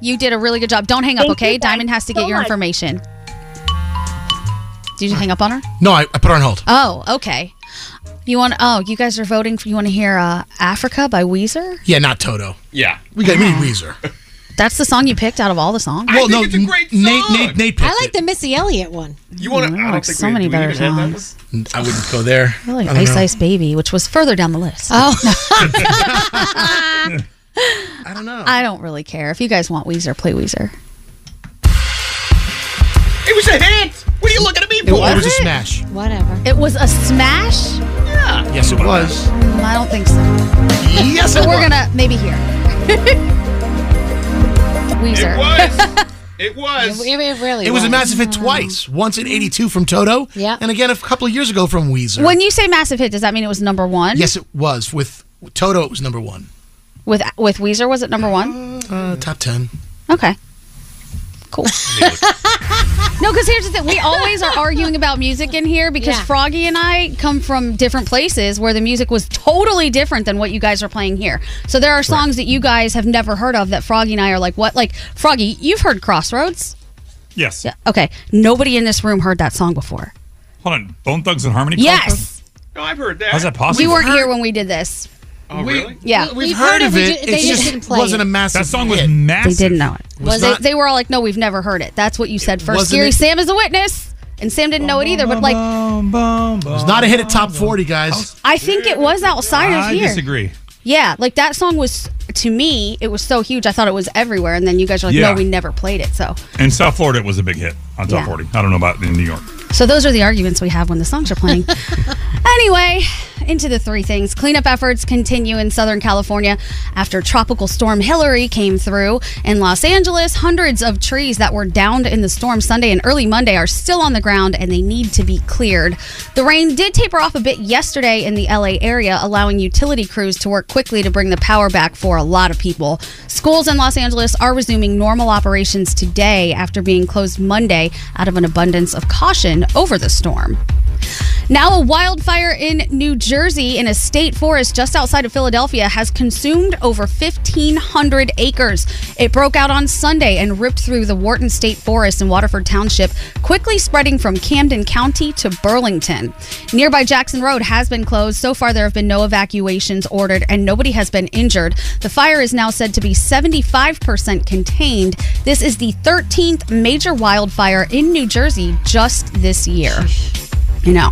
[SPEAKER 7] you.
[SPEAKER 6] you. did a really good job. Don't hang up,
[SPEAKER 7] Thank
[SPEAKER 6] okay?
[SPEAKER 7] you guys
[SPEAKER 6] Diamond has to get
[SPEAKER 7] so
[SPEAKER 6] your
[SPEAKER 7] much.
[SPEAKER 6] information. Did you hang up on her?
[SPEAKER 8] No, I, I put her on hold.
[SPEAKER 6] Oh, okay. You want? Oh, you guys are voting for. You want to hear uh, "Africa" by Weezer?
[SPEAKER 8] Yeah, not Toto.
[SPEAKER 14] Yeah,
[SPEAKER 8] we got we
[SPEAKER 6] Ah.
[SPEAKER 8] need Weezer.
[SPEAKER 6] That's the song you picked out of all the songs.
[SPEAKER 8] Well, no, Nate, Nate, Nate picked
[SPEAKER 7] I like the Missy Elliott one.
[SPEAKER 6] You want to? I Mm, like so many better songs.
[SPEAKER 8] it. I wouldn't go there.
[SPEAKER 6] I like
[SPEAKER 8] I don't
[SPEAKER 6] Ice
[SPEAKER 8] know.
[SPEAKER 6] Ice Baby, which was further down the list. Oh,
[SPEAKER 8] I don't know.
[SPEAKER 6] I don't really care. If you guys want Weezer, play Weezer.
[SPEAKER 11] It was a hit. What are you looking at me
[SPEAKER 8] It was, a smash.
[SPEAKER 7] Whatever.
[SPEAKER 6] It was a smash.
[SPEAKER 8] Yes, it was.
[SPEAKER 6] Mm, I don't think so.
[SPEAKER 8] Yes,
[SPEAKER 6] so
[SPEAKER 8] it
[SPEAKER 6] we're
[SPEAKER 8] was.
[SPEAKER 6] gonna maybe hear Weezer.
[SPEAKER 26] It was. It was.
[SPEAKER 7] It, it really.
[SPEAKER 8] It was a massive hit twice. Once in '82 from Toto,
[SPEAKER 6] Yeah.
[SPEAKER 8] and again a couple of years ago from Weezer.
[SPEAKER 6] When you say massive hit, does that mean it was number one?
[SPEAKER 8] yes, it was with Toto. It was number one,
[SPEAKER 6] With with Weezer, was it number one?
[SPEAKER 8] uh, top ten.
[SPEAKER 6] Okay. Cool. No, because here's the thing. We always are arguing about music in here because
[SPEAKER 7] Yeah.
[SPEAKER 6] Froggy and I come from different places where the music was totally different than what you guys are playing here. So there are songs that you guys have never heard of that Froggy and I are like, what? Like, Froggy, you've heard Crossroads.
[SPEAKER 30] Yes.
[SPEAKER 6] Yeah. Okay. Nobody in this room heard that song before.
[SPEAKER 30] Hold on. Bone Thugs and Harmony.
[SPEAKER 6] Yes.
[SPEAKER 26] No, I've heard that.
[SPEAKER 30] How's that possible?
[SPEAKER 6] We weren't here when we did this.
[SPEAKER 26] Oh, really?
[SPEAKER 6] Yeah.
[SPEAKER 8] We've, heard, of it. It just wasn't a massive.
[SPEAKER 30] That song was
[SPEAKER 8] hit.
[SPEAKER 30] massive.
[SPEAKER 6] They didn't know it.
[SPEAKER 8] Was
[SPEAKER 6] they,
[SPEAKER 8] not-
[SPEAKER 6] they were all like, no, we've never heard it. That's what you said first.
[SPEAKER 8] wasn't
[SPEAKER 6] Scary
[SPEAKER 8] it-
[SPEAKER 6] Sam is a witness. And Sam didn't know it either, but like,
[SPEAKER 8] It was not a hit at top 40, guys.
[SPEAKER 6] I think it was outside of
[SPEAKER 30] I
[SPEAKER 6] here.
[SPEAKER 30] disagree.
[SPEAKER 6] Yeah, like that song was to me, it was so huge. I thought it was everywhere, and then you guys are like,
[SPEAKER 30] Yeah.
[SPEAKER 6] "No, we never played it." So
[SPEAKER 30] In South Florida, it was a big hit on top
[SPEAKER 6] Yeah.
[SPEAKER 30] 40. I don't know about in New York.
[SPEAKER 6] So those are the arguments we have when the songs are playing. anyway, into the three things. Cleanup efforts continue in Southern California after Tropical Storm Hillary came through in Los Angeles. Hundreds of trees that were downed in the storm Sunday and early Monday are still on the ground and they need to be cleared. The rain did taper off a bit yesterday in the LA area, allowing utility crews to work quickly to bring the power back for a lot of people. Schools in Los Angeles are resuming normal operations today after being closed Monday out of an abundance of caution over the storm. Now, a wildfire in New Jersey in a state forest just outside of Philadelphia has consumed over 1,500 acres. It broke out on Sunday and ripped through the Wharton State Forest in Waterford Township, quickly spreading from Camden County to Burlington. Nearby Jackson Road has been closed. So far, there have been no evacuations ordered and nobody has been injured. The fire is now said to be 75% contained. This is the 13th major wildfire in New Jersey just this year. You know.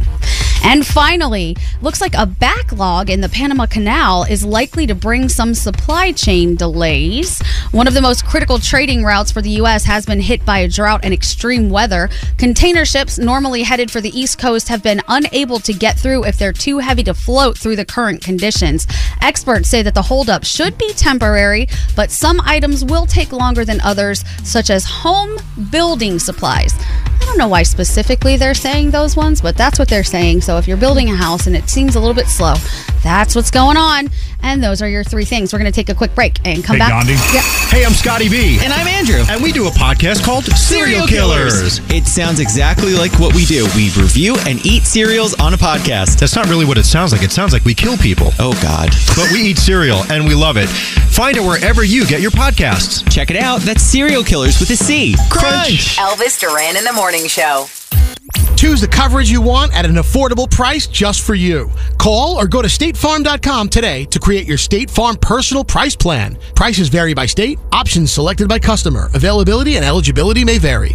[SPEAKER 6] And finally, looks like a backlog in the Panama Canal is likely to bring some supply chain delays. One of the most critical trading routes for the U.S. has been hit by a drought and extreme weather. Container ships normally headed for the East Coast have been unable to get through if they're too heavy to float through the current conditions. Experts say that the holdup should be temporary, but some items will take longer than others, such as home building supplies. I don't know why specifically they're saying those ones, but that's what they're saying. So if you're building a house and it seems a little bit slow, that's what's going on. And those are your three things. We're going to take a quick break and come
[SPEAKER 20] Hey,
[SPEAKER 6] back.
[SPEAKER 20] Gandhi.
[SPEAKER 6] Yeah.
[SPEAKER 20] Hey, I'm Scotty B. And I'm Andrew. And we do a podcast called Serial Killers.
[SPEAKER 15] It sounds exactly like what we do. We review and eat cereals on a podcast.
[SPEAKER 20] That's not really what it sounds like. It sounds like we kill people.
[SPEAKER 15] Oh, God.
[SPEAKER 20] But we eat cereal and we love it. Find it wherever you get your podcasts.
[SPEAKER 15] Check it out. That's Serial Killers with a C.
[SPEAKER 2] Elvis Duran in the morning show.
[SPEAKER 8] Choose the coverage you want at an affordable price just for you. Call or go to statefarm.com today to create your State Farm personal price plan. Prices vary by state, options selected by customer. Availability and eligibility may vary.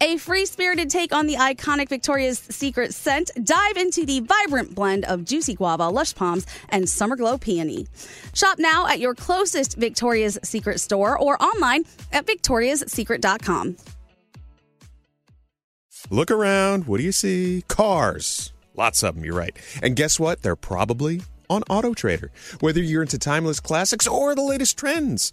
[SPEAKER 27] a free spirited take on the iconic Victoria's Secret scent. Dive into the vibrant blend of juicy guava, lush palms, and summer glow peony. Shop now at your closest Victoria's Secret store or online at victoriassecret.com.
[SPEAKER 11] Look around. What do you see? Cars. Lots of them, you're right. And guess what? They're probably on Auto Trader. Whether you're into timeless classics or the latest trends.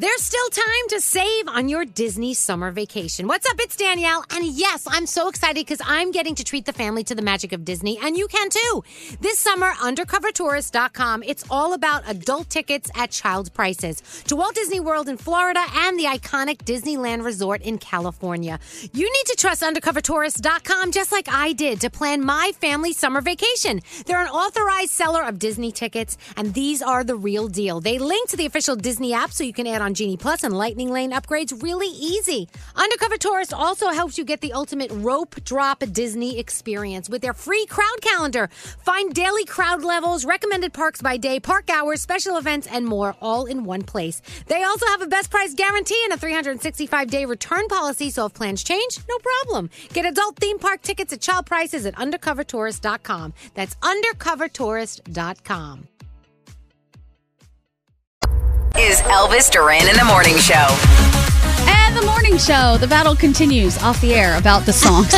[SPEAKER 7] There's still time to save on your Disney summer vacation. What's up? It's Danielle. And yes, I'm so excited because I'm getting to treat the family to the magic of Disney, and you can too. This summer, undercovertourist.com, it's all about adult tickets at child prices to Walt Disney World in Florida and the iconic Disneyland Resort in California. You need to trust undercovertourist.com just like I did to plan my family summer vacation. They're an authorized seller of Disney tickets, and these are the real deal. They link to the official Disney app so you can add on Genie Plus and Lightning Lane upgrades really easy. Undercover Tourist also helps you get the ultimate rope drop Disney experience with their free crowd calendar. Find daily crowd levels, recommended parks by day, park hours, special events, and more all in one place. They also have a best price guarantee and a 365 day return policy, so if plans change, no problem. Get adult theme park tickets at child prices at undercovertourist.com. That's undercovertourist.com.
[SPEAKER 2] Is Elvis Duran in the morning show?
[SPEAKER 6] And the morning show, the battle continues off the air about the songs.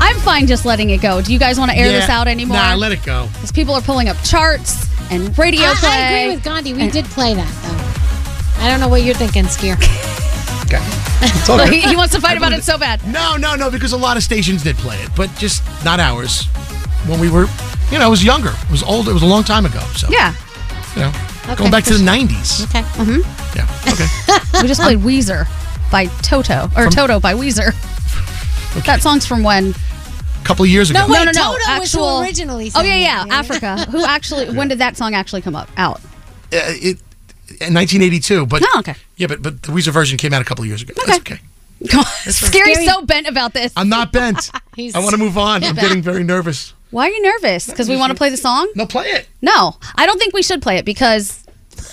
[SPEAKER 6] I'm fine just letting it go. Do you guys want to air this out anymore?
[SPEAKER 8] Nah, let it go.
[SPEAKER 6] Because people are pulling up charts and radio
[SPEAKER 7] I- I
[SPEAKER 6] play.
[SPEAKER 7] agree with Gandhi. We did play that, though. I don't know what you're thinking, Skier.
[SPEAKER 8] Okay.
[SPEAKER 6] all good. He- he wants to fight about it so bad.
[SPEAKER 8] No, no, no, because a lot of stations did play it, but just not ours. When we were, you know, I was younger. It was older. It was a long time ago. So,
[SPEAKER 6] Yeah.
[SPEAKER 8] you know, going back to the 90s.
[SPEAKER 7] Okay.
[SPEAKER 6] Mm-hmm.
[SPEAKER 8] Yeah. Okay.
[SPEAKER 6] we just played Weezer by Toto, or
[SPEAKER 8] From-
[SPEAKER 6] Toto by Weezer. That song's from when?
[SPEAKER 8] A couple of years ago.
[SPEAKER 6] no, no, no.
[SPEAKER 7] Toto was who
[SPEAKER 6] actual,
[SPEAKER 7] originally
[SPEAKER 6] Oh
[SPEAKER 7] sang
[SPEAKER 6] yeah,
[SPEAKER 7] it,
[SPEAKER 6] yeah.
[SPEAKER 7] right?
[SPEAKER 6] Africa. Who actually? When did that song actually come up out?
[SPEAKER 8] Uh, it, in 1982, but.
[SPEAKER 6] Oh, okay.
[SPEAKER 8] Yeah, but, but the Weezer version came out a couple of years ago. That's okay.
[SPEAKER 6] Scary's so bent about this.
[SPEAKER 8] I'm not bent.
[SPEAKER 6] He's-
[SPEAKER 8] I want to move on. I'm getting very nervous.
[SPEAKER 6] Why are you nervous? Because we want to play the song.
[SPEAKER 8] No, play it.
[SPEAKER 6] No, I don't think we should play it because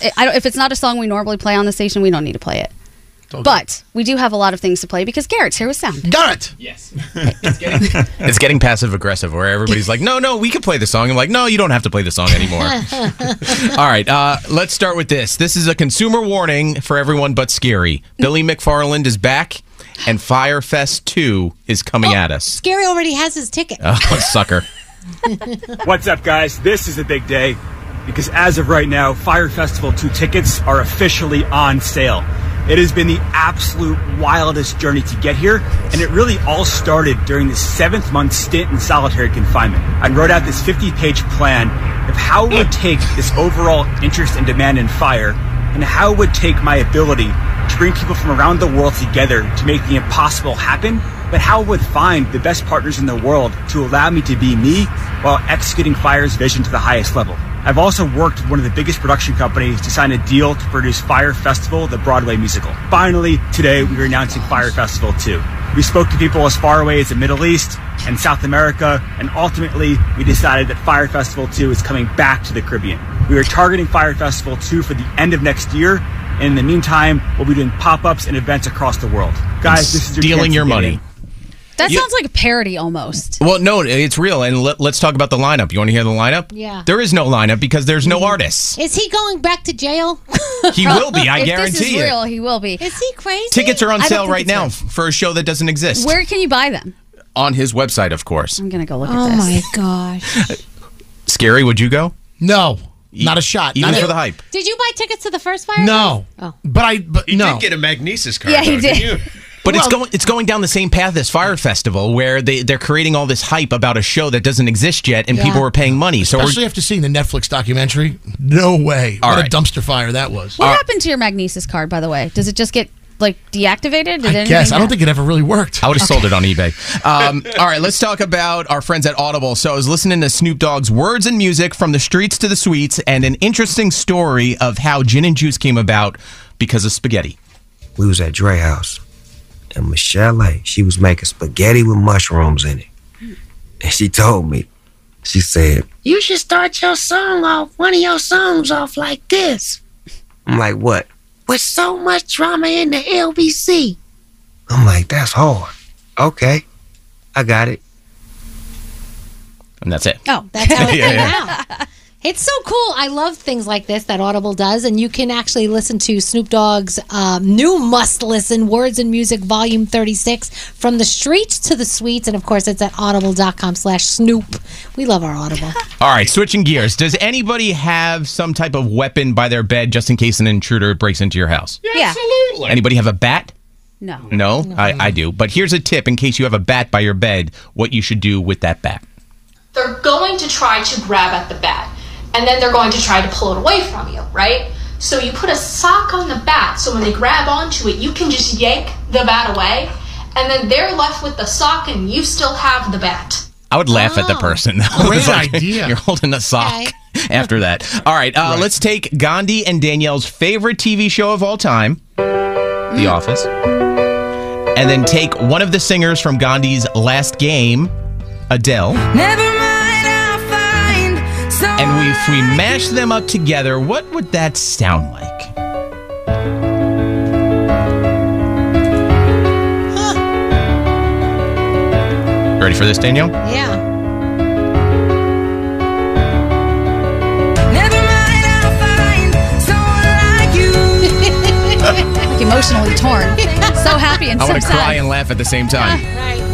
[SPEAKER 6] it, I don't, if it's not a song we normally play on the station, we don't need to play it. But we do have a lot of things to play because Garrett's here with sound.
[SPEAKER 8] Garrett.
[SPEAKER 21] Yes. it's getting passive aggressive where everybody's like, no, no, we can play the song. I'm like, no, you don't have to play the song anymore. All right, uh, let's start with this. This is a consumer warning for everyone but Scary. Billy McFarland is back, and Firefest 2 is coming at us.
[SPEAKER 7] Scary already has his ticket.
[SPEAKER 21] Oh, sucker.
[SPEAKER 33] What's up, guys? This is a big day because as of right now, Fire Festival 2 tickets are officially on sale. It has been the absolute wildest journey to get here, and it really all started during the seventh month stint in solitary confinement. I wrote out this 50 page plan of how it would take this overall interest and demand in fire, and how it would take my ability to bring people from around the world together to make the impossible happen, but how I would find the best partners in the world to allow me to be me while executing Fire's vision to the highest level. I've also worked with one of the biggest production companies to sign a deal to produce Fire Festival, the Broadway musical. Finally, today we are announcing Fire Festival 2. We spoke to people as far away as the Middle East and South America, and ultimately we decided that Fire Festival 2 is coming back to the Caribbean. We are targeting Fire Festival 2 for the end of next year, and in the meantime, we'll be doing pop-ups and events across the world. Guys, this is your
[SPEAKER 21] Stealing
[SPEAKER 33] chance
[SPEAKER 21] your
[SPEAKER 33] to get
[SPEAKER 21] money.
[SPEAKER 33] in.
[SPEAKER 6] That
[SPEAKER 21] You-
[SPEAKER 6] sounds like a parody almost.
[SPEAKER 21] Well, no, it's real. And let, us talk about the lineup. You want to hear the lineup?
[SPEAKER 7] Yeah.
[SPEAKER 21] There is no lineup because there's no artists.
[SPEAKER 7] Is he going back to jail?
[SPEAKER 21] He will be, I
[SPEAKER 6] if this
[SPEAKER 21] guarantee
[SPEAKER 6] is
[SPEAKER 21] it.
[SPEAKER 6] real, he will be.
[SPEAKER 7] Is he crazy?
[SPEAKER 21] Tickets are on
[SPEAKER 6] I don't
[SPEAKER 21] sale
[SPEAKER 6] think
[SPEAKER 21] right
[SPEAKER 6] it's
[SPEAKER 21] now f- for a show that doesn't exist.
[SPEAKER 6] Where can you buy them?
[SPEAKER 21] On his website, of course.
[SPEAKER 6] I'm gonna go look
[SPEAKER 7] Oh
[SPEAKER 6] at this.
[SPEAKER 7] my gosh!
[SPEAKER 21] Scary, would you go? E-
[SPEAKER 8] No. Not a shot.
[SPEAKER 21] Even
[SPEAKER 8] Not
[SPEAKER 21] for
[SPEAKER 8] a-
[SPEAKER 21] the hype.
[SPEAKER 7] Did you buy tickets to the first Oh. fire?
[SPEAKER 8] No. But I. But
[SPEAKER 21] He
[SPEAKER 8] no.
[SPEAKER 21] did get
[SPEAKER 26] a magnesis
[SPEAKER 21] card, Yeah, he though, didn't did. But it's
[SPEAKER 8] Well-
[SPEAKER 21] going it's going down the same path as Fire Festival, where they they're creating all this hype about a show that doesn't exist yet, and
[SPEAKER 8] Yeah.
[SPEAKER 21] people are paying money. So
[SPEAKER 8] Especially
[SPEAKER 21] we're,
[SPEAKER 8] after seeing the Netflix documentary. No way.
[SPEAKER 21] All
[SPEAKER 8] what
[SPEAKER 21] right.
[SPEAKER 8] a dumpster fire that was.
[SPEAKER 21] Uh,
[SPEAKER 6] What happened to your magnesis card, by the way? Does it just get like deactivated? Did anything
[SPEAKER 21] guess. I don't
[SPEAKER 6] happen?
[SPEAKER 8] think it ever really worked.
[SPEAKER 21] I would have sold it on eBay. Um, all right, let's talk about our friends at Audible. So I was listening to Snoop Dogg's Words and Music from the Streets to the Suites, and an interesting story of how gin and juice came about because of spaghetti.
[SPEAKER 32] we was at Dre House, and Michelle, she was making spaghetti with mushrooms in it. And she told me, she said,
[SPEAKER 34] You should start your song off, one of your songs off like this.
[SPEAKER 32] I'm like, what?
[SPEAKER 34] With so much drama in the LBC.
[SPEAKER 32] I'm like, that's hard. Okay, I got it.
[SPEAKER 21] And that's it.
[SPEAKER 6] Oh, that's
[SPEAKER 32] how it came
[SPEAKER 21] Yeah, yeah.
[SPEAKER 7] Wow. It's so cool. I love things like this that Audible does, and you can actually listen to Snoop Dogg's um, new must listen, Words and Music, Volume 36, From the Streets to the Suites. And of course, it's at audible.com slash Snoop. We love our Audible.
[SPEAKER 21] All right, switching gears. Does anybody have some type of weapon by their bed just in case an intruder breaks into your house?
[SPEAKER 6] yeah.
[SPEAKER 7] Absolutely.
[SPEAKER 21] Anybody have a bat?
[SPEAKER 6] No.
[SPEAKER 21] No, I, I do. But here's a tip in case you have a bat by your bed, what you should do with that bat.
[SPEAKER 17] they're going to try to grab at the bat and then they're going to try to pull it away from you, right? So you put a sock on the bat so when they grab onto it, you can just yank the bat away and then they're left with the sock and you still have the bat.
[SPEAKER 21] I would laugh at the person. Great idea. You're holding a sock after that. All right, uh, let's take Gandhi and Danielle's favorite TV show of all time, The Office, and then take one of the singers from Gandhi's last game, Adele.
[SPEAKER 18] Never mind, I'll find some.
[SPEAKER 21] And we- if we mash them up together, what would that sound like? Ready for this, Danielle?
[SPEAKER 7] Yeah.
[SPEAKER 18] Never mind, I'll find someone like you.
[SPEAKER 6] Like emotionally torn. So happy and
[SPEAKER 21] I
[SPEAKER 6] so
[SPEAKER 21] want to cry
[SPEAKER 6] sad.
[SPEAKER 21] and laugh at the same time.
[SPEAKER 7] right.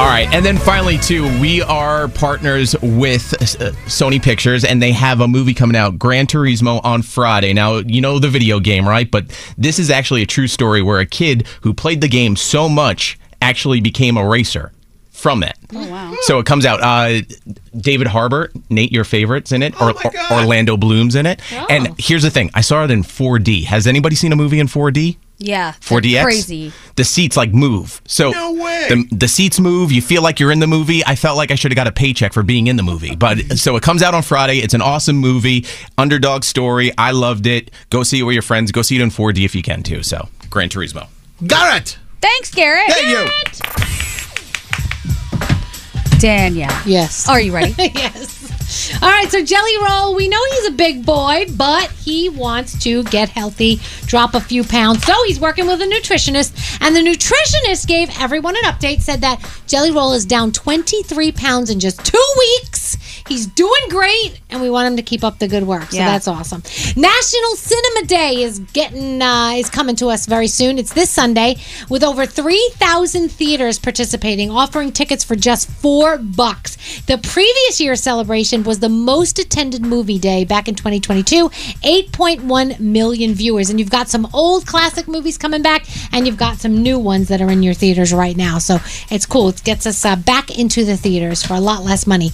[SPEAKER 21] All right, and then finally, too, we are partners with uh, Sony Pictures, and they have a movie coming out, Gran Turismo, on Friday. Now, you know the video game, right? But this is actually a true story where a kid who played the game so much actually became a racer from it.
[SPEAKER 6] Oh, wow.
[SPEAKER 21] So it comes out. Uh, David Harbour, Nate, your favorites in it, or, or- Orlando Bloom's in it.
[SPEAKER 6] Oh.
[SPEAKER 21] And here's the thing: I saw it in 4D. Has anybody seen a movie in 4D?
[SPEAKER 6] Yeah.
[SPEAKER 21] 4DX?
[SPEAKER 6] Crazy.
[SPEAKER 21] The seats like move. So
[SPEAKER 6] No way.
[SPEAKER 21] The, the seats move. You feel like you're in the movie. I felt like I should have got a paycheck for being in the movie. But so it comes out on Friday. It's an awesome movie, underdog story. I loved it. Go see it with your friends. Go see it in 4D if you can too. So Gran Turismo.
[SPEAKER 8] Got it.
[SPEAKER 6] Thanks, Garrett.
[SPEAKER 21] Thank you.
[SPEAKER 6] Danielle.
[SPEAKER 7] Yes.
[SPEAKER 6] Are you ready?
[SPEAKER 7] yes. All right, so Jelly Roll, we know he's a big boy, but he wants to get healthy, drop a few pounds. So he's working with a nutritionist, and the nutritionist gave everyone an update, said that Jelly Roll is down 23 pounds in just two weeks. He's doing great, and we want him to keep up the good work. So
[SPEAKER 34] Yeah.
[SPEAKER 7] that's awesome. National Cinema Day is getting uh, is coming to us very soon. It's this Sunday with over three thousand theaters participating, offering tickets for just four bucks. The previous year's celebration was the most attended movie day back in 2022, 8.1 million viewers. And you've got some old classic movies coming back, and you've got some new ones that are in your theaters right now. So it's cool. It gets us uh, back into the theaters for a lot less money.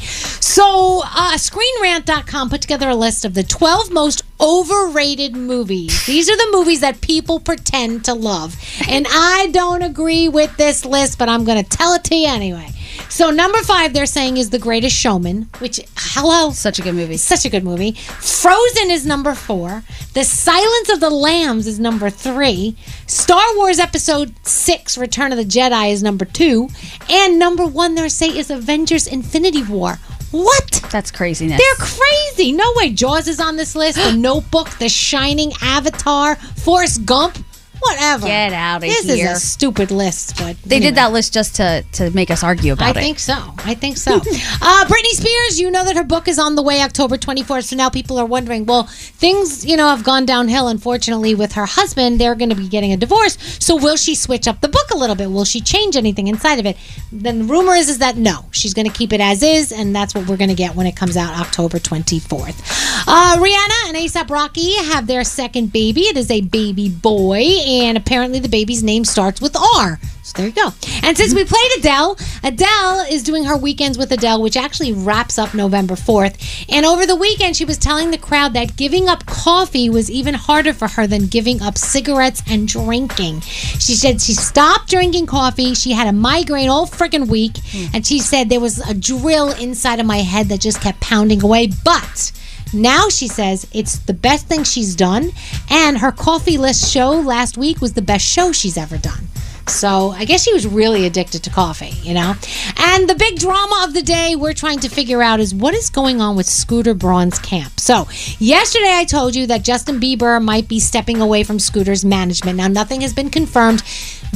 [SPEAKER 7] So, uh, screenrant.com put together a list of the 12 most overrated movies. These are the movies that people pretend to love. And I don't agree with this list, but I'm going to tell it to you anyway. So, number five, they're saying is The Greatest Showman, which, hello.
[SPEAKER 6] Such a good movie.
[SPEAKER 7] Such a good movie. Frozen is number four. The Silence of the Lambs is number three. Star Wars Episode Six: Return of the Jedi is number two, and number one they're saying is Avengers: Infinity War. What?
[SPEAKER 6] That's craziness.
[SPEAKER 7] They're crazy. No way. Jaws is on this list. The Notebook, The Shining, Avatar, Forrest Gump. Whatever.
[SPEAKER 6] Get outta
[SPEAKER 7] This
[SPEAKER 6] here.
[SPEAKER 7] is a stupid list, but
[SPEAKER 6] They
[SPEAKER 7] anyway.
[SPEAKER 6] did that list just to to make us argue about it.
[SPEAKER 7] I think so. I think so. uh, Britney Spears, you know that her book is on the way October 24th. So now people are wondering, well, things, you know, have gone downhill, unfortunately, with her husband. They're going to be getting a divorce. So will she switch up the book a little bit? Will she change anything inside of it? Then the rumor is, is that no, she's going to keep it as is. And that's what we're going to get when it comes out October 24th. Uh, Rihanna and ASAP Rocky have their second baby. It is a baby boy, and apparently the baby's name starts with R. So there you go. And since we played Adele, Adele is doing her weekends with Adele, which actually wraps up November 4th. And over the weekend, she was telling the crowd that giving up coffee was even harder for her than giving up cigarettes and drinking. She said she stopped drinking coffee. She had a migraine all freaking week. And she said there was a drill inside of my head that just kept pounding away. But now she says it's the best thing she's done, and her coffee list show last week was the best show she's ever done. So I guess she was really addicted to coffee, you know? And the big drama of the day we're trying to figure out is what is going on with Scooter Braun's camp. So yesterday I told you that Justin Bieber might be stepping away from Scooter's management. Now nothing has been confirmed.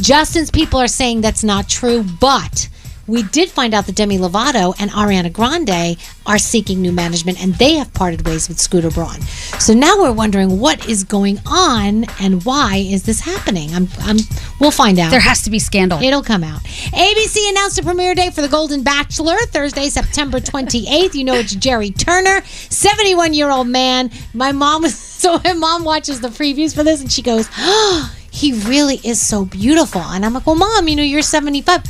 [SPEAKER 7] Justin's people are saying that's not true, but we did find out that Demi Lovato and Ariana Grande are seeking new management and they have parted ways with Scooter Braun. So now we're wondering what is going on and why is this happening? I'm, I'm we'll find out.
[SPEAKER 6] There has to be scandal.
[SPEAKER 7] It'll come out. ABC announced a premiere date for The Golden Bachelor, Thursday, September 28th. You know it's Jerry Turner, 71 year old man. My mom was so my mom watches the previews for this and she goes, oh, he really is so beautiful. And I'm like, well, mom, you know you're 75.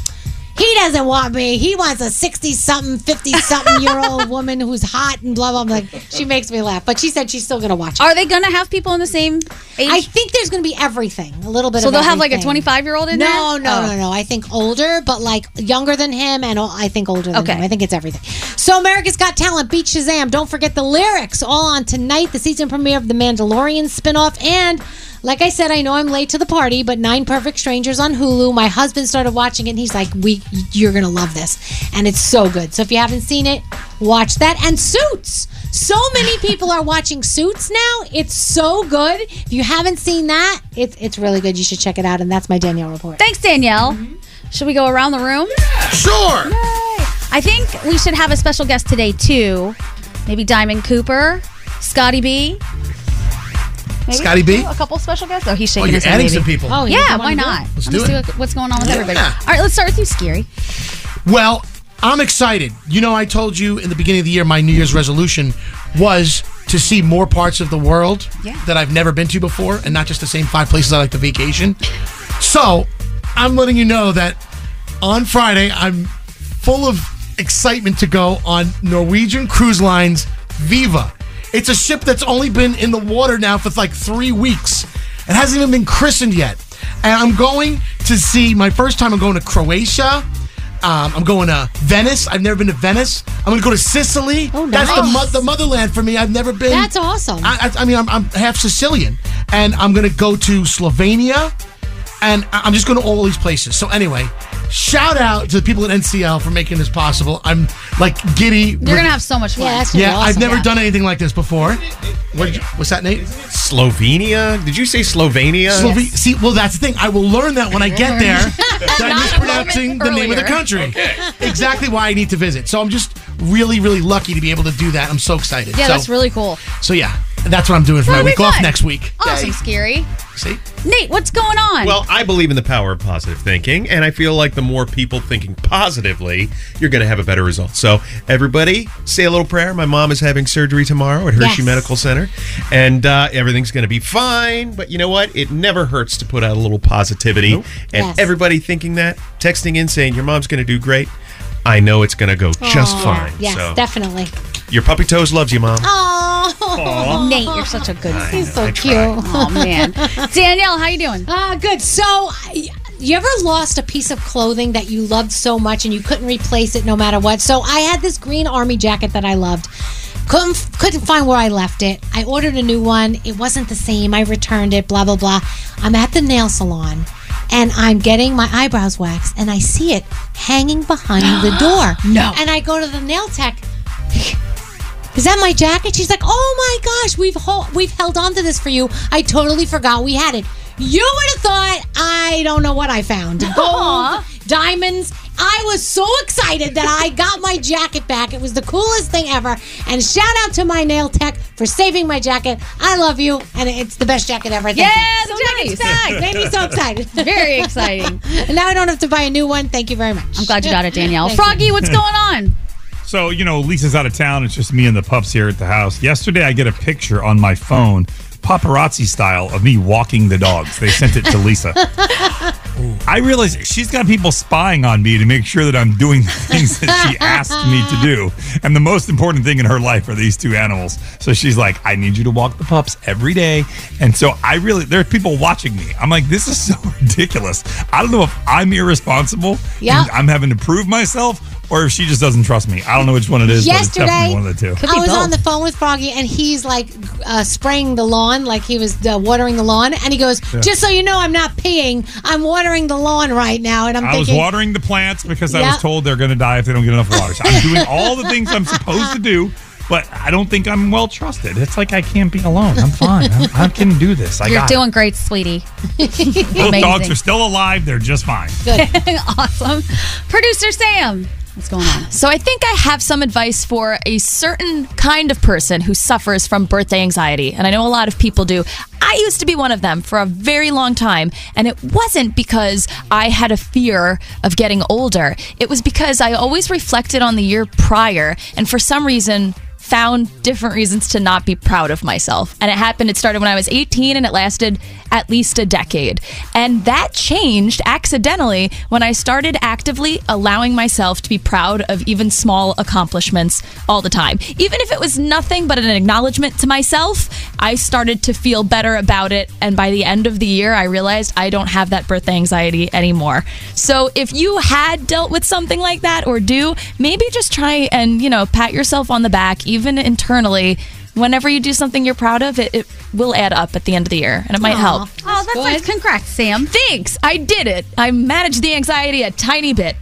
[SPEAKER 7] He doesn't want me. He wants a 60 something, 50 something year old woman who's hot and blah, blah, blah. She makes me laugh. But she said she's still going to watch it.
[SPEAKER 6] Are they going to have people in the same age?
[SPEAKER 7] I think there's going to be everything, a little bit
[SPEAKER 6] So
[SPEAKER 7] of
[SPEAKER 6] they'll have, like, a
[SPEAKER 7] everything.
[SPEAKER 6] 25-year-old in
[SPEAKER 7] no,
[SPEAKER 6] there?
[SPEAKER 7] No,
[SPEAKER 6] Oh.
[SPEAKER 7] no, no. I think older, but like younger than him, and all- I think older than him. I think it's everything. So America's Got Talent beat Shazam. Don't forget the lyrics all on tonight, the season premiere of The Mandalorian spinoff, and. Like I said, I know I'm late to the party, but Nine Perfect Strangers on Hulu. My husband started watching it, and he's like, "We, you're gonna love this," and it's so good. So if you haven't seen it, watch that. And Suits. So many people are watching Suits now. It's so good. If you haven't seen that, it's it's really good. You should check it out. And that's my Danielle report. Mm-hmm.
[SPEAKER 6] Thanks, Danielle. Should we go around the room?
[SPEAKER 11] Sure.
[SPEAKER 6] I think we should have a special guest today too. Maybe Diamond Cooper, Scotty B. Maybe
[SPEAKER 8] Scotty B?
[SPEAKER 6] A couple special guests. Oh, he's
[SPEAKER 8] Oh,
[SPEAKER 6] shaking.
[SPEAKER 8] you're
[SPEAKER 6] his head,
[SPEAKER 8] adding
[SPEAKER 6] maybe.
[SPEAKER 8] some people. Oh, you
[SPEAKER 6] yeah.
[SPEAKER 8] don't
[SPEAKER 6] Why
[SPEAKER 8] wanna do
[SPEAKER 6] not?
[SPEAKER 8] it? Let's
[SPEAKER 6] Let me
[SPEAKER 8] do
[SPEAKER 6] see
[SPEAKER 8] it.
[SPEAKER 6] what- what's going on with
[SPEAKER 8] Yeah.
[SPEAKER 6] everybody. All right, let's start with you, Scary.
[SPEAKER 8] Well, I'm excited. You know, I told you in the beginning of the year my New Year's resolution was to see more parts of the world
[SPEAKER 31] Yeah.
[SPEAKER 8] that I've never been to before and not just the same five places I like to vacation. So, I'm letting you know that on Friday, I'm full of excitement to go on Norwegian Cruise Lines Viva. It's a ship that's only been in the water now for like three weeks. It hasn't even been christened yet. And I'm going to see my first time. I'm going to Croatia. Um, I'm going to Venice. I've never been to Venice. I'm going to go to Sicily. Oh, That's the,
[SPEAKER 7] nice.
[SPEAKER 8] mo- the motherland for me. I've never been.
[SPEAKER 7] That's awesome.
[SPEAKER 8] I, I, I mean, I'm, I'm half Sicilian, and I'm gonna go to Slovenia, and I- I'm just going to all these places. So anyway, shout out to the people at NCL for making this possible. I'm like giddy.
[SPEAKER 6] You're gonna have so much fun.
[SPEAKER 8] yeah, I've never done anything like this before. What did you- what's that, Nate?
[SPEAKER 26] Slovenia? Did you say Slovenia?
[SPEAKER 8] Slove- See, well, that's the thing. I will learn that when I get there. that I'm mispronouncing the name of the
[SPEAKER 26] earlier.
[SPEAKER 8] country.
[SPEAKER 26] Okay.
[SPEAKER 8] exactly why I need to visit. So I'm just really, really lucky to be able to do that. I'm so excited.
[SPEAKER 6] Yeah,
[SPEAKER 8] so,
[SPEAKER 6] that's really cool.
[SPEAKER 8] So yeah, that's what I'm doing for
[SPEAKER 6] That'll
[SPEAKER 8] my
[SPEAKER 6] be
[SPEAKER 8] week off
[SPEAKER 6] fun. Oh,
[SPEAKER 8] next week.
[SPEAKER 6] Awesome, Scary.
[SPEAKER 8] See?
[SPEAKER 6] Nate, what's going on?
[SPEAKER 26] Well, I believe in the power of positive thinking, and I feel like the more people thinking positively, you're going to have a better result. So, everybody, say a little prayer. My mom is having surgery tomorrow at Hershey
[SPEAKER 3] Yes.
[SPEAKER 26] Medical Center, and uh, everything's going to be fine. But you know what? It never hurts to put out a little positivity. And
[SPEAKER 3] Yes.
[SPEAKER 26] everybody thinking that, texting in saying, Your mom's going to do great. I know it's going to go just
[SPEAKER 7] Aw.
[SPEAKER 26] fine.
[SPEAKER 7] Oh, Yes,
[SPEAKER 26] so,
[SPEAKER 7] definitely.
[SPEAKER 26] your puppy toes loves you, mom.
[SPEAKER 7] Oh,
[SPEAKER 26] Aw.
[SPEAKER 6] Nate, you're such a good
[SPEAKER 26] I
[SPEAKER 6] friend.
[SPEAKER 26] know, I
[SPEAKER 7] cute.
[SPEAKER 6] Oh man, Danielle, how you doing?
[SPEAKER 7] Ah, good. So, I- you ever lost a piece of clothing that you loved so much and you couldn't replace it no matter what? So, I had this green army jacket that I loved. Couldn't couldn't find where I left it. I ordered a new one. It wasn't the same. I returned it. Blah blah blah. I'm at the nail salon. And I'm getting my eyebrows waxed, and I see it hanging behind the door.
[SPEAKER 6] No.
[SPEAKER 7] And I go to the nail tech. Is that my jacket? She's like, oh my gosh, we've hol- we've held on to this for you. I totally forgot we had it. You would have thought I don't know what I found. Gold, diamonds. I was so excited that I got my jacket back. It was the coolest thing ever. And shout out to my nail tech for saving my jacket. I love you, and it's the best jacket ever. Thank you.
[SPEAKER 6] Yeah, the
[SPEAKER 7] so jacket's
[SPEAKER 6] nice.
[SPEAKER 7] back. Made me so excited.
[SPEAKER 6] Very exciting.
[SPEAKER 7] and now I don't have to buy a new one. Thank you very much. I'm
[SPEAKER 6] glad you got it, Danielle.
[SPEAKER 7] Froggy,
[SPEAKER 6] what's going on?
[SPEAKER 30] So, you know, Lisa's out of town. It's just me and the pups here at the house. Yesterday, I get a picture on my phone, paparazzi style, of me walking the dogs. They sent it to Lisa. I realize she's got people spying on me to make sure that I'm doing the things that she asked me to do. And the most important thing in her life are these two animals. So she's like, I need you to walk the pups every day. And so I really, there are people watching me. I'm like, this is so ridiculous. I don't know if I'm irresponsible.
[SPEAKER 7] Yeah.
[SPEAKER 30] and I'm having to prove myself. Or if she just doesn't trust me. I don't know which one it is,
[SPEAKER 7] Yesterday,
[SPEAKER 30] but it's definitely one of the two.
[SPEAKER 7] I was on the phone with Froggy, and he's like uh, spraying the lawn, like he was uh, watering the lawn, and he goes,
[SPEAKER 30] Yeah.
[SPEAKER 7] "Just so you know, I'm not peeing. I'm watering the lawn right now." And I'm
[SPEAKER 30] I was
[SPEAKER 7] thinking,
[SPEAKER 30] watering the plants because I
[SPEAKER 7] Yeah.
[SPEAKER 30] was told they're going to die if they don't get enough water. So I'm doing all the things I'm supposed to do. but I don't think I'm well trusted. It's like I can't be alone. I'm fine. I'm, I can do this. I
[SPEAKER 6] You're
[SPEAKER 30] got it.
[SPEAKER 6] doing great, sweetie.
[SPEAKER 30] Both dogs
[SPEAKER 6] Amazing.
[SPEAKER 30] are still alive. They're just fine.
[SPEAKER 6] awesome. Producer Sam, what's going on?
[SPEAKER 9] So I think I have some advice for a certain kind of person who suffers from birthday anxiety. And I know a lot of people do. I used to be one of them for a very long time. And it wasn't because I had a fear of getting older, it was because I always reflected on the year prior. And for some reason, found different reasons to not be proud of myself. And it happened, it started when I was 18 and it lasted at least a decade. And that changed accidentally when I started actively allowing myself to be proud of even small accomplishments all the time. Even if it was nothing but an acknowledgement to myself, I started to feel better about it. And by the end of the year, I realized I don't have that birthday anxiety anymore. So if you had dealt with something like that or do, maybe just try and, you know, pat yourself on the back, even internally. Whenever you do something you're proud of, it, it will add up at the end of the year and it might
[SPEAKER 6] Aw.
[SPEAKER 9] help.
[SPEAKER 6] Oh, that's nice. Congrats, Sam.
[SPEAKER 9] Thanks. I did it. I managed the anxiety a tiny bit,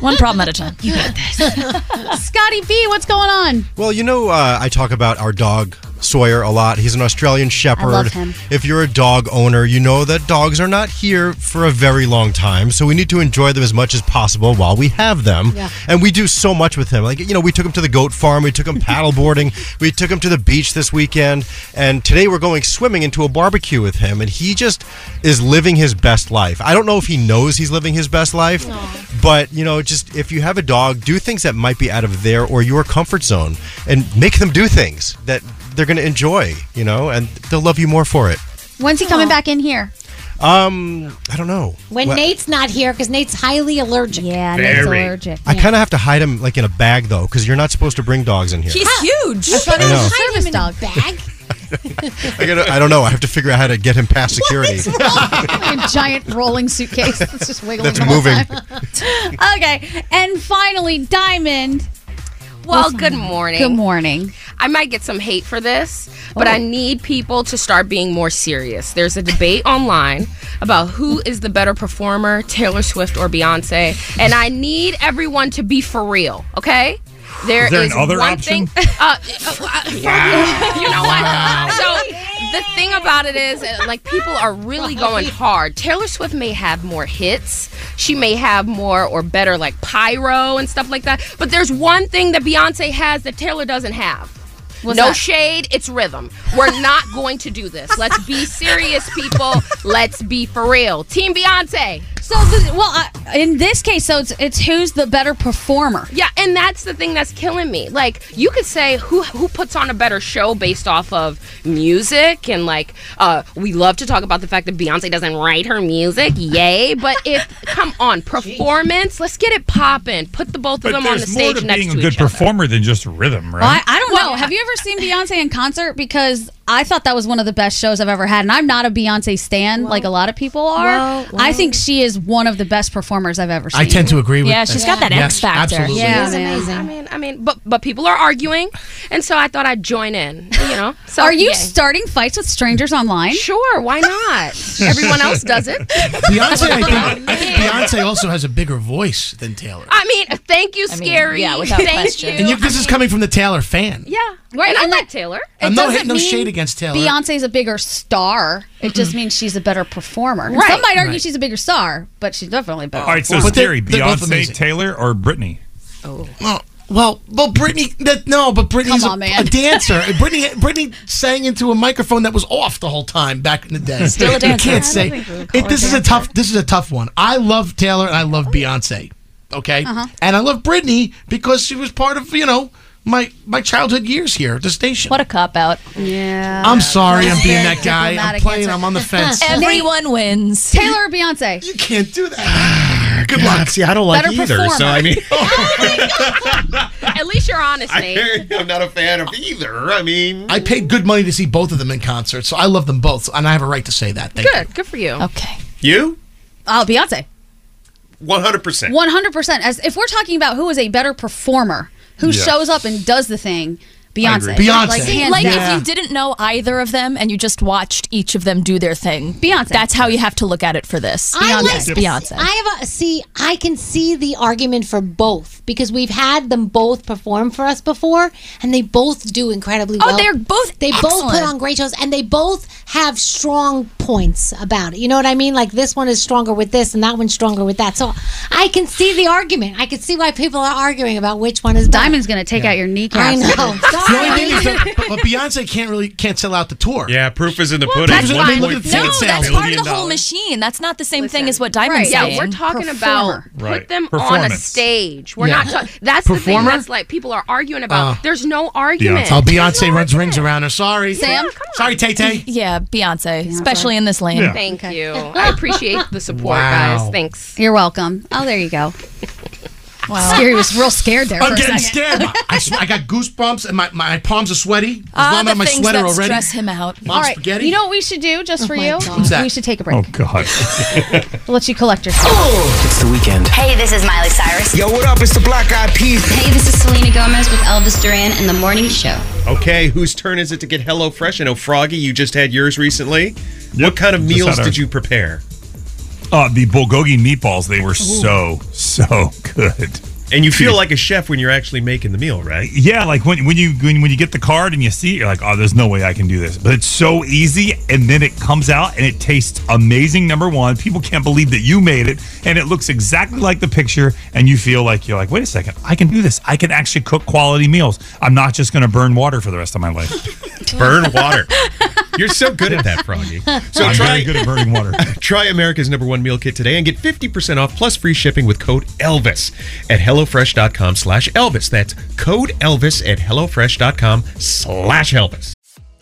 [SPEAKER 9] one problem at a time. You got this.
[SPEAKER 6] Scotty B, what's going on?
[SPEAKER 20] Well, you know, uh, I talk about our dog Sawyer a lot. He's an Australian Shepherd.
[SPEAKER 6] love him.
[SPEAKER 20] If you're a dog owner, you know that dogs are not here for a very long time, so we need to enjoy them as much as possible while we have them.
[SPEAKER 5] Yeah.
[SPEAKER 20] And we do so much with him. Like, you know, we took him to the goat farm, we took him paddleboarding, we took him to the beach this weekend, and today we're going swimming into a barbecue with him, and he just is living his best life. I don't know if he knows he's living his best life, but, you know, just if you have a dog, do things that might be out of their or your comfort zone and make them do things that they're going to enjoy, you know, and they'll love you more for it.
[SPEAKER 6] When's he coming back in here?
[SPEAKER 20] Um, I don't know.
[SPEAKER 7] When
[SPEAKER 20] Well,
[SPEAKER 7] Nate's not here, because Nate's highly allergic. Yeah,
[SPEAKER 20] I kind of have to hide him like in a bag though, because you're not supposed to bring dogs in here.
[SPEAKER 9] huge.
[SPEAKER 20] I know.
[SPEAKER 7] service dog. Bag.
[SPEAKER 20] I, gotta, I don't know. I have to figure out how to get him past security.
[SPEAKER 6] a giant rolling suitcase that's just wiggling
[SPEAKER 20] That's
[SPEAKER 6] the whole
[SPEAKER 20] moving.
[SPEAKER 6] time. okay, and finally, Diamond.
[SPEAKER 12] Well,
[SPEAKER 6] What's
[SPEAKER 12] good
[SPEAKER 6] on?
[SPEAKER 12] morning.
[SPEAKER 6] Good morning.
[SPEAKER 12] I might get some hate for this, but
[SPEAKER 6] Oh.
[SPEAKER 12] I need people to start being more serious. There's a debate online about who is the better performer, Taylor Swift or Beyonce, and I need everyone to be for real, okay?
[SPEAKER 30] Is there another
[SPEAKER 12] one
[SPEAKER 30] option?
[SPEAKER 12] thing. Uh, uh, uh, You know what? So the thing about it is, uh, like, people are really going hard. Taylor Swift may have more hits. She may have more or better, like, pyro and stuff like that. But there's one thing that Beyonce has that Taylor doesn't have. What's no that? shade, it's rhythm. We're not going to do this. Let's be serious, people. Let's be for real. Team Beyonce.
[SPEAKER 6] So, the, well, I, in this case, so it's, it's who's the better performer.
[SPEAKER 12] Yeah, and that's the thing that's killing me. Like you could say who who puts on a better show based off of music and like uh we love to talk about the fact that Beyonce doesn't write her music. Yay, but if come on, performance, let's get it popping. Put the both of
[SPEAKER 30] But
[SPEAKER 12] them on the
[SPEAKER 30] there's more
[SPEAKER 12] stage
[SPEAKER 30] to
[SPEAKER 12] next
[SPEAKER 30] being
[SPEAKER 12] to
[SPEAKER 30] a
[SPEAKER 12] each
[SPEAKER 30] good performer than just rhythm, right?
[SPEAKER 6] I, I don't know. Have you ever seen Beyonce in concert? Because I thought that was one of the best shows I've ever had, and I'm not a Beyonce stan like a lot of people are.
[SPEAKER 9] well, well.
[SPEAKER 6] I think she is one of the best performers I've ever seen.
[SPEAKER 8] I tend to agree with
[SPEAKER 9] Yeah,
[SPEAKER 8] she's
[SPEAKER 9] she's got that X factor.
[SPEAKER 6] Yeah,
[SPEAKER 12] She's
[SPEAKER 6] man.
[SPEAKER 12] amazing. I mean, I mean, but but people are arguing, and so I thought I'd join in. You know, so
[SPEAKER 6] Are you
[SPEAKER 12] yay.
[SPEAKER 6] starting fights with strangers online?
[SPEAKER 12] Sure, why not? Everyone else does it.
[SPEAKER 8] Beyonce, I think, I think Beyonce also has a bigger voice than Taylor.
[SPEAKER 12] I mean, thank you,
[SPEAKER 9] mean,
[SPEAKER 12] Scary.
[SPEAKER 9] yeah, without
[SPEAKER 12] thank
[SPEAKER 9] question.
[SPEAKER 12] You.
[SPEAKER 8] And you, this is coming from the Taylor fan.
[SPEAKER 12] Yeah, right. And I like Taylor.
[SPEAKER 8] I'm
[SPEAKER 6] It
[SPEAKER 8] not
[SPEAKER 6] doesn't
[SPEAKER 8] hitting no
[SPEAKER 6] mean
[SPEAKER 8] shade against Taylor.
[SPEAKER 6] Beyonce's a bigger star. It just means she's a better performer. And
[SPEAKER 12] Right.
[SPEAKER 6] Some might argue
[SPEAKER 12] Right.
[SPEAKER 6] she's a bigger star, but she's definitely a better.
[SPEAKER 30] All right, so
[SPEAKER 6] performer.
[SPEAKER 30] scary.
[SPEAKER 8] they're both
[SPEAKER 30] Beyonce,
[SPEAKER 8] amazing.
[SPEAKER 30] Taylor, or Britney?
[SPEAKER 12] Oh.
[SPEAKER 8] Well, well, well, Britney. That, no, but Britney's
[SPEAKER 6] Come
[SPEAKER 8] a,
[SPEAKER 6] on, man.
[SPEAKER 8] a dancer. Britney, Britney sang into a microphone that was off the whole time back in the day.
[SPEAKER 11] Still a dancer.
[SPEAKER 8] You can't
[SPEAKER 11] I don't
[SPEAKER 8] say
[SPEAKER 11] think we would call
[SPEAKER 8] it,
[SPEAKER 11] her
[SPEAKER 8] this is a
[SPEAKER 11] dancer.
[SPEAKER 8] tough. This is a tough one. I love Taylor and I love Beyonce. Okay,
[SPEAKER 11] Uh-huh.
[SPEAKER 8] and I love Britney because she was part of you know my my childhood years here at the station.
[SPEAKER 9] What a cop out.
[SPEAKER 6] Yeah.
[SPEAKER 8] I'm sorry, I'm being
[SPEAKER 9] Very
[SPEAKER 8] that guy. I'm
[SPEAKER 9] diplomatic
[SPEAKER 8] playing.
[SPEAKER 9] answer.
[SPEAKER 8] I'm on the fence.
[SPEAKER 9] Everyone wins.
[SPEAKER 6] Taylor or Beyonce?
[SPEAKER 8] You can't do that. Good luck.
[SPEAKER 35] See, I don't
[SPEAKER 8] like
[SPEAKER 35] Better
[SPEAKER 36] either, so I mean,
[SPEAKER 12] Oh At least you're honest, Nate.
[SPEAKER 8] I'm not a fan of either. I mean, I paid good money to see both of them in concert, so I love them both, and I have a right to say that. Thank
[SPEAKER 12] Good, good for you.
[SPEAKER 6] Okay.
[SPEAKER 8] you.
[SPEAKER 37] Uh,
[SPEAKER 6] Oh, Beyonce.
[SPEAKER 36] One hundred percent.
[SPEAKER 6] One hundred percent. As if we're talking about who is a better performer, who
[SPEAKER 36] Yeah.
[SPEAKER 6] shows up and does the thing,
[SPEAKER 37] Beyonce.
[SPEAKER 9] Beyonce.
[SPEAKER 37] Like,
[SPEAKER 9] Like,
[SPEAKER 37] hands
[SPEAKER 9] if
[SPEAKER 37] down.
[SPEAKER 9] you didn't know either of them and you just watched each of them do their thing.
[SPEAKER 37] Beyonce.
[SPEAKER 9] That's how you have to look at it for this.
[SPEAKER 7] I like
[SPEAKER 9] Yes, Beyonce.
[SPEAKER 7] I have a see. I can see the argument for both because we've had them both perform for us before, and they both do incredibly
[SPEAKER 9] Oh,
[SPEAKER 7] well.
[SPEAKER 9] they're both
[SPEAKER 7] they both put
[SPEAKER 9] excellent.
[SPEAKER 7] on great shows, and they both have strong points about it. You know what I mean? Like this one is stronger with this, and that one's stronger with that. So I can see the argument. I can see why people are arguing about which one is. Diamond's
[SPEAKER 37] going to take out your
[SPEAKER 7] I
[SPEAKER 37] kneecaps.
[SPEAKER 7] know.
[SPEAKER 8] The only thing is that, but, but Beyonce can't really can't sell out the tour.
[SPEAKER 38] Yeah, proof is in the
[SPEAKER 8] Well,
[SPEAKER 38] pudding.
[SPEAKER 8] that's fine. Look at the
[SPEAKER 38] $1.4
[SPEAKER 8] ticket sales.
[SPEAKER 9] That's part of
[SPEAKER 38] billion
[SPEAKER 9] the whole
[SPEAKER 38] dollars.
[SPEAKER 9] machine. That's not the same thing as what Diamond's
[SPEAKER 12] Right. Yeah,
[SPEAKER 9] saying.
[SPEAKER 12] we're talking about put
[SPEAKER 9] Right.
[SPEAKER 12] them on a
[SPEAKER 9] Performance.
[SPEAKER 12] stage. We're
[SPEAKER 8] Yeah.
[SPEAKER 12] not talking. That's the thing.
[SPEAKER 8] Performer?
[SPEAKER 12] That's like people are arguing about.
[SPEAKER 8] Oh.
[SPEAKER 12] There's no
[SPEAKER 8] Beyonce.
[SPEAKER 12] argument.
[SPEAKER 8] Oh, Beyonce runs rings around her. Sorry,
[SPEAKER 9] Sam?
[SPEAKER 8] Sorry, Tay Tay.
[SPEAKER 9] Yeah, Beyonce, especially in this lane.
[SPEAKER 12] Thank you. I appreciate the support,
[SPEAKER 8] Wow.
[SPEAKER 12] guys. Thanks.
[SPEAKER 37] You're welcome. Oh, there you go.
[SPEAKER 9] Wow.
[SPEAKER 37] Scary was real scared there.
[SPEAKER 8] I'm
[SPEAKER 37] for
[SPEAKER 8] getting
[SPEAKER 37] a second.
[SPEAKER 8] scared. I, sw- I got goosebumps and my, my palms are sweaty. I was
[SPEAKER 9] Ah,
[SPEAKER 8] warming
[SPEAKER 9] the
[SPEAKER 8] up my
[SPEAKER 9] things
[SPEAKER 8] sweater
[SPEAKER 9] that
[SPEAKER 8] already.
[SPEAKER 9] stress him out. Oh
[SPEAKER 8] Mom, spaghetti.
[SPEAKER 37] You know what we should do just for you?
[SPEAKER 8] God. What's that?
[SPEAKER 37] We should take a break.
[SPEAKER 30] God.
[SPEAKER 37] We'll let you collect yourself.
[SPEAKER 27] It's the weekend.
[SPEAKER 2] Hey, this is Miley Cyrus.
[SPEAKER 27] Yo, what up? It's the Black Eyed Peas.
[SPEAKER 2] Hey, this is Selena Gomez with Elvis Duran in the morning show.
[SPEAKER 38] Okay, whose turn is it to get HelloFresh? I know Froggy, you just had yours recently. what kind of
[SPEAKER 30] just
[SPEAKER 38] meals
[SPEAKER 30] had ours.
[SPEAKER 38] did you prepare?
[SPEAKER 30] Uh, the bulgogi meatballs, they were so, so good.
[SPEAKER 38] And you feel like a chef when you're actually making the meal, right?
[SPEAKER 30] Yeah, like when when you when, when you get the card and you see it, you're like, oh, there's no way I can do this. But it's so easy, and then it comes out and it tastes amazing. Number one, people can't believe that you made it, and it looks exactly like the picture. And you feel like you're like, wait a second, I can do this. I can actually cook quality meals. I'm not just going to burn water for the rest of my life.
[SPEAKER 38] Burn water. You're so good at that, Froggy. So
[SPEAKER 30] I'm
[SPEAKER 38] try
[SPEAKER 30] very good at burning water.
[SPEAKER 38] Try America's number one meal kit today and get 50% off plus free shipping with code ELVIS at HelloFresh.com slash Elvis. That's code ELVIS at HelloFresh.com slash Elvis.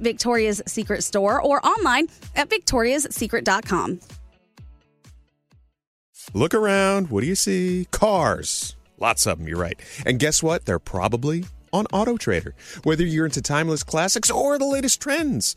[SPEAKER 6] Victoria's Secret store or online at victoriassecret.com.
[SPEAKER 11] Look around. What do you see? Cars. Lots of them, you're right. And guess what? They're probably on Auto Trader. Whether you're into timeless classics or the latest trends.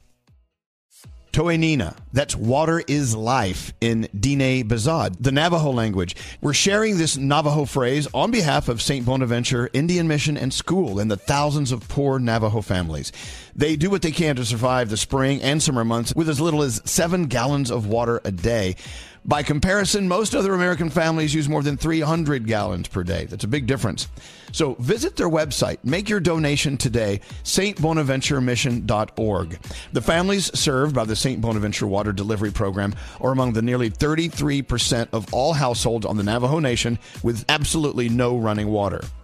[SPEAKER 1] Toenina. That's water is life in Diné Bazad, the Navajo language. We're sharing this Navajo phrase on behalf of St. Bonaventure Indian Mission and School and the thousands of poor Navajo families. They do what they can to survive the spring and summer months with as little as seven gallons of water a day. By comparison, most other American families use more than 300 gallons per day. That's a big difference. So visit their website, make your donation today, stbonaventuremission.org. The families served by the St. Bonaventure Water Delivery Program are among the nearly 33% of all households on the Navajo Nation with absolutely no running water.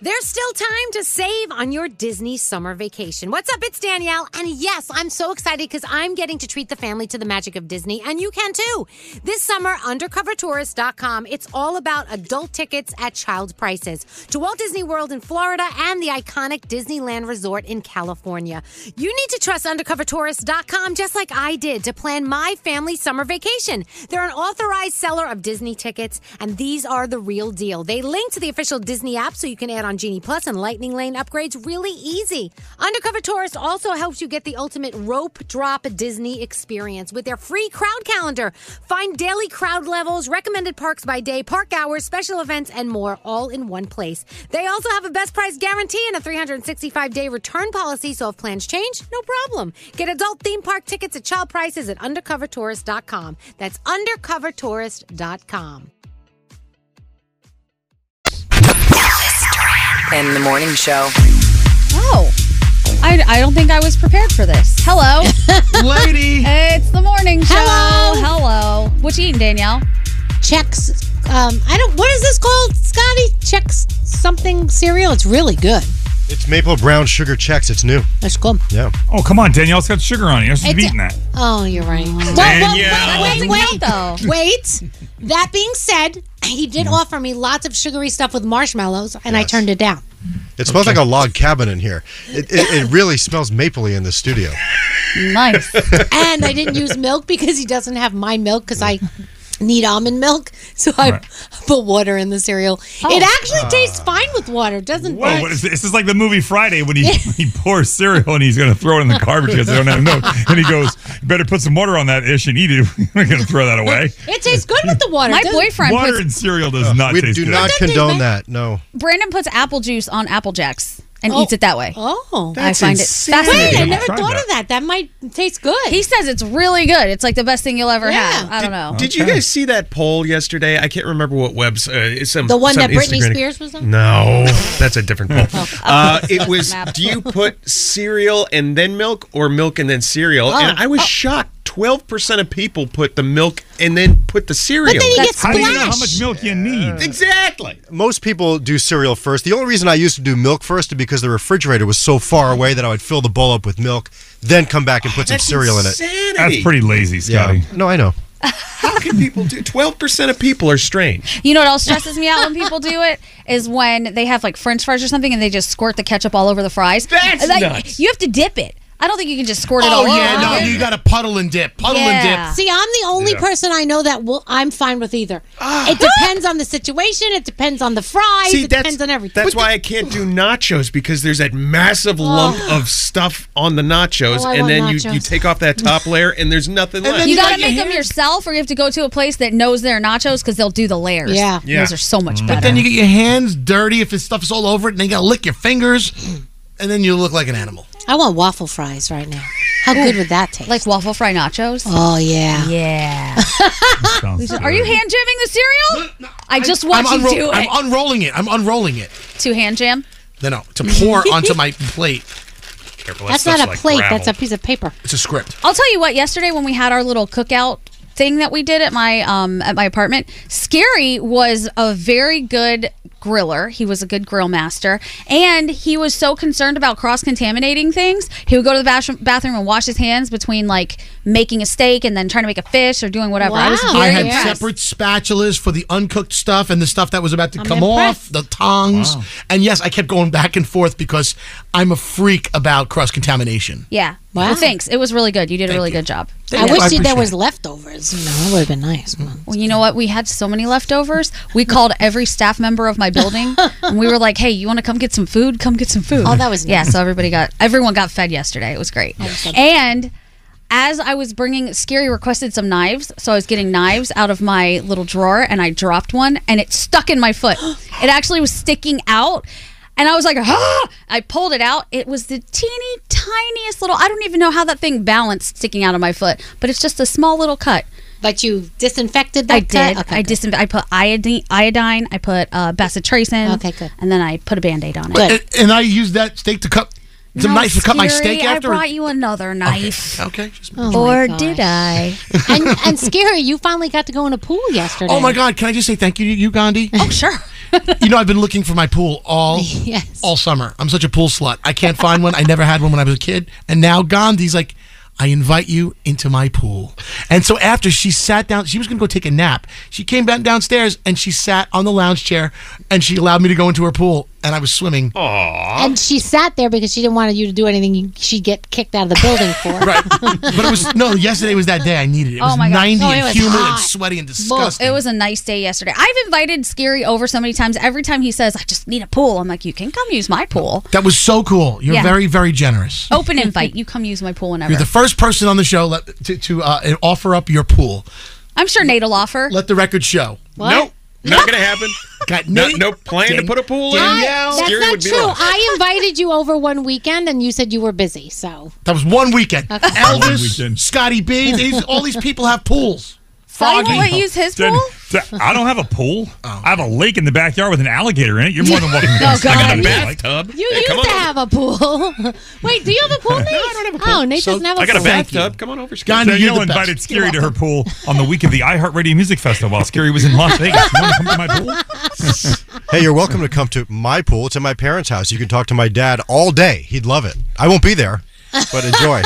[SPEAKER 7] There's still time to save on your Disney summer vacation. What's up? It's Danielle. And yes, I'm so excited because I'm getting to treat the family to the magic of Disney, and you can too. This summer, undercovertourist.com, it's all about adult tickets at child prices to Walt Disney World in Florida and the iconic Disneyland Resort in California. You need to trust undercovertourist.com just like I did to plan my family summer vacation. They're an authorized seller of Disney tickets, and these are the real deal. They link to the official Disney app so you can add on Genie Plus and Lightning Lane upgrades really easy. Undercover Tourist also helps you get the ultimate rope drop Disney experience with their free crowd calendar. Find daily crowd levels, recommended parks by day, park hours, special events, and more all in one place. They also have a best price guarantee and a 365 day return policy, so if plans change, no problem. Get adult theme park tickets at child prices at undercovertourist.com. That's undercovertourist.com.
[SPEAKER 2] And the morning show.
[SPEAKER 6] Oh. I, I don't think I was prepared for this. Hello.
[SPEAKER 8] Lady.
[SPEAKER 6] It's the morning show. Hello. Hello. What you eating, Danielle?
[SPEAKER 7] Checks. Um, I don't. What is this called, Scotty? Checks something cereal. It's really good.
[SPEAKER 20] It's maple brown sugar checks. It's new.
[SPEAKER 7] That's cool.
[SPEAKER 20] Yeah.
[SPEAKER 30] Oh, come on, Danielle's got sugar on it. I should have
[SPEAKER 7] It's-
[SPEAKER 30] eaten that.
[SPEAKER 7] Oh, you're right. Well,
[SPEAKER 30] Danielle.
[SPEAKER 7] wait, wait, wait,
[SPEAKER 6] though.
[SPEAKER 7] wait. That being said, he did
[SPEAKER 30] Mm-hmm.
[SPEAKER 7] offer me lots of sugary stuff with marshmallows, and I turned it down.
[SPEAKER 20] It smells like a log cabin in here. It, it, it really smells mapley in the studio.
[SPEAKER 6] Nice.
[SPEAKER 7] and I didn't use milk because he doesn't have my milk because I need almond milk. So I put water in the cereal. It
[SPEAKER 6] Oh.
[SPEAKER 7] actually
[SPEAKER 30] Ah.
[SPEAKER 7] tastes fine with water, doesn't
[SPEAKER 30] Whoa, what is this? This is like the movie Friday when he, he pours cereal and he's going to throw it in the garbage because they don't have milk. And he goes, "You better put some water on that ish and eat it. We're going to throw that away.
[SPEAKER 7] It tastes good with the water.
[SPEAKER 6] My
[SPEAKER 7] doesn't-
[SPEAKER 6] boyfriend
[SPEAKER 30] Water
[SPEAKER 6] puts
[SPEAKER 30] and cereal does not
[SPEAKER 20] we
[SPEAKER 30] taste
[SPEAKER 20] do
[SPEAKER 30] good.
[SPEAKER 20] not condone that. No.
[SPEAKER 6] Brandon puts apple juice on apple jacks and
[SPEAKER 7] Oh.
[SPEAKER 6] eats it that way.
[SPEAKER 7] Oh,
[SPEAKER 20] That's
[SPEAKER 6] I find
[SPEAKER 20] insane.
[SPEAKER 6] it fascinating.
[SPEAKER 20] Wait, I never Tried thought
[SPEAKER 7] of that. That might taste good.
[SPEAKER 6] He says it's really good. It's like the best thing you'll ever
[SPEAKER 7] Yeah.
[SPEAKER 6] have. I don't know.
[SPEAKER 26] Did you guys see that poll yesterday? I can't remember what webs. Uh, it's some
[SPEAKER 6] The one
[SPEAKER 26] some
[SPEAKER 6] that Britney
[SPEAKER 26] Instagram-
[SPEAKER 6] Spears was on? Oh,
[SPEAKER 26] No, that's a different poll. uh, it was:
[SPEAKER 6] Map.
[SPEAKER 26] Do you put cereal and then milk, or milk and then cereal? And
[SPEAKER 7] Oh.
[SPEAKER 26] I was shocked. Twelve percent of people put the milk and then put the cereal.
[SPEAKER 7] then you get How do you know how
[SPEAKER 30] much milk you need?
[SPEAKER 26] Exactly.
[SPEAKER 20] Most people do cereal first. The only reason I used to do milk first is because the refrigerator was so far away that I would fill the bowl up with milk, then come back and put some
[SPEAKER 26] Ah, that's
[SPEAKER 20] cereal in it.
[SPEAKER 26] insanity. That's pretty lazy,
[SPEAKER 20] Yeah. No, I know.
[SPEAKER 26] How can people do? Twelve percent of people are strange.
[SPEAKER 6] You know what else stresses me out when people do it is when they have like French fries or something and they just squirt the ketchup all over the fries. That's like,
[SPEAKER 8] nuts.
[SPEAKER 6] You have to dip it. I don't think you can just squirt it all
[SPEAKER 8] Oh
[SPEAKER 6] over.
[SPEAKER 8] yeah, no,
[SPEAKER 6] it.
[SPEAKER 8] you got to puddle and dip, puddle and dip.
[SPEAKER 7] See, I'm the only
[SPEAKER 8] Yeah.
[SPEAKER 7] person I know that will. I'm fine with either.
[SPEAKER 8] Ah.
[SPEAKER 7] it depends on the situation. It depends on the fries.
[SPEAKER 26] See,
[SPEAKER 7] it
[SPEAKER 26] that's-
[SPEAKER 7] depends on everything.
[SPEAKER 26] That's why I can't do nachos because there's that massive lump of stuff on the nachos,
[SPEAKER 6] Oh, I
[SPEAKER 26] and
[SPEAKER 6] want
[SPEAKER 26] then you you
[SPEAKER 6] nachos.
[SPEAKER 26] take off that top layer, and there's nothing left.
[SPEAKER 6] you, gotta make them yourself, or you have to go to a place that knows their nachos because they'll do the layers.
[SPEAKER 8] Yeah.
[SPEAKER 6] those are so much better.
[SPEAKER 8] But then you get your hands dirty if this stuff is all over it, and then you got to lick your fingers, and then you look like an animal.
[SPEAKER 7] I want waffle fries right now. How good would that taste?
[SPEAKER 6] Like waffle fry nachos.
[SPEAKER 7] Oh yeah,
[SPEAKER 6] yeah. Are you hand jamming the cereal? I just watched
[SPEAKER 8] I'm
[SPEAKER 6] you
[SPEAKER 8] unro-
[SPEAKER 6] do it.
[SPEAKER 8] I'm unrolling it. I'm unrolling it.
[SPEAKER 6] to hand jam.
[SPEAKER 8] No, no, to pour onto my plate. Careful, that
[SPEAKER 6] That's
[SPEAKER 8] stuff's
[SPEAKER 6] not a
[SPEAKER 8] Oh, like
[SPEAKER 6] plate,
[SPEAKER 8] gravel.
[SPEAKER 6] that's a piece
[SPEAKER 7] of paper.
[SPEAKER 8] It's a script.
[SPEAKER 6] I'll tell you what. Yesterday, when we had our little cookout thing that we did at my um at my apartment, Scary was a very good griller. He was a good grill master, and he was so concerned about cross contaminating things. He would go to the bash- bathroom and wash his hands between like making a steak and then trying to make a fish or doing whatever. I was
[SPEAKER 8] I,
[SPEAKER 6] very
[SPEAKER 8] had
[SPEAKER 6] impressed.
[SPEAKER 8] separate spatulas for the uncooked stuff and the stuff that was about to
[SPEAKER 6] I'm
[SPEAKER 8] come off,
[SPEAKER 6] impressed.
[SPEAKER 8] the tongs. And yes, I kept going back and forth because I'm a freak about cross contamination.
[SPEAKER 6] Yeah.
[SPEAKER 8] Wow.
[SPEAKER 6] Well, thanks. It was really good. You did a really good job.
[SPEAKER 8] Thank you. I appreciate it.
[SPEAKER 7] leftovers. You know, it would have been nice.
[SPEAKER 6] Well, you know what? We had so many leftovers. We called every staff member of my building, and we were like, "Hey, you want to come get some food? Come get some food." Oh, that was yeah. So everybody got everyone got fed yesterday. It was great. And as I was bringing, Scary requested some knives, so I was getting knives out of my little drawer, and I dropped one, and it stuck in my foot. It actually was sticking out. And I was like, ah! I pulled it out. It was the teeny tiniest little, I don't even know how that thing balanced sticking out of my foot, but it's just a small little cut.
[SPEAKER 7] But you disinfected
[SPEAKER 6] I
[SPEAKER 7] that cut?
[SPEAKER 6] did.
[SPEAKER 7] Okay,
[SPEAKER 6] I disin- I put iodine, iodine. I put uh, bacitracin. Okay, good. And then I put a band aid on it.
[SPEAKER 8] But- and I used that steak to cut Some
[SPEAKER 6] No,
[SPEAKER 8] knife to cut my
[SPEAKER 6] Scary,
[SPEAKER 8] steak
[SPEAKER 6] I
[SPEAKER 8] after?
[SPEAKER 6] brought you another knife.
[SPEAKER 8] Okay.
[SPEAKER 7] Oh
[SPEAKER 6] or
[SPEAKER 8] did
[SPEAKER 7] I? and, and scary, you finally got to go in a pool yesterday.
[SPEAKER 8] Oh my God! Can I just say thank you to you, Gandhi? Oh
[SPEAKER 7] sure.
[SPEAKER 8] you know I've been looking for my pool all
[SPEAKER 7] Yes.
[SPEAKER 8] all summer. I'm such a pool slut. I can't find one. I never had one when I was a kid, and now Gandhi's like. I invite you into my pool. And so after she sat down, she was going to go take a nap. She came back downstairs and she sat on the lounge chair and she allowed me to go into her pool and I was swimming. Aww.
[SPEAKER 7] And she sat there because she didn't want you to do anything you- she'd get kicked out of the building for.
[SPEAKER 8] Right. but it was, no, yesterday was that day I needed it. It
[SPEAKER 6] Oh
[SPEAKER 8] was
[SPEAKER 6] my gosh.
[SPEAKER 8] 90
[SPEAKER 6] Oh, it
[SPEAKER 8] and
[SPEAKER 6] was
[SPEAKER 8] humid and
[SPEAKER 6] hot.
[SPEAKER 8] sweaty and
[SPEAKER 6] Look,
[SPEAKER 8] disgusting.
[SPEAKER 6] it was a nice day yesterday. I've invited Scary over so many times. Every time he says, I just need a pool, I'm like, you can come use my pool.
[SPEAKER 8] That was so cool. You're
[SPEAKER 6] Yeah.
[SPEAKER 8] very, very generous.
[SPEAKER 6] Open invite. You come use my pool whenever.
[SPEAKER 8] You're the first person on the show let, to, to uh, offer up your pool.
[SPEAKER 6] I'm sure Nate will offer.
[SPEAKER 8] Let the record show.
[SPEAKER 6] What?
[SPEAKER 11] Nope. Not gonna happen.
[SPEAKER 8] Got
[SPEAKER 11] no, no plan to put a pool in.
[SPEAKER 7] I, that's
[SPEAKER 11] Scary
[SPEAKER 7] not
[SPEAKER 11] would be
[SPEAKER 7] true.
[SPEAKER 11] like-
[SPEAKER 7] I invited you over one weekend and you said you were busy. So
[SPEAKER 8] That was one weekend.
[SPEAKER 7] Okay.
[SPEAKER 8] Elvis, Scotty B, these, all these people have pools.
[SPEAKER 6] Froggy. won't let you use his pool?
[SPEAKER 30] I don't have a pool. I have a lake in the backyard with an alligator in it. You're more than welcome to come.
[SPEAKER 7] Oh,
[SPEAKER 30] I got
[SPEAKER 7] God.
[SPEAKER 30] a bathtub.
[SPEAKER 7] you used to have a pool. Wait, do you have a pool, Nate? Oh, Nate doesn't have a
[SPEAKER 30] I got a
[SPEAKER 7] pool.
[SPEAKER 30] bathtub. Come
[SPEAKER 11] on over,
[SPEAKER 30] Scary. So you know, invited Scary to her pool on the week of the iHeartRadio Music Festival while Scary was in Las Vegas. You wanna come to my pool?
[SPEAKER 20] hey, you're welcome to come to my pool. It's at my parents' house. You can talk to my dad all day. He'd love it. I won't be there, but enjoy.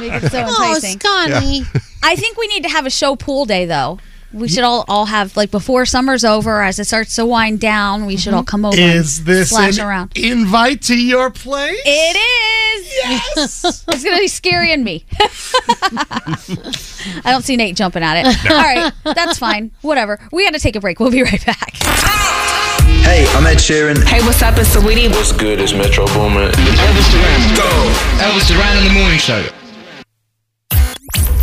[SPEAKER 6] Make it so enticing.
[SPEAKER 20] Oh, Scotty.
[SPEAKER 6] I think we need to have a show pool day though. We should all all have like before summer's over, as it starts to wind down, we should all come over.
[SPEAKER 8] Mm-hmm. Is
[SPEAKER 6] and
[SPEAKER 8] this
[SPEAKER 6] splash
[SPEAKER 8] an
[SPEAKER 6] around?
[SPEAKER 8] invite to your place?
[SPEAKER 6] It is. Yes. it's gonna be scary and me. I don't see Nate jumping at it.
[SPEAKER 32] No.
[SPEAKER 6] All right, that's fine. Whatever. We got to take a break. We'll be right back.
[SPEAKER 32] Hey, I'm Ed Sheeran.
[SPEAKER 21] Hey, what's up? It's Saweetie.
[SPEAKER 32] What's good? It's Metro Boomin. Elvis Duran. Go. Elvis Duran in the morning show.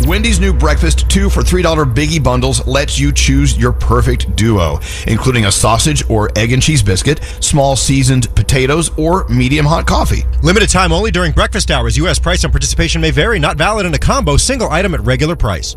[SPEAKER 1] Wendy's new breakfast, two for $3 biggie bundles, lets you choose your perfect duo, including a sausage or egg and cheese biscuit, small seasoned potatoes, or medium hot coffee.
[SPEAKER 20] Limited time only during breakfast hours. U.S. price and participation may vary. Not valid in a combo. Single item at regular price.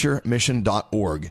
[SPEAKER 1] stbonaventuremission.org.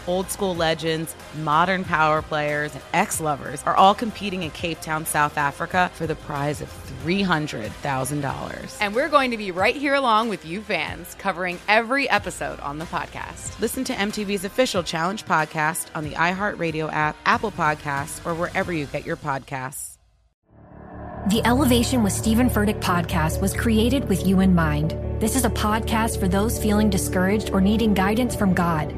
[SPEAKER 39] Old school legends, modern power players, and ex lovers are all competing in Cape Town, South Africa for the prize of $300,000.
[SPEAKER 40] And we're going to be right here along with you fans, covering every episode on the podcast.
[SPEAKER 39] Listen to MTV's official Challenge podcast on the iHeartRadio app, Apple Podcasts, or wherever you get your podcasts.
[SPEAKER 37] The Elevation with Stephen Furtick podcast was created with you in mind. This is a podcast for those feeling discouraged or needing guidance from God.